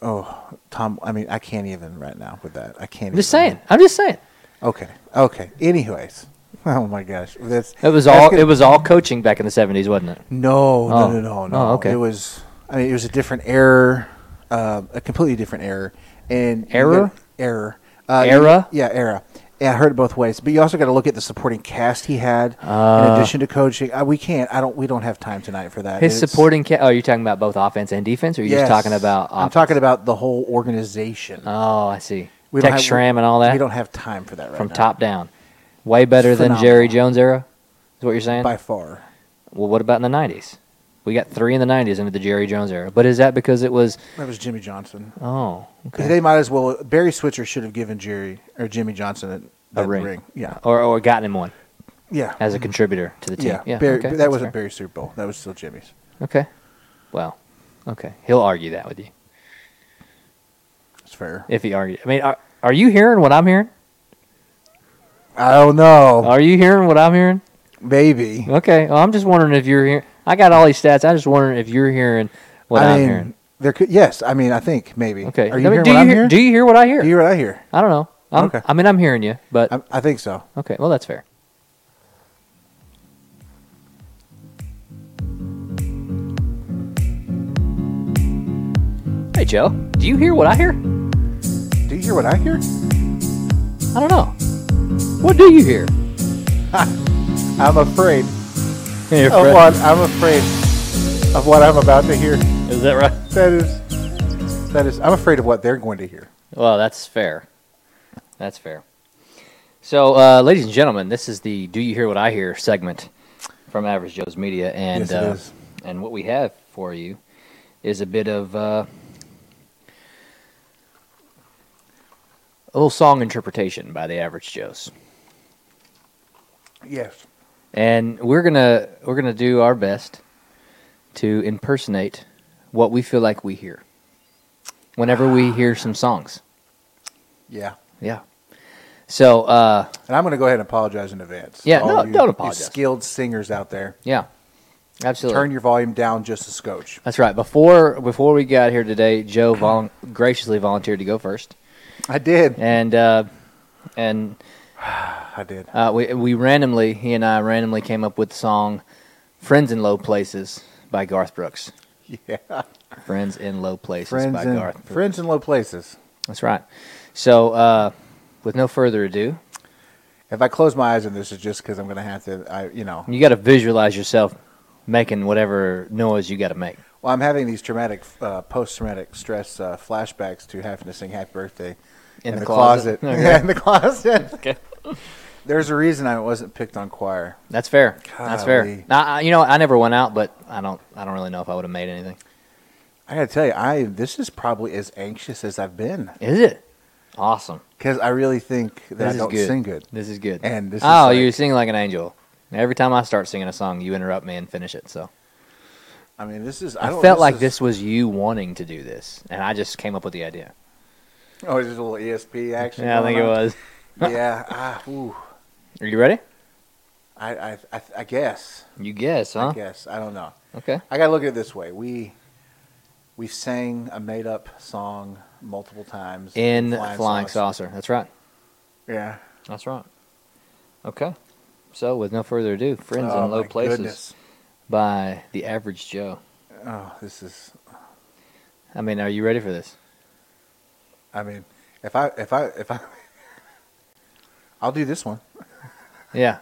[SPEAKER 2] oh, Tom, I mean, I can't even right now with that. I can't
[SPEAKER 1] I'm just
[SPEAKER 2] even.
[SPEAKER 1] saying. I'm just saying.
[SPEAKER 2] Okay. Okay. Anyways. Oh, my gosh. That's,
[SPEAKER 1] It was
[SPEAKER 2] that's
[SPEAKER 1] all
[SPEAKER 2] gonna-
[SPEAKER 1] it was all coaching back in the '70s, wasn't it? Oh.
[SPEAKER 2] No, no, no, no, no.
[SPEAKER 1] Oh, okay.
[SPEAKER 2] It was, I mean, it was a different error, uh, a completely different error, and you
[SPEAKER 1] Error?
[SPEAKER 2] got- error, uh,
[SPEAKER 1] Era?
[SPEAKER 2] yeah, era, Yeah, I heard it both ways, but you also got to look at the supporting cast he had in addition to coaching. Uh, we can't. I don't. We don't have time tonight for that.
[SPEAKER 1] His
[SPEAKER 2] It's-
[SPEAKER 1] supporting ca- oh, you're talking about both offense and defense, or you're
[SPEAKER 2] Yes.
[SPEAKER 1] just talking about? uh,
[SPEAKER 2] I'm
[SPEAKER 1] Op-
[SPEAKER 2] talking about the whole organization.
[SPEAKER 1] oh, I see.
[SPEAKER 2] We don't
[SPEAKER 1] Tech
[SPEAKER 2] have-
[SPEAKER 1] Schramm and all that
[SPEAKER 2] We don't have time for that right
[SPEAKER 1] from
[SPEAKER 2] now,
[SPEAKER 1] top down, way better than
[SPEAKER 2] Phenomenal.
[SPEAKER 1] Jerry Jones era. Is what you're saying?
[SPEAKER 2] by far.
[SPEAKER 1] Well, what about in the '90s? We got three in the '90s under the Jerry Jones era. But is that because it was?
[SPEAKER 2] That was Jimmy Johnson.
[SPEAKER 1] Oh, okay.
[SPEAKER 2] They might as well. Barry Switzer should have given Jerry or Jimmy Johnson a,
[SPEAKER 1] a ring.
[SPEAKER 2] Yeah,
[SPEAKER 1] Or, or gotten him one
[SPEAKER 2] yeah,
[SPEAKER 1] as a contributor to the team.
[SPEAKER 2] Mm-hmm. yeah.
[SPEAKER 1] Yeah.
[SPEAKER 2] Barry,
[SPEAKER 1] okay,
[SPEAKER 2] that
[SPEAKER 1] that's
[SPEAKER 2] wasn't
[SPEAKER 1] fair.
[SPEAKER 2] Barry Super Bowl. That was still Jimmy's.
[SPEAKER 1] Okay. Well, okay. He'll argue that with you
[SPEAKER 2] It's fair.
[SPEAKER 1] if he argues. I mean, are, are you hearing what I'm hearing?
[SPEAKER 2] I don't know.
[SPEAKER 1] Are you hearing what I'm hearing?
[SPEAKER 2] Maybe.
[SPEAKER 1] Okay. Well, I'm just wondering if you're hearing. I got all these stats. I'm just wondering if you're hearing what
[SPEAKER 2] I
[SPEAKER 1] am
[SPEAKER 2] mean,
[SPEAKER 1] hearing.
[SPEAKER 2] there could. Yes, I mean, I think maybe.
[SPEAKER 1] Okay.
[SPEAKER 2] Are
[SPEAKER 1] I
[SPEAKER 2] you
[SPEAKER 1] mean,
[SPEAKER 2] hearing
[SPEAKER 1] do
[SPEAKER 2] what
[SPEAKER 1] you
[SPEAKER 2] I'm
[SPEAKER 1] hear?
[SPEAKER 2] hearing?
[SPEAKER 1] Do you hear what I hear?
[SPEAKER 2] Do you hear what I hear?
[SPEAKER 1] I don't know. I'm,
[SPEAKER 2] Okay.
[SPEAKER 1] I mean, I'm hearing you, but
[SPEAKER 2] I, I think so.
[SPEAKER 1] okay. Well, that's fair. Hey, Joe. Do you hear what I hear?
[SPEAKER 2] Do you hear what I hear?
[SPEAKER 1] I don't know. What do you hear?
[SPEAKER 2] I'm afraid
[SPEAKER 1] Hey,
[SPEAKER 2] of what I'm afraid of what I'm about to hear.
[SPEAKER 1] Is that right?
[SPEAKER 2] That is. That is. I'm afraid of what they're going to hear.
[SPEAKER 1] Well, that's fair. That's fair. So, uh, ladies and gentlemen, this is the "Do You Hear What I Hear?" segment from Average Joe's Media, and
[SPEAKER 2] Yes, it
[SPEAKER 1] uh,
[SPEAKER 2] is.
[SPEAKER 1] and what we have for you is a bit of uh, a little song interpretation by the Average Joes,
[SPEAKER 2] Yes.
[SPEAKER 1] and we're gonna we're gonna do our best to impersonate what we feel like we hear whenever we hear some songs.
[SPEAKER 2] Yeah.
[SPEAKER 1] Yeah. So, uh,
[SPEAKER 2] And I'm going to go ahead and apologize in advance. to
[SPEAKER 1] Yeah,
[SPEAKER 2] all
[SPEAKER 1] no,
[SPEAKER 2] you,
[SPEAKER 1] don't
[SPEAKER 2] you
[SPEAKER 1] apologize.
[SPEAKER 2] skilled singers out there,
[SPEAKER 1] yeah, absolutely.
[SPEAKER 2] turn your volume down just a scotch.
[SPEAKER 1] That's right. Before before we got here today, Joe vol- graciously volunteered to go first,
[SPEAKER 2] I did.
[SPEAKER 1] and uh, and
[SPEAKER 2] I did.
[SPEAKER 1] uh, we we randomly he and I randomly came up with the song "Friends in Low Places" by Garth Brooks.
[SPEAKER 2] Yeah.
[SPEAKER 1] Friends in Low Places
[SPEAKER 2] Friends
[SPEAKER 1] by
[SPEAKER 2] in,
[SPEAKER 1] Garth. Brooks.
[SPEAKER 2] friends in low places.
[SPEAKER 1] That's right. So, uh, with no further ado,
[SPEAKER 2] If I close my eyes on this, it's just because I'm going to have to. I, you know,
[SPEAKER 1] you got to visualize yourself making whatever noise you got to make.
[SPEAKER 2] well, I'm having these traumatic, uh, post-traumatic stress uh, flashbacks to having to sing "Happy Birthday"
[SPEAKER 1] In the closet. Okay.
[SPEAKER 2] Yeah, in the closet.
[SPEAKER 1] Okay.
[SPEAKER 2] There's a reason I wasn't picked on choir.
[SPEAKER 1] That's fair. That's fair.
[SPEAKER 2] Golly.
[SPEAKER 1] Now, I, you know, I never went out, but I don't. I don't really know if I would have made anything.
[SPEAKER 2] I got to tell you, I this is probably as anxious as I've been
[SPEAKER 1] Is it awesome?
[SPEAKER 2] because I really think that
[SPEAKER 1] This
[SPEAKER 2] I
[SPEAKER 1] is
[SPEAKER 2] don't
[SPEAKER 1] good.
[SPEAKER 2] sing good.
[SPEAKER 1] This is good.
[SPEAKER 2] And this is
[SPEAKER 1] oh,
[SPEAKER 2] like-
[SPEAKER 1] you're singing like an angel. Every time I start singing a song, you interrupt me and finish it. So
[SPEAKER 2] I mean, this is. I,
[SPEAKER 1] I,
[SPEAKER 2] don't-
[SPEAKER 1] felt like
[SPEAKER 2] is-
[SPEAKER 1] this was you wanting to do this, and I just came up with the idea.
[SPEAKER 2] Oh, is this a little ESP action?
[SPEAKER 1] Yeah, I think it was.
[SPEAKER 2] was. Yeah. Ah, ooh.
[SPEAKER 1] Are you ready?
[SPEAKER 2] I, I, I, I guess.
[SPEAKER 1] You guess, huh?
[SPEAKER 2] I guess. I don't know.
[SPEAKER 1] Okay.
[SPEAKER 2] I gotta look at it this way. We we sang a made up song multiple times
[SPEAKER 1] In flying, saucer. That's right.
[SPEAKER 2] Yeah.
[SPEAKER 1] That's right. Okay. So with no further ado, friends
[SPEAKER 2] Oh,
[SPEAKER 1] in low
[SPEAKER 2] my
[SPEAKER 1] places
[SPEAKER 2] goodness.
[SPEAKER 1] by the average Joe.
[SPEAKER 2] Oh, this is.
[SPEAKER 1] I mean, are you ready for this?
[SPEAKER 2] I mean, if I if I if I, I'll do this one.
[SPEAKER 1] Yeah.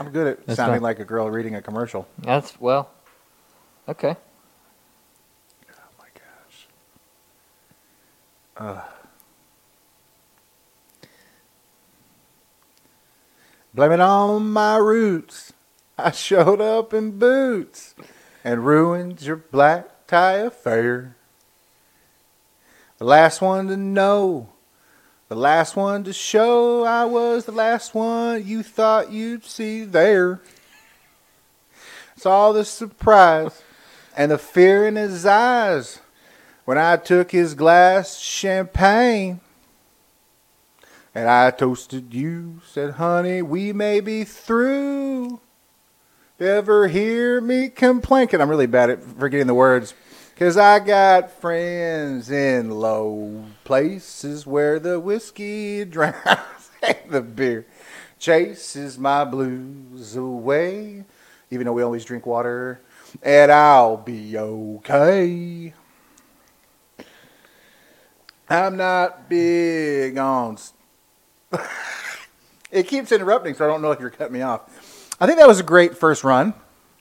[SPEAKER 2] I'm good at
[SPEAKER 1] That's
[SPEAKER 2] sounding
[SPEAKER 1] fine.
[SPEAKER 2] like a girl reading a commercial.
[SPEAKER 1] That's well. Okay.
[SPEAKER 2] Oh my gosh. Blame it on my roots. I showed up in boots and ruined your black tie affair. The last one to know, the last one to show, I was the last one you thought you'd see there. Saw the surprise and the fear in his eyes when I took his glass champagne and I toasted you. Said, honey, we may be through. Ever hear me complain? 'Cause I'm really bad at forgetting the words. Because I got friends in low places where the whiskey drowns and the beer chases my blues away. Even though we always drink water, and I'll be okay. I'm not big on It keeps interrupting, so I don't know if you're cutting me off. I think that was a great first run.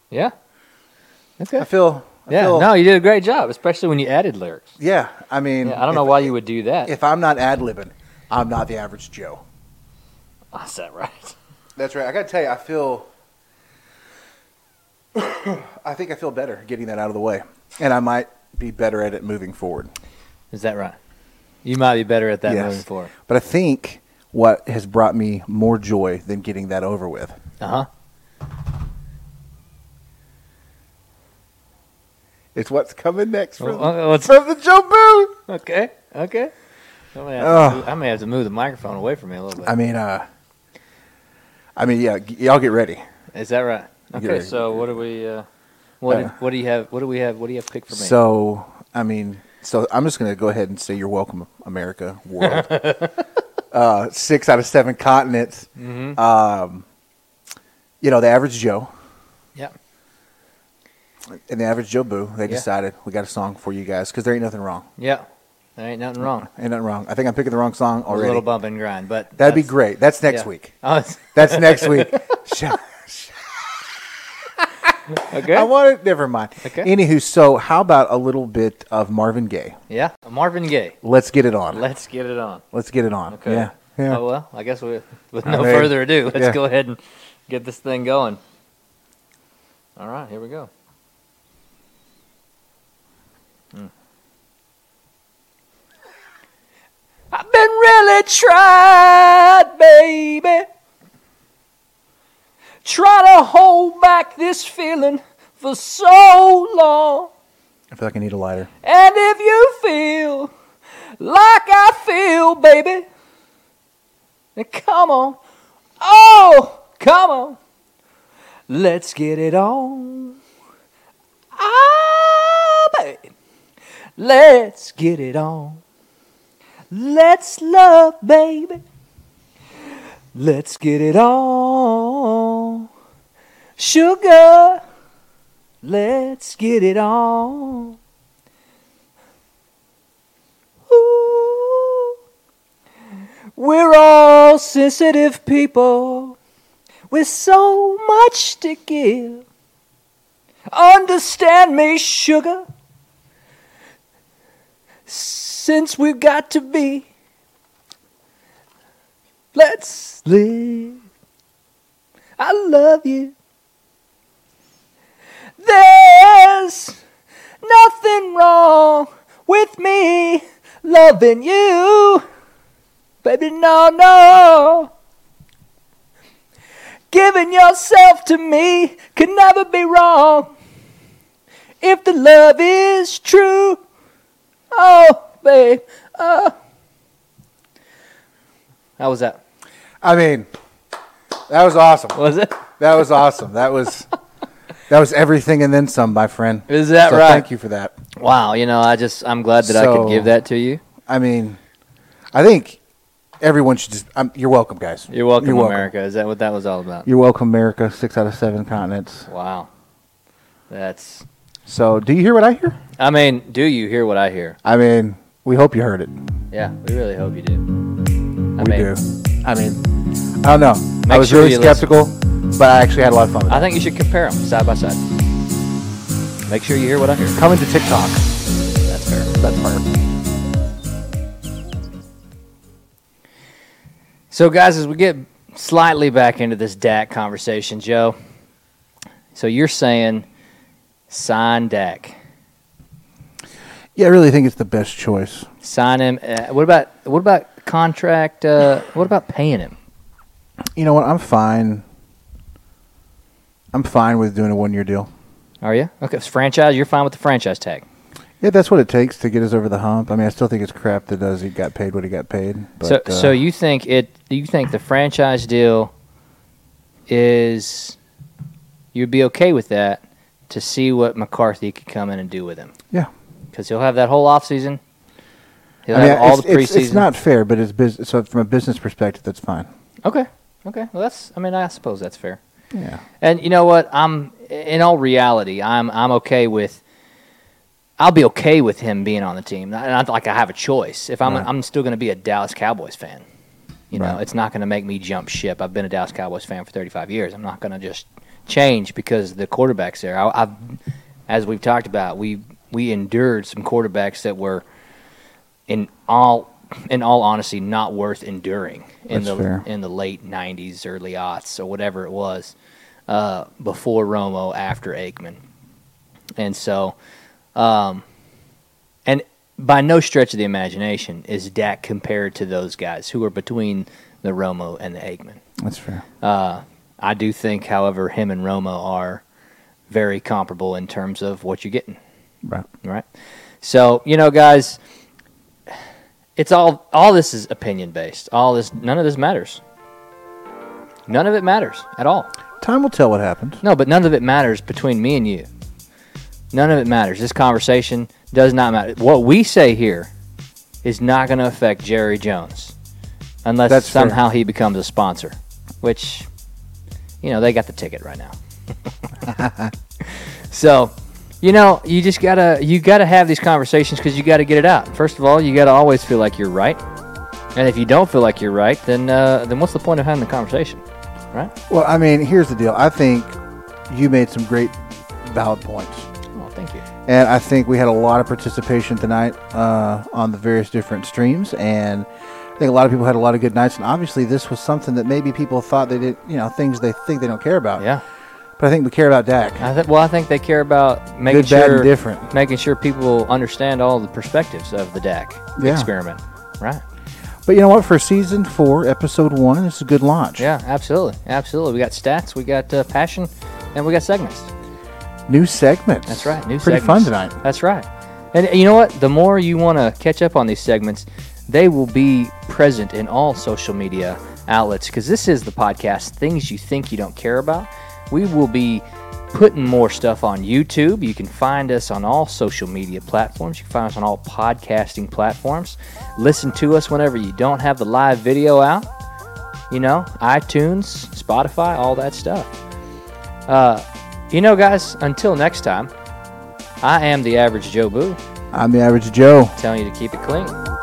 [SPEAKER 1] Yeah. Okay.
[SPEAKER 2] I feel. I
[SPEAKER 1] yeah.
[SPEAKER 2] feel-
[SPEAKER 1] No, you did a great job, especially when you added lyrics.
[SPEAKER 2] Yeah. I mean,
[SPEAKER 1] Yeah, I don't
[SPEAKER 2] if-
[SPEAKER 1] know why you would do that.
[SPEAKER 2] If I'm not ad libbing, I'm not the average Joe.
[SPEAKER 1] Is that right?
[SPEAKER 2] That's right. I got to tell you, I feel. I think I feel better getting that out of the way, and I might be better at it moving forward.
[SPEAKER 1] Is that right? You might be better at that
[SPEAKER 2] Yes.
[SPEAKER 1] moving forward.
[SPEAKER 2] But I think what has brought me more joy than getting that over with
[SPEAKER 1] Uh huh.
[SPEAKER 2] is what's coming next from,
[SPEAKER 1] Oh, oh, it's-
[SPEAKER 2] from the Joe Boone.
[SPEAKER 1] Okay. Okay. I may, have
[SPEAKER 2] Ugh.
[SPEAKER 1] to, move- I may have to move the microphone away from me a little bit.
[SPEAKER 2] I mean, uh, I mean, yeah, g- y'all get ready.
[SPEAKER 1] Is that right? Okay.
[SPEAKER 2] Yeah.
[SPEAKER 1] So what do we? Uh, what
[SPEAKER 2] Uh.
[SPEAKER 1] did, What do you have? What do we have? What do you have picked for me?
[SPEAKER 2] So, I mean, so I'm just going to go ahead and say you're welcome, America, world. uh, six out of seven continents.
[SPEAKER 1] Mhm.
[SPEAKER 2] Um, you know, the average Joe
[SPEAKER 1] yeah.
[SPEAKER 2] and the average Joe Boo, they
[SPEAKER 1] Yeah.
[SPEAKER 2] decided we got a song for you guys because there ain't nothing wrong.
[SPEAKER 1] Yeah. There ain't nothing wrong.
[SPEAKER 2] Ain't nothing wrong. I think I'm picking the wrong song
[SPEAKER 1] A
[SPEAKER 2] already.
[SPEAKER 1] little bump and grind, but
[SPEAKER 2] That'd be
[SPEAKER 1] that's-
[SPEAKER 2] great. That's next
[SPEAKER 1] yeah.
[SPEAKER 2] week.
[SPEAKER 1] Oh, it's-
[SPEAKER 2] That's next week. Shut-
[SPEAKER 1] okay.
[SPEAKER 2] I want it. Never mind.
[SPEAKER 1] Okay.
[SPEAKER 2] Anywho, so how about a little bit of Marvin Gaye?
[SPEAKER 1] yeah. Marvin Gaye.
[SPEAKER 2] Let's get it on. Let's,
[SPEAKER 1] Let's get it on.
[SPEAKER 2] get it on.
[SPEAKER 1] Okay.
[SPEAKER 2] Yeah. Yeah.
[SPEAKER 1] Oh well, I guess we, with
[SPEAKER 2] I
[SPEAKER 1] no
[SPEAKER 2] mean,
[SPEAKER 1] further ado, let's
[SPEAKER 2] yeah.
[SPEAKER 1] go ahead and get this thing going. All right, here we go. Hmm. I've been really tried, baby. Try to hold back this feeling for so long.
[SPEAKER 2] I feel like I need a lighter.
[SPEAKER 1] And if you feel like I feel, baby, then come on. Oh, come on. Let's get it on. Ah, baby. Let's get it on. Let's love, baby. Let's get it on. Sugar, let's get it on. Ooh. We're all sensitive people with so much to give. Understand me, sugar. Since we've got to be, let's live. I love you. There's nothing wrong with me loving you. Baby, no, no. Giving yourself to me can never be wrong. If the love is true. Oh, babe. Oh. How was that?
[SPEAKER 2] I mean, that was awesome.
[SPEAKER 1] Was it?
[SPEAKER 2] That was awesome. That was that was everything and then some, my friend.
[SPEAKER 1] Is that
[SPEAKER 2] So
[SPEAKER 1] right?
[SPEAKER 2] Thank you for that.
[SPEAKER 1] Wow, you know, I just I'm glad that I
[SPEAKER 2] So-
[SPEAKER 1] could give that to you.
[SPEAKER 2] I mean, I think everyone should just. I'm, you're welcome, guys.
[SPEAKER 1] You're welcome, America. Is that what that was all about?
[SPEAKER 2] You're welcome, America. Six out of seven continents.
[SPEAKER 1] Wow. That's
[SPEAKER 2] So, do you hear what I hear?
[SPEAKER 1] I mean, do you hear what I hear?
[SPEAKER 2] I mean, we hope you heard it.
[SPEAKER 1] Yeah, we really hope you do. I
[SPEAKER 2] we
[SPEAKER 1] mean,
[SPEAKER 2] do. I mean, I don't know. I
[SPEAKER 1] Make
[SPEAKER 2] was
[SPEAKER 1] sure
[SPEAKER 2] really
[SPEAKER 1] you listen.
[SPEAKER 2] skeptical, but I actually had a lot of fun. With
[SPEAKER 1] I
[SPEAKER 2] it.
[SPEAKER 1] think you should compare them side by side. Make sure you hear what I hear.
[SPEAKER 2] Coming to TikTok.
[SPEAKER 1] That's fair.
[SPEAKER 2] That's part.
[SPEAKER 1] So, guys, as we get slightly back into this DAC conversation, Joe, so you're saying sign DAC.
[SPEAKER 2] Yeah, I really think it's the best choice.
[SPEAKER 1] Sign him. Uh, what about what about contract? Uh, what about paying him?
[SPEAKER 2] You know what? I'm fine. I'm fine with doing a one year deal.
[SPEAKER 1] Are you okay? It's franchise. You're fine with the franchise tag.
[SPEAKER 2] Yeah, that's what it takes to get us over the hump. I mean, I still think it's crap that does he got paid what he got paid. But,
[SPEAKER 1] so,
[SPEAKER 2] uh,
[SPEAKER 1] so you think it? You think the franchise deal is? You'd be okay with that to see what McCarthy could come in and do with him.
[SPEAKER 2] Yeah.
[SPEAKER 1] because he'll have that whole off season. He'll
[SPEAKER 2] I mean,
[SPEAKER 1] have all
[SPEAKER 2] it's,
[SPEAKER 1] the preseason.
[SPEAKER 2] It's, it's not fair, but it's business. So from a business perspective, that's fine.
[SPEAKER 1] okay. Okay. Well, that's. I mean, I suppose that's fair.
[SPEAKER 2] Yeah.
[SPEAKER 1] And you know what? I'm in all reality, I'm I'm okay with. I'll be okay with him being on the team, and I, like I have a choice. If I'm
[SPEAKER 2] Right.
[SPEAKER 1] I'm still going to be a Dallas Cowboys fan. You know,
[SPEAKER 2] Right.
[SPEAKER 1] it's not going to make me jump ship. I've been a Dallas Cowboys fan for 35 years. I'm not going to just change because the quarterback's there. I, I've, as we've talked about, we we endured some quarterbacks that were, in all in all honesty, not worth enduring in
[SPEAKER 2] That's
[SPEAKER 1] the
[SPEAKER 2] fair.
[SPEAKER 1] in the late 90s, early aughts, or whatever it was, uh, before Romo, after Aikman, and so. um, And by no stretch of the imagination is Dak compared to those guys who are between the Romo and the Aikman.
[SPEAKER 2] That's fair.
[SPEAKER 1] I do think, however, him and Romo are very comparable in terms of what you're getting,
[SPEAKER 2] Right.
[SPEAKER 1] right? So, you know, guys, it's all all this is opinion based. All this none of this matters. None of it matters at all.
[SPEAKER 2] Time will tell what happens.
[SPEAKER 1] No, but none of it matters between me and you. None of it matters. This conversation does not matter. What we say here is not going to affect Jerry Jones unless
[SPEAKER 2] That's fair.
[SPEAKER 1] somehow he becomes a sponsor, which, you know, they got the ticket right now. so, you know, you just gotta you gotta have these conversations because you gotta get it out. First of all, you gotta always feel like you're right, and if you don't feel like you're right, then uh, then what's the point of having the conversation, right?
[SPEAKER 2] Well, I mean, here's the deal. I think you made some great, valid points.
[SPEAKER 1] Well, thank you.
[SPEAKER 2] And I think we had a lot of participation tonight uh, on the various different streams. And I think a lot of people had a lot of good nights. And obviously, this was something that maybe people thought they did, you know, things they think they don't care about.
[SPEAKER 1] Yeah.
[SPEAKER 2] But I think we care about Dak.
[SPEAKER 1] I th- well, I think they care about making
[SPEAKER 2] Good, bad, and
[SPEAKER 1] sure
[SPEAKER 2] different.
[SPEAKER 1] making sure people understand all the perspectives of the DAC
[SPEAKER 2] Yeah.
[SPEAKER 1] experiment. Right?
[SPEAKER 2] But you know what? For season four, episode one, it's a good launch.
[SPEAKER 1] Yeah, absolutely, absolutely. We got stats, we got uh, passion, and we got segments.
[SPEAKER 2] New segments.
[SPEAKER 1] That's right. New
[SPEAKER 2] Pretty
[SPEAKER 1] segments.
[SPEAKER 2] fun tonight.
[SPEAKER 1] That's right. And uh, you know what? The more you want to catch up on these segments, they will be present in all social media outlets because this is the podcast. Things you think you don't care about, we will be putting more stuff on YouTube. You can find us on all social media platforms. You can find us on all podcasting platforms. Listen to us whenever you don't have the live video out. You know, iTunes, Spotify, all that stuff. Uh, you know, guys, until next time, I am the average Joe Boo
[SPEAKER 2] I'm the average Joe.
[SPEAKER 1] telling you to keep it clean.